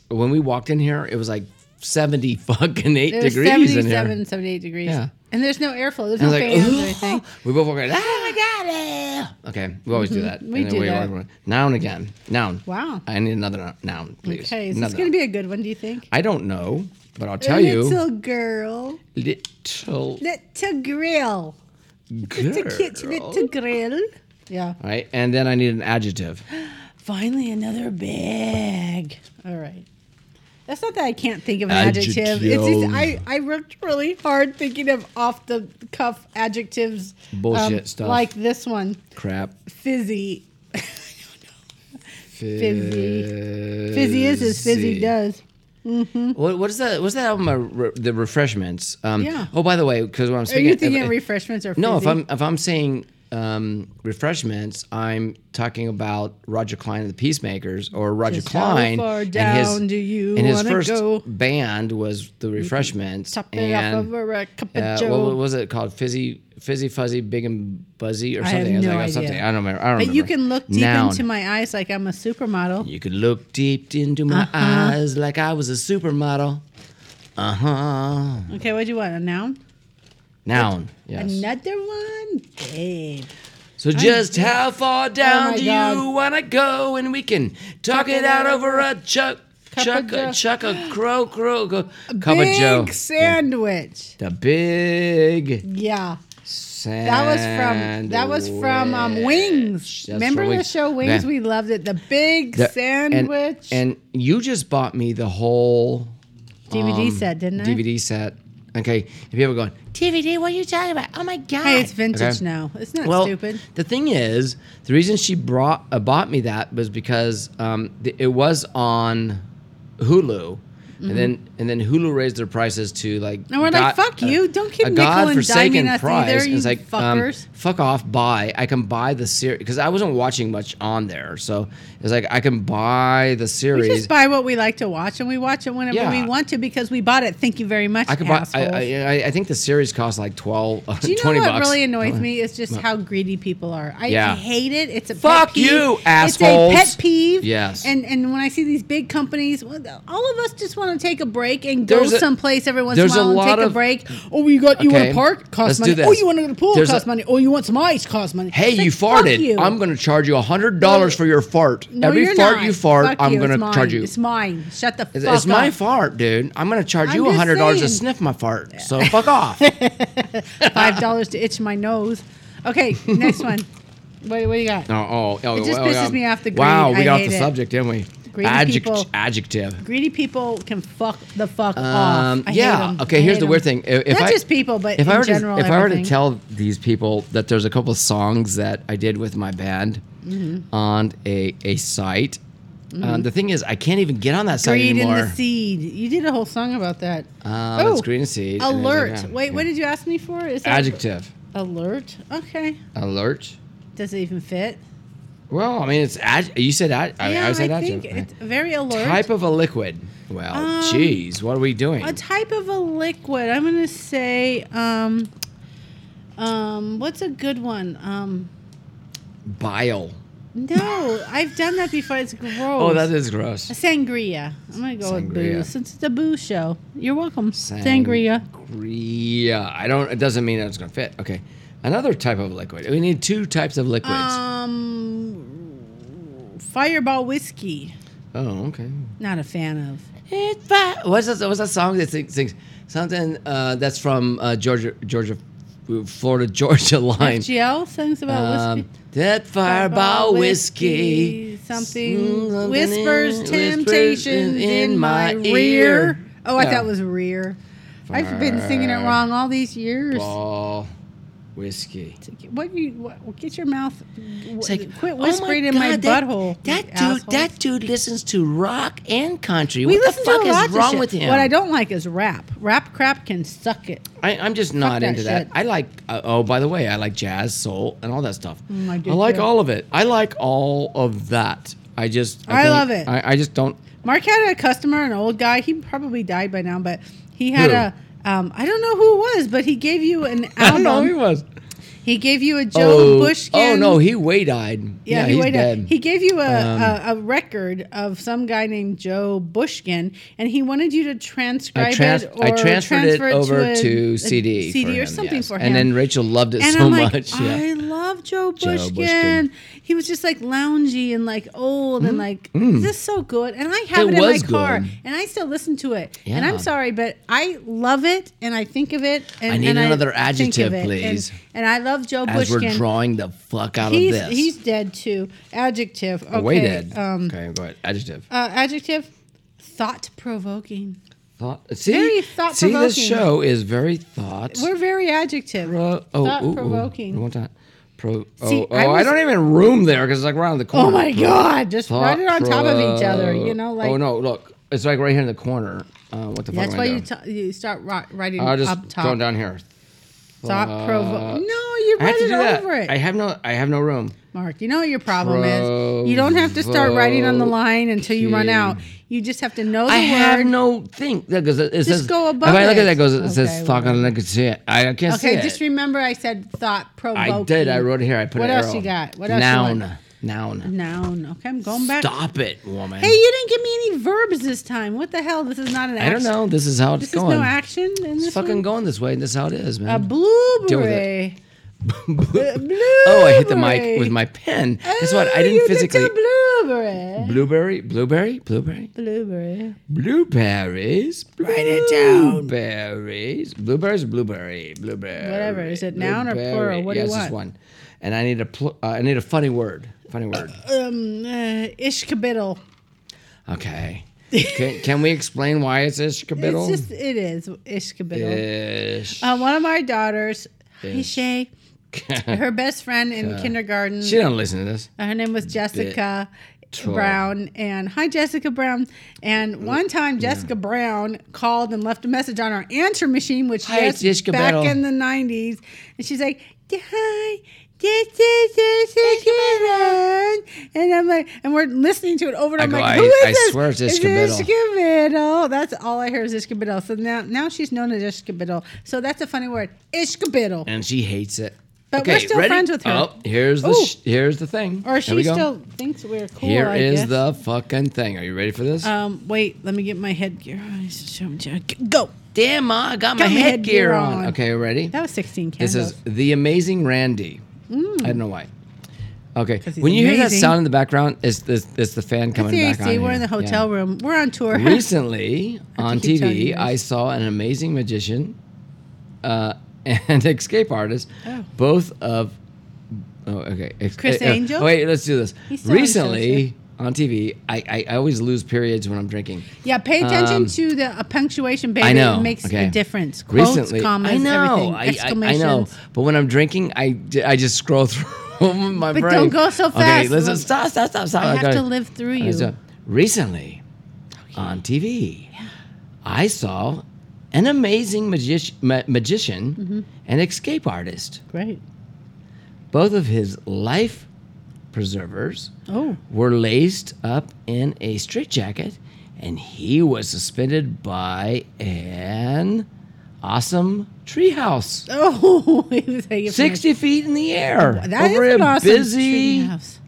Speaker 6: when we walked in here, it was like seventy fucking eight
Speaker 7: It was
Speaker 6: degrees in here.
Speaker 7: 77, 78 degrees.
Speaker 6: Yeah.
Speaker 7: And there's no airflow. There's
Speaker 6: And
Speaker 7: no
Speaker 6: like,
Speaker 7: fans or anything.
Speaker 6: we both walk around. "Oh, Ah, I got it. Okay, we always do that.
Speaker 7: Mm-hmm. We do that.
Speaker 6: walk around. Noun again. Noun.
Speaker 7: Wow.
Speaker 6: I need another nou- noun, please.
Speaker 7: Okay, so it's
Speaker 6: Another
Speaker 7: gonna
Speaker 6: noun.
Speaker 7: be a good one, do you think?
Speaker 6: I don't know, but I'll tell you.
Speaker 7: Little girl.
Speaker 6: little
Speaker 7: Little grill. It's a cute
Speaker 6: girl.
Speaker 7: little grill. Yeah.
Speaker 6: All right, and then I need an adjective.
Speaker 7: Finally, another bag. All right. That's not that I can't think of an adjective. It's
Speaker 6: Adjective.
Speaker 7: just I, I worked really hard thinking of off the cuff adjectives. um,
Speaker 6: Bullshit stuff.
Speaker 7: Like this one
Speaker 6: Crap.
Speaker 7: fizzy.
Speaker 6: Fizzy.
Speaker 7: Fizzy is as fizzy does.
Speaker 6: What, what is that? What's that album? uh, Re- the refreshments. Um,
Speaker 7: Yeah.
Speaker 6: Oh, by the way, because when I'm
Speaker 7: Are
Speaker 6: speaking,
Speaker 7: you thinking
Speaker 6: if-
Speaker 7: of refreshments or fizzy?
Speaker 6: no, if I'm if I'm saying um, refreshments, I'm talking about Roger Klein and the Peacemakers, or Roger
Speaker 7: Just how
Speaker 6: Klein
Speaker 7: far down
Speaker 6: and his
Speaker 7: do you
Speaker 6: and his
Speaker 7: wanna
Speaker 6: first
Speaker 7: go?
Speaker 6: band was the Refreshments.
Speaker 7: top it
Speaker 6: and,
Speaker 7: off over a cup of
Speaker 6: uh,
Speaker 7: joe.
Speaker 6: what was it called? Fizzy, fizzy, fuzzy, big and buzzy, or
Speaker 7: have
Speaker 6: something. It's
Speaker 7: no
Speaker 6: like, oh,
Speaker 7: idea.
Speaker 6: Something. I don't remember. I don't
Speaker 7: but you
Speaker 6: remember.
Speaker 7: can look deep
Speaker 6: Noun.
Speaker 7: into my eyes like I'm a supermodel.
Speaker 6: You could look deep into my
Speaker 7: Uh-huh.
Speaker 6: eyes like I was a supermodel. Uh huh.
Speaker 7: Okay, what do you want? A noun?
Speaker 6: Noun. Yes.
Speaker 7: Another one? Babe.
Speaker 6: So just how far down
Speaker 7: Oh my
Speaker 6: do you
Speaker 7: God.
Speaker 6: wanna go? And we can talk it out over a chuck,
Speaker 7: Cup of
Speaker 6: chuck, a
Speaker 7: Joe.
Speaker 6: chuck, a crow, crow, go, cup
Speaker 7: Big
Speaker 6: of Joe.
Speaker 7: sandwich.
Speaker 6: The big
Speaker 7: Yeah.
Speaker 6: sand.
Speaker 7: That was from that was from um, Wings. Remember the show Wings? We loved it. The big sandwich
Speaker 6: And, you just bought me the whole
Speaker 7: DVD
Speaker 6: um,
Speaker 7: set, didn't I?
Speaker 6: DVD set. Okay, if you ever going DVD, what are you talking about? Oh my god!
Speaker 7: Hey, it's vintage
Speaker 6: Okay.
Speaker 7: now. It's not
Speaker 6: Well,
Speaker 7: stupid.
Speaker 6: the thing is, the reason she brought uh, bought me that was because um, th- it was on Hulu, and then and then Hulu raised their prices to like.
Speaker 7: Mm-hmm. And we're like, "Fuck you, don't keep
Speaker 6: a
Speaker 7: nickel and diming
Speaker 6: godforsaken
Speaker 7: us either,
Speaker 6: And
Speaker 7: you
Speaker 6: it's like, um,
Speaker 7: fuckers.
Speaker 6: fuck off, buy. I can buy the series because I wasn't watching much on there, so it's like I can buy the series.
Speaker 7: We just buy what we like to watch and we watch it whenever
Speaker 6: Yeah.
Speaker 7: we want to because we bought it. Thank you very much.
Speaker 6: I could buy. I,
Speaker 7: assholes.
Speaker 6: I, I- I think the series costs like 12,
Speaker 7: Do you know
Speaker 6: 20
Speaker 7: what
Speaker 6: bucks.
Speaker 7: really annoys me is just how greedy people are. I,
Speaker 6: Yeah.
Speaker 7: I hate it. It's a pet
Speaker 6: Fuck
Speaker 7: peeve.
Speaker 6: you,
Speaker 7: It's
Speaker 6: assholes.
Speaker 7: a pet peeve.
Speaker 6: Yes.
Speaker 7: And and when I see these big companies, well, all of us just want to take a break and
Speaker 6: There's
Speaker 7: go
Speaker 6: a-
Speaker 7: someplace every once in a
Speaker 6: there's a
Speaker 7: while
Speaker 6: lot
Speaker 7: and take
Speaker 6: of-
Speaker 7: a break. Oh, you got you want
Speaker 6: Okay,
Speaker 7: to park?
Speaker 6: let's
Speaker 7: Cost
Speaker 6: do
Speaker 7: money. Oh,
Speaker 6: this.
Speaker 7: you want to go to the pool?
Speaker 6: There's
Speaker 7: cost
Speaker 6: a-
Speaker 7: money. Oh, you want some ice? Cost money.
Speaker 6: Hey,
Speaker 7: It's
Speaker 6: you
Speaker 7: like, fuck
Speaker 6: farted.
Speaker 7: you.
Speaker 6: I'm going to charge you $100 for your fart.
Speaker 7: No,
Speaker 6: Every
Speaker 7: you're
Speaker 6: fart
Speaker 7: not.
Speaker 6: you fart,
Speaker 7: Fuck
Speaker 6: I'm
Speaker 7: you.
Speaker 6: going
Speaker 7: It's
Speaker 6: to
Speaker 7: mine.
Speaker 6: charge you.
Speaker 7: It's mine. Shut the
Speaker 6: It's,
Speaker 7: fuck
Speaker 6: it's my
Speaker 7: up.
Speaker 6: fart, dude. I'm going to charge
Speaker 7: I'm
Speaker 6: you
Speaker 7: just
Speaker 6: $100 to
Speaker 7: saying.
Speaker 6: sniff my fart. So fuck off.
Speaker 7: Five dollars to itch my nose. Okay, next one. What, what do you got?
Speaker 6: Oh, oh, oh,
Speaker 7: It just
Speaker 6: oh,
Speaker 7: pisses
Speaker 6: oh.
Speaker 7: me off, the
Speaker 6: Wow,
Speaker 7: greed.
Speaker 6: we
Speaker 7: I
Speaker 6: got
Speaker 7: hate
Speaker 6: the
Speaker 7: it.
Speaker 6: subject, didn't we?
Speaker 7: Greedy people.
Speaker 6: Adjective.
Speaker 7: Greedy people can fuck the fuck
Speaker 6: Um,
Speaker 7: off. I
Speaker 6: yeah.
Speaker 7: Hate 'em.
Speaker 6: Okay,
Speaker 7: I
Speaker 6: here's
Speaker 7: hate
Speaker 6: the weird
Speaker 7: 'em.
Speaker 6: thing. I- if
Speaker 7: Not
Speaker 6: I-
Speaker 7: just people, but
Speaker 6: if
Speaker 7: in
Speaker 6: I were
Speaker 7: general.
Speaker 6: to, if I were to
Speaker 7: everything.
Speaker 6: tell these people that there's a couple of songs that I did with my band
Speaker 7: Mm-hmm.
Speaker 6: on a a site, uh, the thing is I can't even get on that site
Speaker 7: Greed in
Speaker 6: anymore.
Speaker 7: the seed. You did a whole song about that.
Speaker 6: Uh, that's Greed in the Seed, and it's like,
Speaker 7: Alert.
Speaker 6: yeah,
Speaker 7: Wait, what
Speaker 6: yeah.
Speaker 7: did you ask me for? Is that
Speaker 6: Adjective.
Speaker 7: alert? Okay.
Speaker 6: Alert.
Speaker 7: Does it even fit?
Speaker 6: Well, I mean, it's ad- you said ad- I,
Speaker 7: yeah,
Speaker 6: I said
Speaker 7: think
Speaker 6: adjective.
Speaker 7: it's very alert.
Speaker 6: Type of a liquid. Well,
Speaker 7: Um,
Speaker 6: geez, what are we doing?
Speaker 7: a type of a liquid. I'm gonna say. Um, um, what's a good one? Um,
Speaker 6: Bile.
Speaker 7: no, I've done that before. It's gross.
Speaker 6: Oh, that is
Speaker 7: A
Speaker 6: gross.
Speaker 7: sangria. I'm gonna go with
Speaker 6: Sangria.
Speaker 7: booze since it's a booze show. You're welcome. Sangria.
Speaker 6: Sangria. I don't. It doesn't mean that it's gonna fit. Okay. Another type of liquid. We need two types of liquids.
Speaker 7: Um, Fireball whiskey.
Speaker 6: oh, okay.
Speaker 7: Not a fan of.
Speaker 6: It's fi- What's that? What's that song that sings? sings something uh, that's from uh, Georgia, Georgia, Florida Georgia line.
Speaker 7: FGL sings about
Speaker 6: Um,
Speaker 7: whiskey.
Speaker 6: that fireball whiskey
Speaker 7: Something
Speaker 6: something
Speaker 7: whispers
Speaker 6: in-
Speaker 7: temptations
Speaker 6: whispers
Speaker 7: in,
Speaker 6: in
Speaker 7: my,
Speaker 6: my
Speaker 7: rear.
Speaker 6: ear.
Speaker 7: Oh, I
Speaker 6: Yeah.
Speaker 7: thought it was rear. I've been singing it wrong all these years.
Speaker 6: Ball whiskey.
Speaker 7: What you what, get your mouth?
Speaker 6: It's like,
Speaker 7: quit
Speaker 6: oh
Speaker 7: whispering in my
Speaker 6: God, that-
Speaker 7: butthole.
Speaker 6: That
Speaker 7: you
Speaker 6: dude,
Speaker 7: asshole.
Speaker 6: that dude listens to rock and country.
Speaker 7: we
Speaker 6: what the
Speaker 7: listen to
Speaker 6: fuck
Speaker 7: a lot
Speaker 6: is
Speaker 7: of
Speaker 6: wrong
Speaker 7: shit.
Speaker 6: with him?
Speaker 7: What I don't like is rap. Rap crap can suck it.
Speaker 6: I, I'm just not
Speaker 7: that
Speaker 6: into that.
Speaker 7: shit.
Speaker 6: I like. Uh, oh, by the way, I like jazz, soul, and all that stuff.
Speaker 7: Mm, I do
Speaker 6: like
Speaker 7: too.
Speaker 6: all of it. I like all of that. I just.
Speaker 7: I
Speaker 6: don't-
Speaker 7: love it.
Speaker 6: I, I just don't.
Speaker 7: Mark had a customer, an old guy. He probably died by now, but he had
Speaker 6: Who?
Speaker 7: a. Um, I don't know who it was, but he gave you an album.
Speaker 6: I don't know who he was.
Speaker 7: He gave you a Joe
Speaker 6: oh,
Speaker 7: Bushkin.
Speaker 6: oh no, he way died. Yeah, he's
Speaker 7: waited.
Speaker 6: dead. Um,
Speaker 7: He gave you a, a, a record of some guy named Joe Bushkin, and he wanted you to transcribe
Speaker 6: I, trans-
Speaker 7: it. Or
Speaker 6: I transferred it
Speaker 7: transfer
Speaker 6: over to,
Speaker 7: a- a
Speaker 6: CD.
Speaker 7: CD
Speaker 6: for
Speaker 7: or
Speaker 6: him,
Speaker 7: something
Speaker 6: yes.
Speaker 7: for him.
Speaker 6: And then Rachel loved it
Speaker 7: and
Speaker 6: so
Speaker 7: I'm like,
Speaker 6: much. yeah.
Speaker 7: I love Joe Bushkin.
Speaker 6: Bushkin.
Speaker 7: He was just like loungy and like old and like this is so good. And I have
Speaker 6: Mm-hmm. Mm. It
Speaker 7: it, in my
Speaker 6: was
Speaker 7: car
Speaker 6: good.
Speaker 7: and I still listen to it. And
Speaker 6: Yeah.
Speaker 7: I'm sorry, but I love it and I think of it. And,
Speaker 6: I need
Speaker 7: and
Speaker 6: another
Speaker 7: think of
Speaker 6: adjective,
Speaker 7: it. And-
Speaker 6: please.
Speaker 7: And, I love Joe
Speaker 6: As
Speaker 7: Bushkin.
Speaker 6: we're drawing the fuck out
Speaker 7: he's,
Speaker 6: of this. Oh,
Speaker 7: he's dead too. Adjective. Okay.
Speaker 6: way dead.
Speaker 7: Um,
Speaker 6: okay, go ahead. Adjective.
Speaker 7: uh, adjective. Thought provoking.
Speaker 6: Thought, see,
Speaker 7: very thought
Speaker 6: see, this
Speaker 7: provoking.
Speaker 6: show is very thought.
Speaker 7: We're very adjective.
Speaker 6: pro- oh,
Speaker 7: thought
Speaker 6: ooh, ooh.
Speaker 7: provoking.
Speaker 6: One time. Pro-
Speaker 7: See,
Speaker 6: oh, oh,
Speaker 7: I
Speaker 6: I,
Speaker 7: was-
Speaker 6: don't even room there because it's like right on the corner.
Speaker 7: Oh my god! Just
Speaker 6: Thought
Speaker 7: write it on top of each other. You
Speaker 6: pro-
Speaker 7: know, like
Speaker 6: oh no, look, it's like right here in the corner. Uh, what the fuck? am
Speaker 7: That's
Speaker 6: I
Speaker 7: why
Speaker 6: doing?
Speaker 7: you, t- you start ri- writing
Speaker 6: I'll just
Speaker 7: up top.
Speaker 6: go down here.
Speaker 7: Thought provo-
Speaker 6: Uh,
Speaker 7: No,
Speaker 6: I
Speaker 7: you
Speaker 6: have
Speaker 7: write
Speaker 6: to do
Speaker 7: it
Speaker 6: that.
Speaker 7: over it,
Speaker 6: I have no. I have no room.
Speaker 7: Mark. You know what your problem is. You don't have to start writing on the line until you run out. You just have to know the
Speaker 6: I
Speaker 7: word.
Speaker 6: have no thing because it, it says.
Speaker 7: go above
Speaker 6: if I look
Speaker 7: it.
Speaker 6: at that, it goes. It
Speaker 7: Okay,
Speaker 6: says fuck.
Speaker 7: whatever.
Speaker 6: and I can see it. I, I can't see it.
Speaker 7: okay, just remember I said thought provoking.
Speaker 6: I did. I wrote it here. I put
Speaker 7: What
Speaker 6: an
Speaker 7: else
Speaker 6: arrow.
Speaker 7: you got? What else? You want?
Speaker 6: Noun. Noun.
Speaker 7: Noun. Okay, I'm going back.
Speaker 6: Stop it, woman.
Speaker 7: Hey, you didn't give me any verbs this time. What the hell? This is not an.
Speaker 6: I
Speaker 7: Action.
Speaker 6: don't know. This is how it's
Speaker 7: This
Speaker 6: going.
Speaker 7: is no action. In this
Speaker 6: It's fucking
Speaker 7: one?
Speaker 6: going this way. This is how it is, man.
Speaker 7: a
Speaker 6: Deal with
Speaker 7: blueberry.
Speaker 6: it. oh, I hit the mic
Speaker 7: blueberry. Oh,
Speaker 6: with my pen. Guess what? I
Speaker 7: you
Speaker 6: didn't
Speaker 7: get
Speaker 6: physically.
Speaker 7: your blueberry.
Speaker 6: Blueberry, blueberry, blueberry,
Speaker 7: Blueberry.
Speaker 6: blueberries. Write it down. Blueberries, blueberries, blueberry, blueberry.
Speaker 7: Whatever. Is it noun or
Speaker 6: blueberry.
Speaker 7: plural? What do you
Speaker 6: yes, it's
Speaker 7: want?
Speaker 6: one. And I need a pl- uh, I need a funny word. Funny word.
Speaker 7: Um, uh, ishkabiddle.
Speaker 6: Okay. can, can we explain why it's a
Speaker 7: It's
Speaker 6: scabiddle?
Speaker 7: just it is ishkabiddle.
Speaker 6: Ish.
Speaker 7: Uh, one of my daughters, hi Shay, her best friend in kindergarten.
Speaker 6: she don't listen to this.
Speaker 7: Uh, Her name
Speaker 6: Mm,
Speaker 7: was Jessica
Speaker 6: Troll.
Speaker 7: Brown. And hi, Jessica Brown.
Speaker 6: Mm,
Speaker 7: And one time, Jessica Brown called and left a message on our answer machine, which
Speaker 6: Hi,
Speaker 7: yes,
Speaker 6: Jessica
Speaker 7: back
Speaker 6: Brown.
Speaker 7: in the 90s. And she's like, hi. This is Jessica Brown." And I'm like, and we're listening to it over and
Speaker 6: I
Speaker 7: I'm
Speaker 6: go,
Speaker 7: like,
Speaker 6: I-
Speaker 7: who is
Speaker 6: I
Speaker 7: this?
Speaker 6: swear it's
Speaker 7: Is
Speaker 6: Ishka
Speaker 7: this
Speaker 6: Biddle."
Speaker 7: Ishka Biddle. That's all I hear is Ishka Biddle. So now, now she's known as Ishka Biddle. So that's a funny word, Ishka Biddle.
Speaker 6: and she hates it.
Speaker 7: But we're still friends with her.
Speaker 6: Oh, here's the
Speaker 7: Ooh.
Speaker 6: sh- here's the thing.
Speaker 7: Or
Speaker 6: Here
Speaker 7: she
Speaker 6: we go.
Speaker 7: still thinks we're cool.
Speaker 6: Here
Speaker 7: I
Speaker 6: is
Speaker 7: guess.
Speaker 6: the fucking thing. Are you ready for this?
Speaker 7: Um, wait, let me get my headgear. on. I should show 'em to- Go.
Speaker 6: Damn, Ma, I got,
Speaker 7: my headgear on.
Speaker 6: Okay, ready?
Speaker 7: That was 16 candles.
Speaker 6: this is the amazing Randy.
Speaker 7: Mm.
Speaker 6: I don't know why. Okay,
Speaker 7: he's
Speaker 6: when you hear that
Speaker 7: amazing.
Speaker 6: sound in the background, it's it's, it's the fan coming back
Speaker 7: Seriously,
Speaker 6: on.
Speaker 7: we're
Speaker 6: here.
Speaker 7: in the
Speaker 6: Yeah.
Speaker 7: hotel room. We're on tour.
Speaker 6: Recently on
Speaker 7: keep telling you
Speaker 6: TV,
Speaker 7: this.
Speaker 6: I saw an amazing magician uh, and escape artist,
Speaker 7: Oh.
Speaker 6: both of. Oh, okay. Ex-
Speaker 7: Chris
Speaker 6: eh, eh,
Speaker 7: Angel?
Speaker 6: wait, let's do this.
Speaker 7: He's still on
Speaker 6: Recently on TV, I, I, I always lose periods when I'm drinking.
Speaker 7: yeah, pay attention
Speaker 6: Um,
Speaker 7: to the uh, punctuation, baby.
Speaker 6: I know.
Speaker 7: It makes
Speaker 6: okay.
Speaker 7: a difference. Quotes,
Speaker 6: Recently,
Speaker 7: commas,
Speaker 6: I know.
Speaker 7: everything.
Speaker 6: I, I, I
Speaker 7: exclamations.
Speaker 6: know. But when I'm drinking, I, j- I just scroll through my
Speaker 7: But
Speaker 6: brain.
Speaker 7: don't go so
Speaker 6: Okay,
Speaker 7: fast.
Speaker 6: listen. Stop, stop, stop, stop.
Speaker 7: I have
Speaker 6: gotta-
Speaker 7: to live through
Speaker 6: I
Speaker 7: you. Oh,
Speaker 6: saw- recently on TV, I saw an amazing magic- ma- magician
Speaker 7: Mm-hmm.
Speaker 6: and escape artist.
Speaker 7: Great.
Speaker 6: Both of his life preservers
Speaker 7: Oh.
Speaker 6: were laced up in a straitjacket, and he was suspended by an awesome treehouse.
Speaker 7: Oh, he was hanging from a-
Speaker 6: 60 feet in the air
Speaker 7: That is
Speaker 6: over
Speaker 7: an
Speaker 6: a
Speaker 7: awesome
Speaker 6: busy
Speaker 7: treehouse.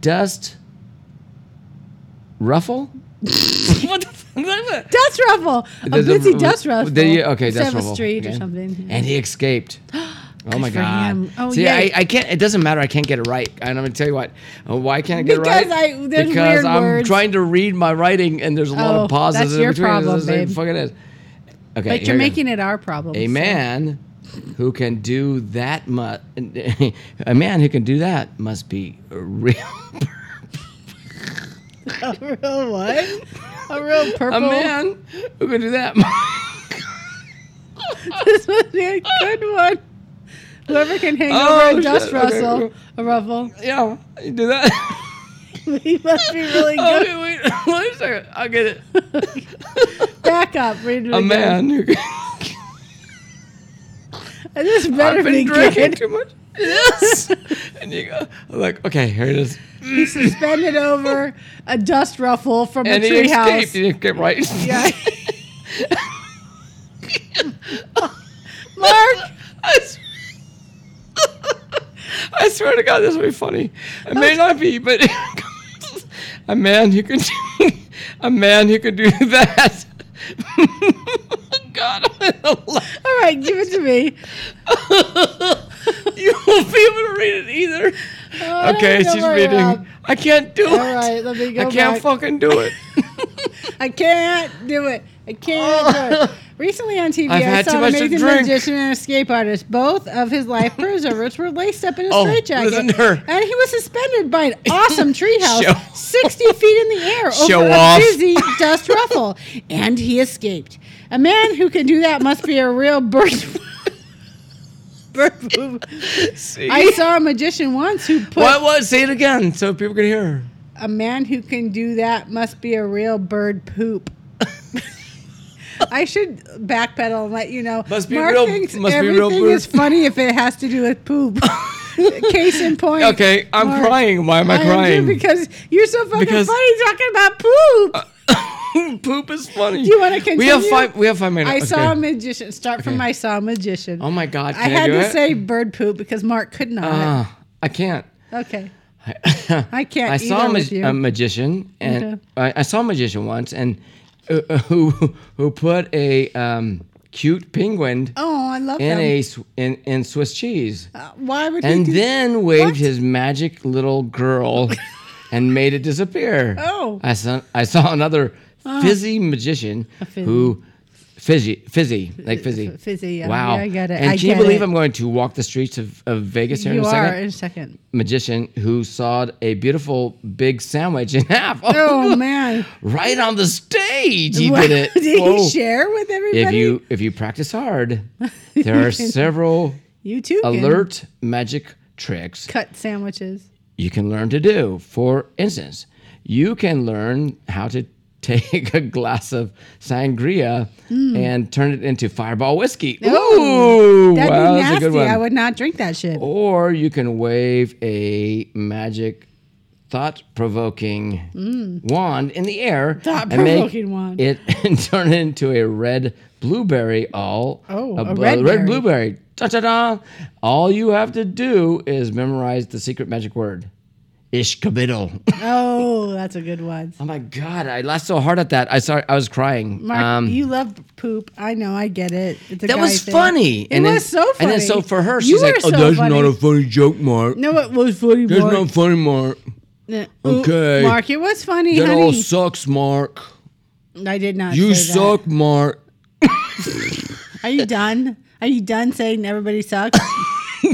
Speaker 6: dust ruffle. what the fuck?
Speaker 7: Dust ruffle. A
Speaker 6: There's
Speaker 7: busy dust ruffle.
Speaker 6: There you, okay, dust
Speaker 7: Seventh
Speaker 6: ruffle.
Speaker 7: Street or
Speaker 6: Okay.
Speaker 7: something.
Speaker 6: And he escaped. Oh my
Speaker 7: for
Speaker 6: god!
Speaker 7: him. Oh,
Speaker 6: See,
Speaker 7: yay.
Speaker 6: I, I can't. It doesn't matter. I can't get it right. And I'm gonna tell you what. uh, Why can't I get
Speaker 7: Because
Speaker 6: it right?
Speaker 7: I- there's
Speaker 6: because
Speaker 7: weird
Speaker 6: I'm
Speaker 7: words.
Speaker 6: trying to read my writing, and there's a lot
Speaker 7: Oh,
Speaker 6: of pauses
Speaker 7: that's
Speaker 6: in
Speaker 7: your
Speaker 6: between.
Speaker 7: problem,
Speaker 6: This is like,
Speaker 7: babe.
Speaker 6: Fuck it is. Okay,
Speaker 7: But you're
Speaker 6: here we go.
Speaker 7: making it our problem.
Speaker 6: a
Speaker 7: so-
Speaker 6: man who can do that much. A man who can do that must be a real.
Speaker 7: a real what? A real purple.
Speaker 6: A man who can do that.
Speaker 7: this would be a good one. Whoever can hang
Speaker 6: Oh,
Speaker 7: over and dust
Speaker 6: shit, okay,
Speaker 7: Russell
Speaker 6: cool.
Speaker 7: a ruffle.
Speaker 6: yeah, you do that.
Speaker 7: He must be really good.
Speaker 6: okay, wait, wait a second. I'll get it.
Speaker 7: Back up. Read it
Speaker 6: A
Speaker 7: again.
Speaker 6: man who can.
Speaker 7: This better
Speaker 6: I've been
Speaker 7: be
Speaker 6: drinking
Speaker 7: good.
Speaker 6: too much. Yes. and you go, like, okay, here it is.
Speaker 7: He suspended over a dust ruffle from
Speaker 6: And
Speaker 7: a
Speaker 6: he escaped.
Speaker 7: treehouse.
Speaker 6: He escaped, right?
Speaker 7: Yeah. Mark.
Speaker 6: I s- I swear to God, this will be funny. It may not be, but a man who could do, a man who could do that. God, I'm gonna laugh.
Speaker 7: All right, give it to me.
Speaker 6: you won't be able to read it either.
Speaker 7: Oh,
Speaker 6: okay,
Speaker 7: don't
Speaker 6: she's
Speaker 7: worry,
Speaker 6: reading.
Speaker 7: Rob.
Speaker 6: I can't do it.
Speaker 7: All right, let me go
Speaker 6: I can't
Speaker 7: back.
Speaker 6: fucking do it.
Speaker 7: I can't do it. I can't do it. Recently on TV,
Speaker 6: I've
Speaker 7: I
Speaker 6: had
Speaker 7: saw
Speaker 6: too
Speaker 7: an
Speaker 6: much to
Speaker 7: amazing
Speaker 6: drink.
Speaker 7: magician and escape artist. Both of his life preservers were laced up in a
Speaker 6: Oh,
Speaker 7: straitjacket,
Speaker 6: listen to her.
Speaker 7: and he was suspended by an awesome
Speaker 6: Show-
Speaker 7: treehouse sixty feet in the air over
Speaker 6: Show
Speaker 7: a
Speaker 6: off.
Speaker 7: busy dust ruffle, and he escaped. A man who can do that must be a real bird. bird poop.
Speaker 6: See?
Speaker 7: I saw a magician once who put
Speaker 6: what was? Say it again, so people can hear.
Speaker 7: a man who can do that must be a real bird poop. I should backpedal and let you know.
Speaker 6: Must be real-
Speaker 7: thinks
Speaker 6: must be real
Speaker 7: everything
Speaker 6: bird.
Speaker 7: is funny if it has to do with poop. Case in point.
Speaker 6: Okay, I'm
Speaker 7: Mark,
Speaker 6: crying. Why am I,
Speaker 7: I am too,
Speaker 6: crying?
Speaker 7: because you're so fucking
Speaker 6: Because- Uh,
Speaker 7: funny talking about poop.
Speaker 6: Poop is funny.
Speaker 7: Do you wanna
Speaker 6: We have
Speaker 7: continue?
Speaker 6: five. We have five minutes.
Speaker 7: I
Speaker 6: Okay.
Speaker 7: saw a magician. Start from I saw a magician.
Speaker 6: Oh my God! Can
Speaker 7: I had
Speaker 6: do
Speaker 7: to
Speaker 6: it?
Speaker 7: say bird poop because Mark could not.
Speaker 6: Ah, I can't.
Speaker 7: okay.
Speaker 6: I,
Speaker 7: can't
Speaker 6: I saw a,
Speaker 7: either
Speaker 6: ma-
Speaker 7: with you.
Speaker 6: a magician, and
Speaker 7: Okay.
Speaker 6: I, I saw a magician once, and uh, uh, who who put a um, cute penguin
Speaker 7: Oh, I love
Speaker 6: in
Speaker 7: them.
Speaker 6: a sw- in, in Swiss cheese,
Speaker 7: Uh, Why would
Speaker 6: and
Speaker 7: he do
Speaker 6: then waved
Speaker 7: What?
Speaker 6: his magic little girl, and made it disappear.
Speaker 7: Oh. Ah.
Speaker 6: I saw I saw another fizzy magician
Speaker 7: fizzy.
Speaker 6: who. Fizzy, fizzy, like fizzy.
Speaker 7: F- fizzy, yeah.
Speaker 6: Wow.
Speaker 7: Yeah, I get it.
Speaker 6: And
Speaker 7: I
Speaker 6: can you
Speaker 7: get
Speaker 6: believe
Speaker 7: it.
Speaker 6: I'm going to walk the streets of, of Vegas here
Speaker 7: You
Speaker 6: in a
Speaker 7: are
Speaker 6: second?
Speaker 7: in a second.
Speaker 6: magician who sawed a beautiful big sandwich in half.
Speaker 7: Oh man.
Speaker 6: Right on the stage, he
Speaker 7: Wow,
Speaker 6: did it.
Speaker 7: Did
Speaker 6: Whoa.
Speaker 7: he share with everybody?
Speaker 6: If you if you practice hard, there are several
Speaker 7: you too can
Speaker 6: alert magic tricks
Speaker 7: cut sandwiches.
Speaker 6: you can learn to do. For instance, you can learn how to take a glass of sangria
Speaker 7: Mm.
Speaker 6: and turn it into fireball whiskey. Ooh, wow,
Speaker 7: That'd be
Speaker 6: that's a
Speaker 7: nasty.
Speaker 6: good one. Oh.
Speaker 7: I would not drink that shit.
Speaker 6: Or you can wave a magic thought provoking wand in the air. and make
Speaker 7: Mm. Thought-provoking wand.
Speaker 6: It and turn it into a red blueberry all.
Speaker 7: Oh, a
Speaker 6: bl-
Speaker 7: red berry.
Speaker 6: blueberry. Da da da. All you have to do is memorize the secret magic word. Ishkabiddle.
Speaker 7: Oh, that's a good one.
Speaker 6: oh my God! I laughed so hard at that. I saw. I was crying.
Speaker 7: Mark,
Speaker 6: Um,
Speaker 7: you love poop. I know. I get it. It's a
Speaker 6: that
Speaker 7: guy
Speaker 6: was
Speaker 7: thing.
Speaker 6: funny.
Speaker 7: It was so funny.
Speaker 6: And then so for her,
Speaker 7: You
Speaker 6: she's like,
Speaker 7: were
Speaker 6: "Oh,
Speaker 7: so
Speaker 6: that's
Speaker 7: funny.
Speaker 6: not a funny joke, Mark.
Speaker 7: No, it was funny,
Speaker 6: That's
Speaker 7: Mark.
Speaker 6: not funny, Mark."
Speaker 7: N-
Speaker 6: Okay.
Speaker 7: Ooh, Mark, it was funny,
Speaker 6: That all
Speaker 7: honey.
Speaker 6: sucks, Mark.
Speaker 7: I did not.
Speaker 6: You
Speaker 7: say that.
Speaker 6: suck, Mark.
Speaker 7: Are you done? Are you done saying everybody sucks?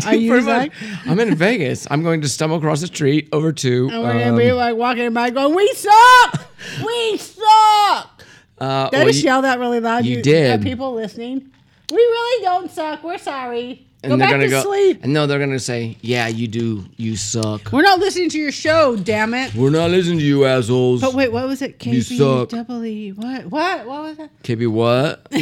Speaker 7: Are you
Speaker 6: Pretty much.
Speaker 7: like?
Speaker 6: I'm in Vegas. I'm going to stumble across the street over to.
Speaker 7: And we're gonna
Speaker 6: um,
Speaker 7: be like walking by, going, "We suck, we suck."
Speaker 6: uh,
Speaker 7: Did
Speaker 6: well,
Speaker 7: I just
Speaker 6: you-
Speaker 7: yell that really loud?
Speaker 6: you did.
Speaker 7: Are people listening? We really don't suck. We're sorry.
Speaker 6: and
Speaker 7: go
Speaker 6: they're
Speaker 7: back
Speaker 6: gonna
Speaker 7: to
Speaker 6: go,
Speaker 7: sleep.
Speaker 6: And no, they're gonna say, "Yeah, you do. You suck.
Speaker 7: We're not listening to your show. Damn it.
Speaker 6: We're not listening to you assholes."
Speaker 7: But wait, what was it?
Speaker 6: You suck.
Speaker 7: KBW. E. What? What? What was that?
Speaker 6: KB what?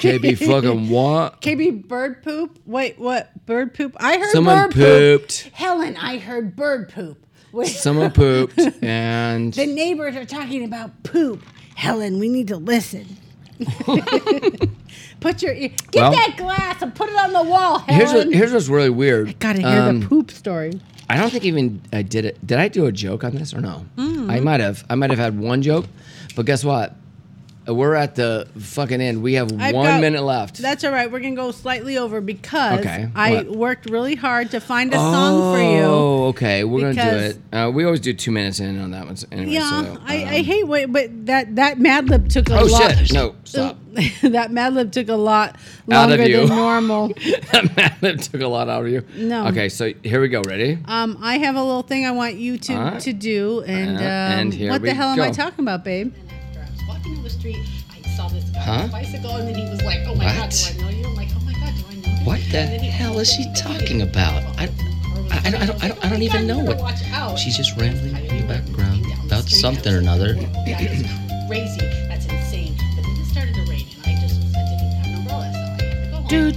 Speaker 6: KB fucking what?
Speaker 7: KB bird poop. Wait, what? Bird poop. I heard
Speaker 6: Someone
Speaker 7: bird poop.
Speaker 6: pooped.
Speaker 7: Helen, I heard bird poop. Wait.
Speaker 6: Someone pooped, and
Speaker 7: the neighbors are talking about poop. Helen, we need to listen. put your ear- get
Speaker 6: Well-
Speaker 7: that glass and put it on the wall, Helen.
Speaker 6: here's what, here's what's really weird.
Speaker 7: Gotta hear
Speaker 6: Um,
Speaker 7: the poop story.
Speaker 6: I don't think even I did it.
Speaker 7: Mm-hmm.
Speaker 6: Did I do a joke on this or no? I might have. I might have had one joke, but guess what? We're at the fucking end. We have
Speaker 7: I've
Speaker 6: one
Speaker 7: got-
Speaker 6: minute left.
Speaker 7: That's all right. We're gonna go slightly over because
Speaker 6: Okay,
Speaker 7: I
Speaker 6: what?
Speaker 7: worked really hard to find a song for you.
Speaker 6: Oh, okay. We're gonna do
Speaker 7: Because-
Speaker 6: it. Uh, we always do two minutes in on that one. So anyway,
Speaker 7: Yeah,
Speaker 6: so,
Speaker 7: I, I
Speaker 6: um,
Speaker 7: hate wait, but that that Mad Lib took a
Speaker 6: Oh,
Speaker 7: lot.
Speaker 6: shit. No, stop.
Speaker 7: that Mad Lib took a lot
Speaker 6: Out of
Speaker 7: longer
Speaker 6: you.
Speaker 7: than normal.
Speaker 6: uh, that took a lot out of you.
Speaker 7: No.
Speaker 6: Okay, so here we go. Ready?
Speaker 7: Um, I have a little thing I want you to,
Speaker 6: All right.
Speaker 7: to do, and,
Speaker 6: Uh,
Speaker 7: um,
Speaker 6: and here
Speaker 7: what
Speaker 6: we
Speaker 7: the hell am I
Speaker 6: go.
Speaker 7: talking about, babe?
Speaker 3: after I was walking down the street, I saw this guy
Speaker 6: Huh?
Speaker 3: on a bicycle, and then he was like, "Oh my God, do
Speaker 6: What?
Speaker 3: I know you?" I'm like, "Oh my God, do I know you?"
Speaker 6: What the
Speaker 3: And then he "Oh,
Speaker 6: hell is she
Speaker 3: pulled up
Speaker 6: talking
Speaker 3: and
Speaker 6: about? I- I- I don't- I don't- I don't- I don't even know what-
Speaker 3: She's
Speaker 6: she's just rambling in the background about something or another.
Speaker 3: That is crazy. That's insane. But then it started to rain, and I just was, I didn't have an umbrella, so I had to go home.
Speaker 6: Do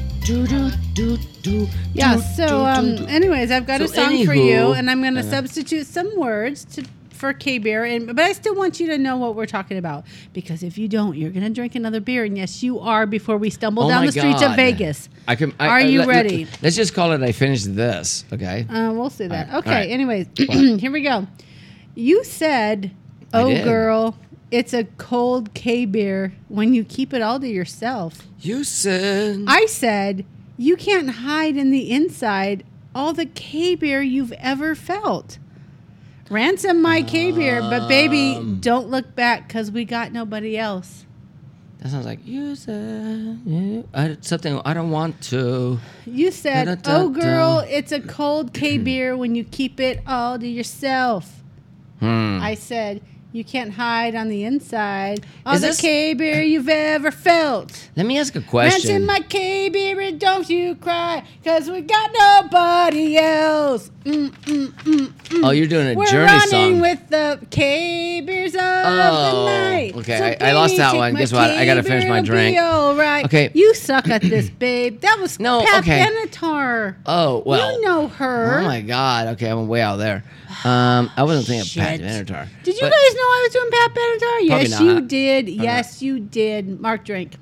Speaker 6: do do do do.
Speaker 7: Yeah.
Speaker 6: do,
Speaker 7: so, um,
Speaker 6: do, do, do.
Speaker 7: anyways, I've got a
Speaker 6: So
Speaker 7: song for you,
Speaker 6: anywho, uh,
Speaker 7: and I'm going to substitute some words to for K beer, and but I still want you to know what we're talking about because if you don't, you're going to drink another beer, and yes, you are before we stumble
Speaker 6: Oh
Speaker 7: down
Speaker 6: my
Speaker 7: the streets of
Speaker 6: God.
Speaker 7: Vegas.
Speaker 6: I can. I,
Speaker 7: Are
Speaker 6: I-
Speaker 7: you
Speaker 6: let-
Speaker 7: ready?
Speaker 6: Let's just call it. I finished this. Okay.
Speaker 7: Uh, we'll see that.
Speaker 6: All right,
Speaker 7: Okay.
Speaker 6: all right.
Speaker 7: Anyways,
Speaker 6: What?
Speaker 7: here we go. You said,
Speaker 6: I
Speaker 7: "Oh,
Speaker 6: did.
Speaker 7: girl, it's a cold K beer when you keep it all to yourself."
Speaker 6: you said.
Speaker 7: I said, You can't hide in the inside all the K beer you've ever felt. Ransom my K beer, but baby,
Speaker 6: Um.
Speaker 7: don't look back because we got nobody else.
Speaker 6: that sounds like you said. yeah, I, something I don't want to.
Speaker 7: You said,
Speaker 6: Da, da, da,
Speaker 7: Oh, girl,
Speaker 6: da."
Speaker 7: it's a cold K beer when you keep it all to yourself. I said, You can't hide on the inside all
Speaker 6: Hmm. Is
Speaker 7: the
Speaker 6: this-
Speaker 7: K beer you've ever felt.
Speaker 6: Let me ask a
Speaker 7: Ransom
Speaker 6: question.
Speaker 7: my K beer and don't you cry because we got nobody else. Mm, mm, mm, mm.
Speaker 6: oh, you're doing a
Speaker 7: We're
Speaker 6: journey
Speaker 7: running
Speaker 6: song.
Speaker 7: with the K-beers of
Speaker 6: Oh,
Speaker 7: the night.
Speaker 6: okay, I- I lost
Speaker 7: baby,
Speaker 6: that
Speaker 7: shake
Speaker 6: one.
Speaker 7: my
Speaker 6: Guess what? I gotta finish my
Speaker 7: K-beer,
Speaker 6: drink.
Speaker 7: be all right.
Speaker 6: Okay.
Speaker 7: You suck at this, babe. That was
Speaker 6: No,
Speaker 7: Pat
Speaker 6: okay.
Speaker 7: Benatar.
Speaker 6: oh well.
Speaker 7: you know her.
Speaker 6: Oh my God. Okay, I'm way out there. Um, I wasn't thinking of Pat
Speaker 7: Shit.
Speaker 6: Benatar.
Speaker 7: Did you
Speaker 6: But-
Speaker 7: guys know I was doing Pat Benatar?
Speaker 6: Probably
Speaker 7: Yes,
Speaker 6: not.
Speaker 7: you did. Yes, you did. Mark drink.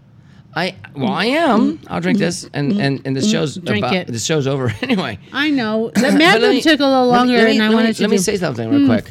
Speaker 6: I well, I am. I'll drink this, and and and the show's
Speaker 7: Mm-hmm. Drink
Speaker 6: about,
Speaker 7: it.
Speaker 6: the show's over anyway.
Speaker 7: I know. The
Speaker 6: But let
Speaker 7: Magnum
Speaker 6: me-
Speaker 7: took a little
Speaker 6: let me-
Speaker 7: longer
Speaker 6: let me-
Speaker 7: than I
Speaker 6: let me-
Speaker 7: wanted to Mm-hmm.
Speaker 6: Let me
Speaker 7: do.
Speaker 6: say something real quick.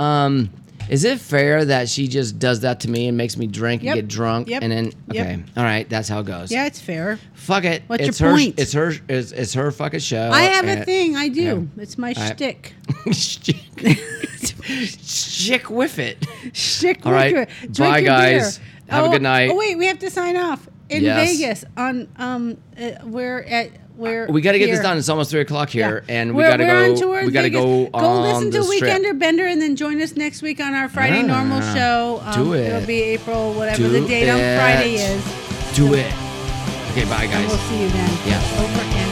Speaker 6: Um, is it fair that she just does that to me and makes me drink
Speaker 7: Yep.
Speaker 6: and get drunk
Speaker 7: Yep.
Speaker 6: and then
Speaker 7: Yep.
Speaker 6: okay, all right, that's how it goes.
Speaker 7: Yeah, it's fair.
Speaker 6: Fuck it.
Speaker 7: What's
Speaker 6: it's
Speaker 7: your
Speaker 6: her,
Speaker 7: point?
Speaker 6: It's her. It's, it's her fucking show.
Speaker 7: I have a
Speaker 6: and-
Speaker 7: thing. I do. It's my
Speaker 6: right.
Speaker 7: shtick.
Speaker 6: Chick with it.
Speaker 7: Shtick
Speaker 6: All
Speaker 7: All
Speaker 6: right.
Speaker 7: right. Drink
Speaker 6: Bye,
Speaker 7: your
Speaker 6: guys.
Speaker 7: Beer.
Speaker 6: Have a
Speaker 7: Oh,
Speaker 6: good night.
Speaker 7: Oh wait, we have to sign off in
Speaker 6: Yes.
Speaker 7: Vegas on um. Uh, we're at we're.
Speaker 6: We got to get this
Speaker 7: here.
Speaker 6: done. It's almost three o'clock here,
Speaker 7: Yeah.
Speaker 6: and we
Speaker 7: We're-
Speaker 6: got to
Speaker 7: we're
Speaker 6: go.
Speaker 7: On tour in
Speaker 6: we got to
Speaker 7: Vegas.
Speaker 6: go.
Speaker 7: Go
Speaker 6: on
Speaker 7: listen to
Speaker 6: the strip.
Speaker 7: Weekender Bender, and then join us next week on our Friday
Speaker 6: Ah,
Speaker 7: normal show. Um,
Speaker 6: do it.
Speaker 7: It'll be April whatever
Speaker 6: Do
Speaker 7: the date on
Speaker 6: it.
Speaker 7: Friday is.
Speaker 6: Do it. Okay, bye
Speaker 7: We'll
Speaker 6: guys.
Speaker 7: see you then.
Speaker 6: Yeah.
Speaker 7: Over and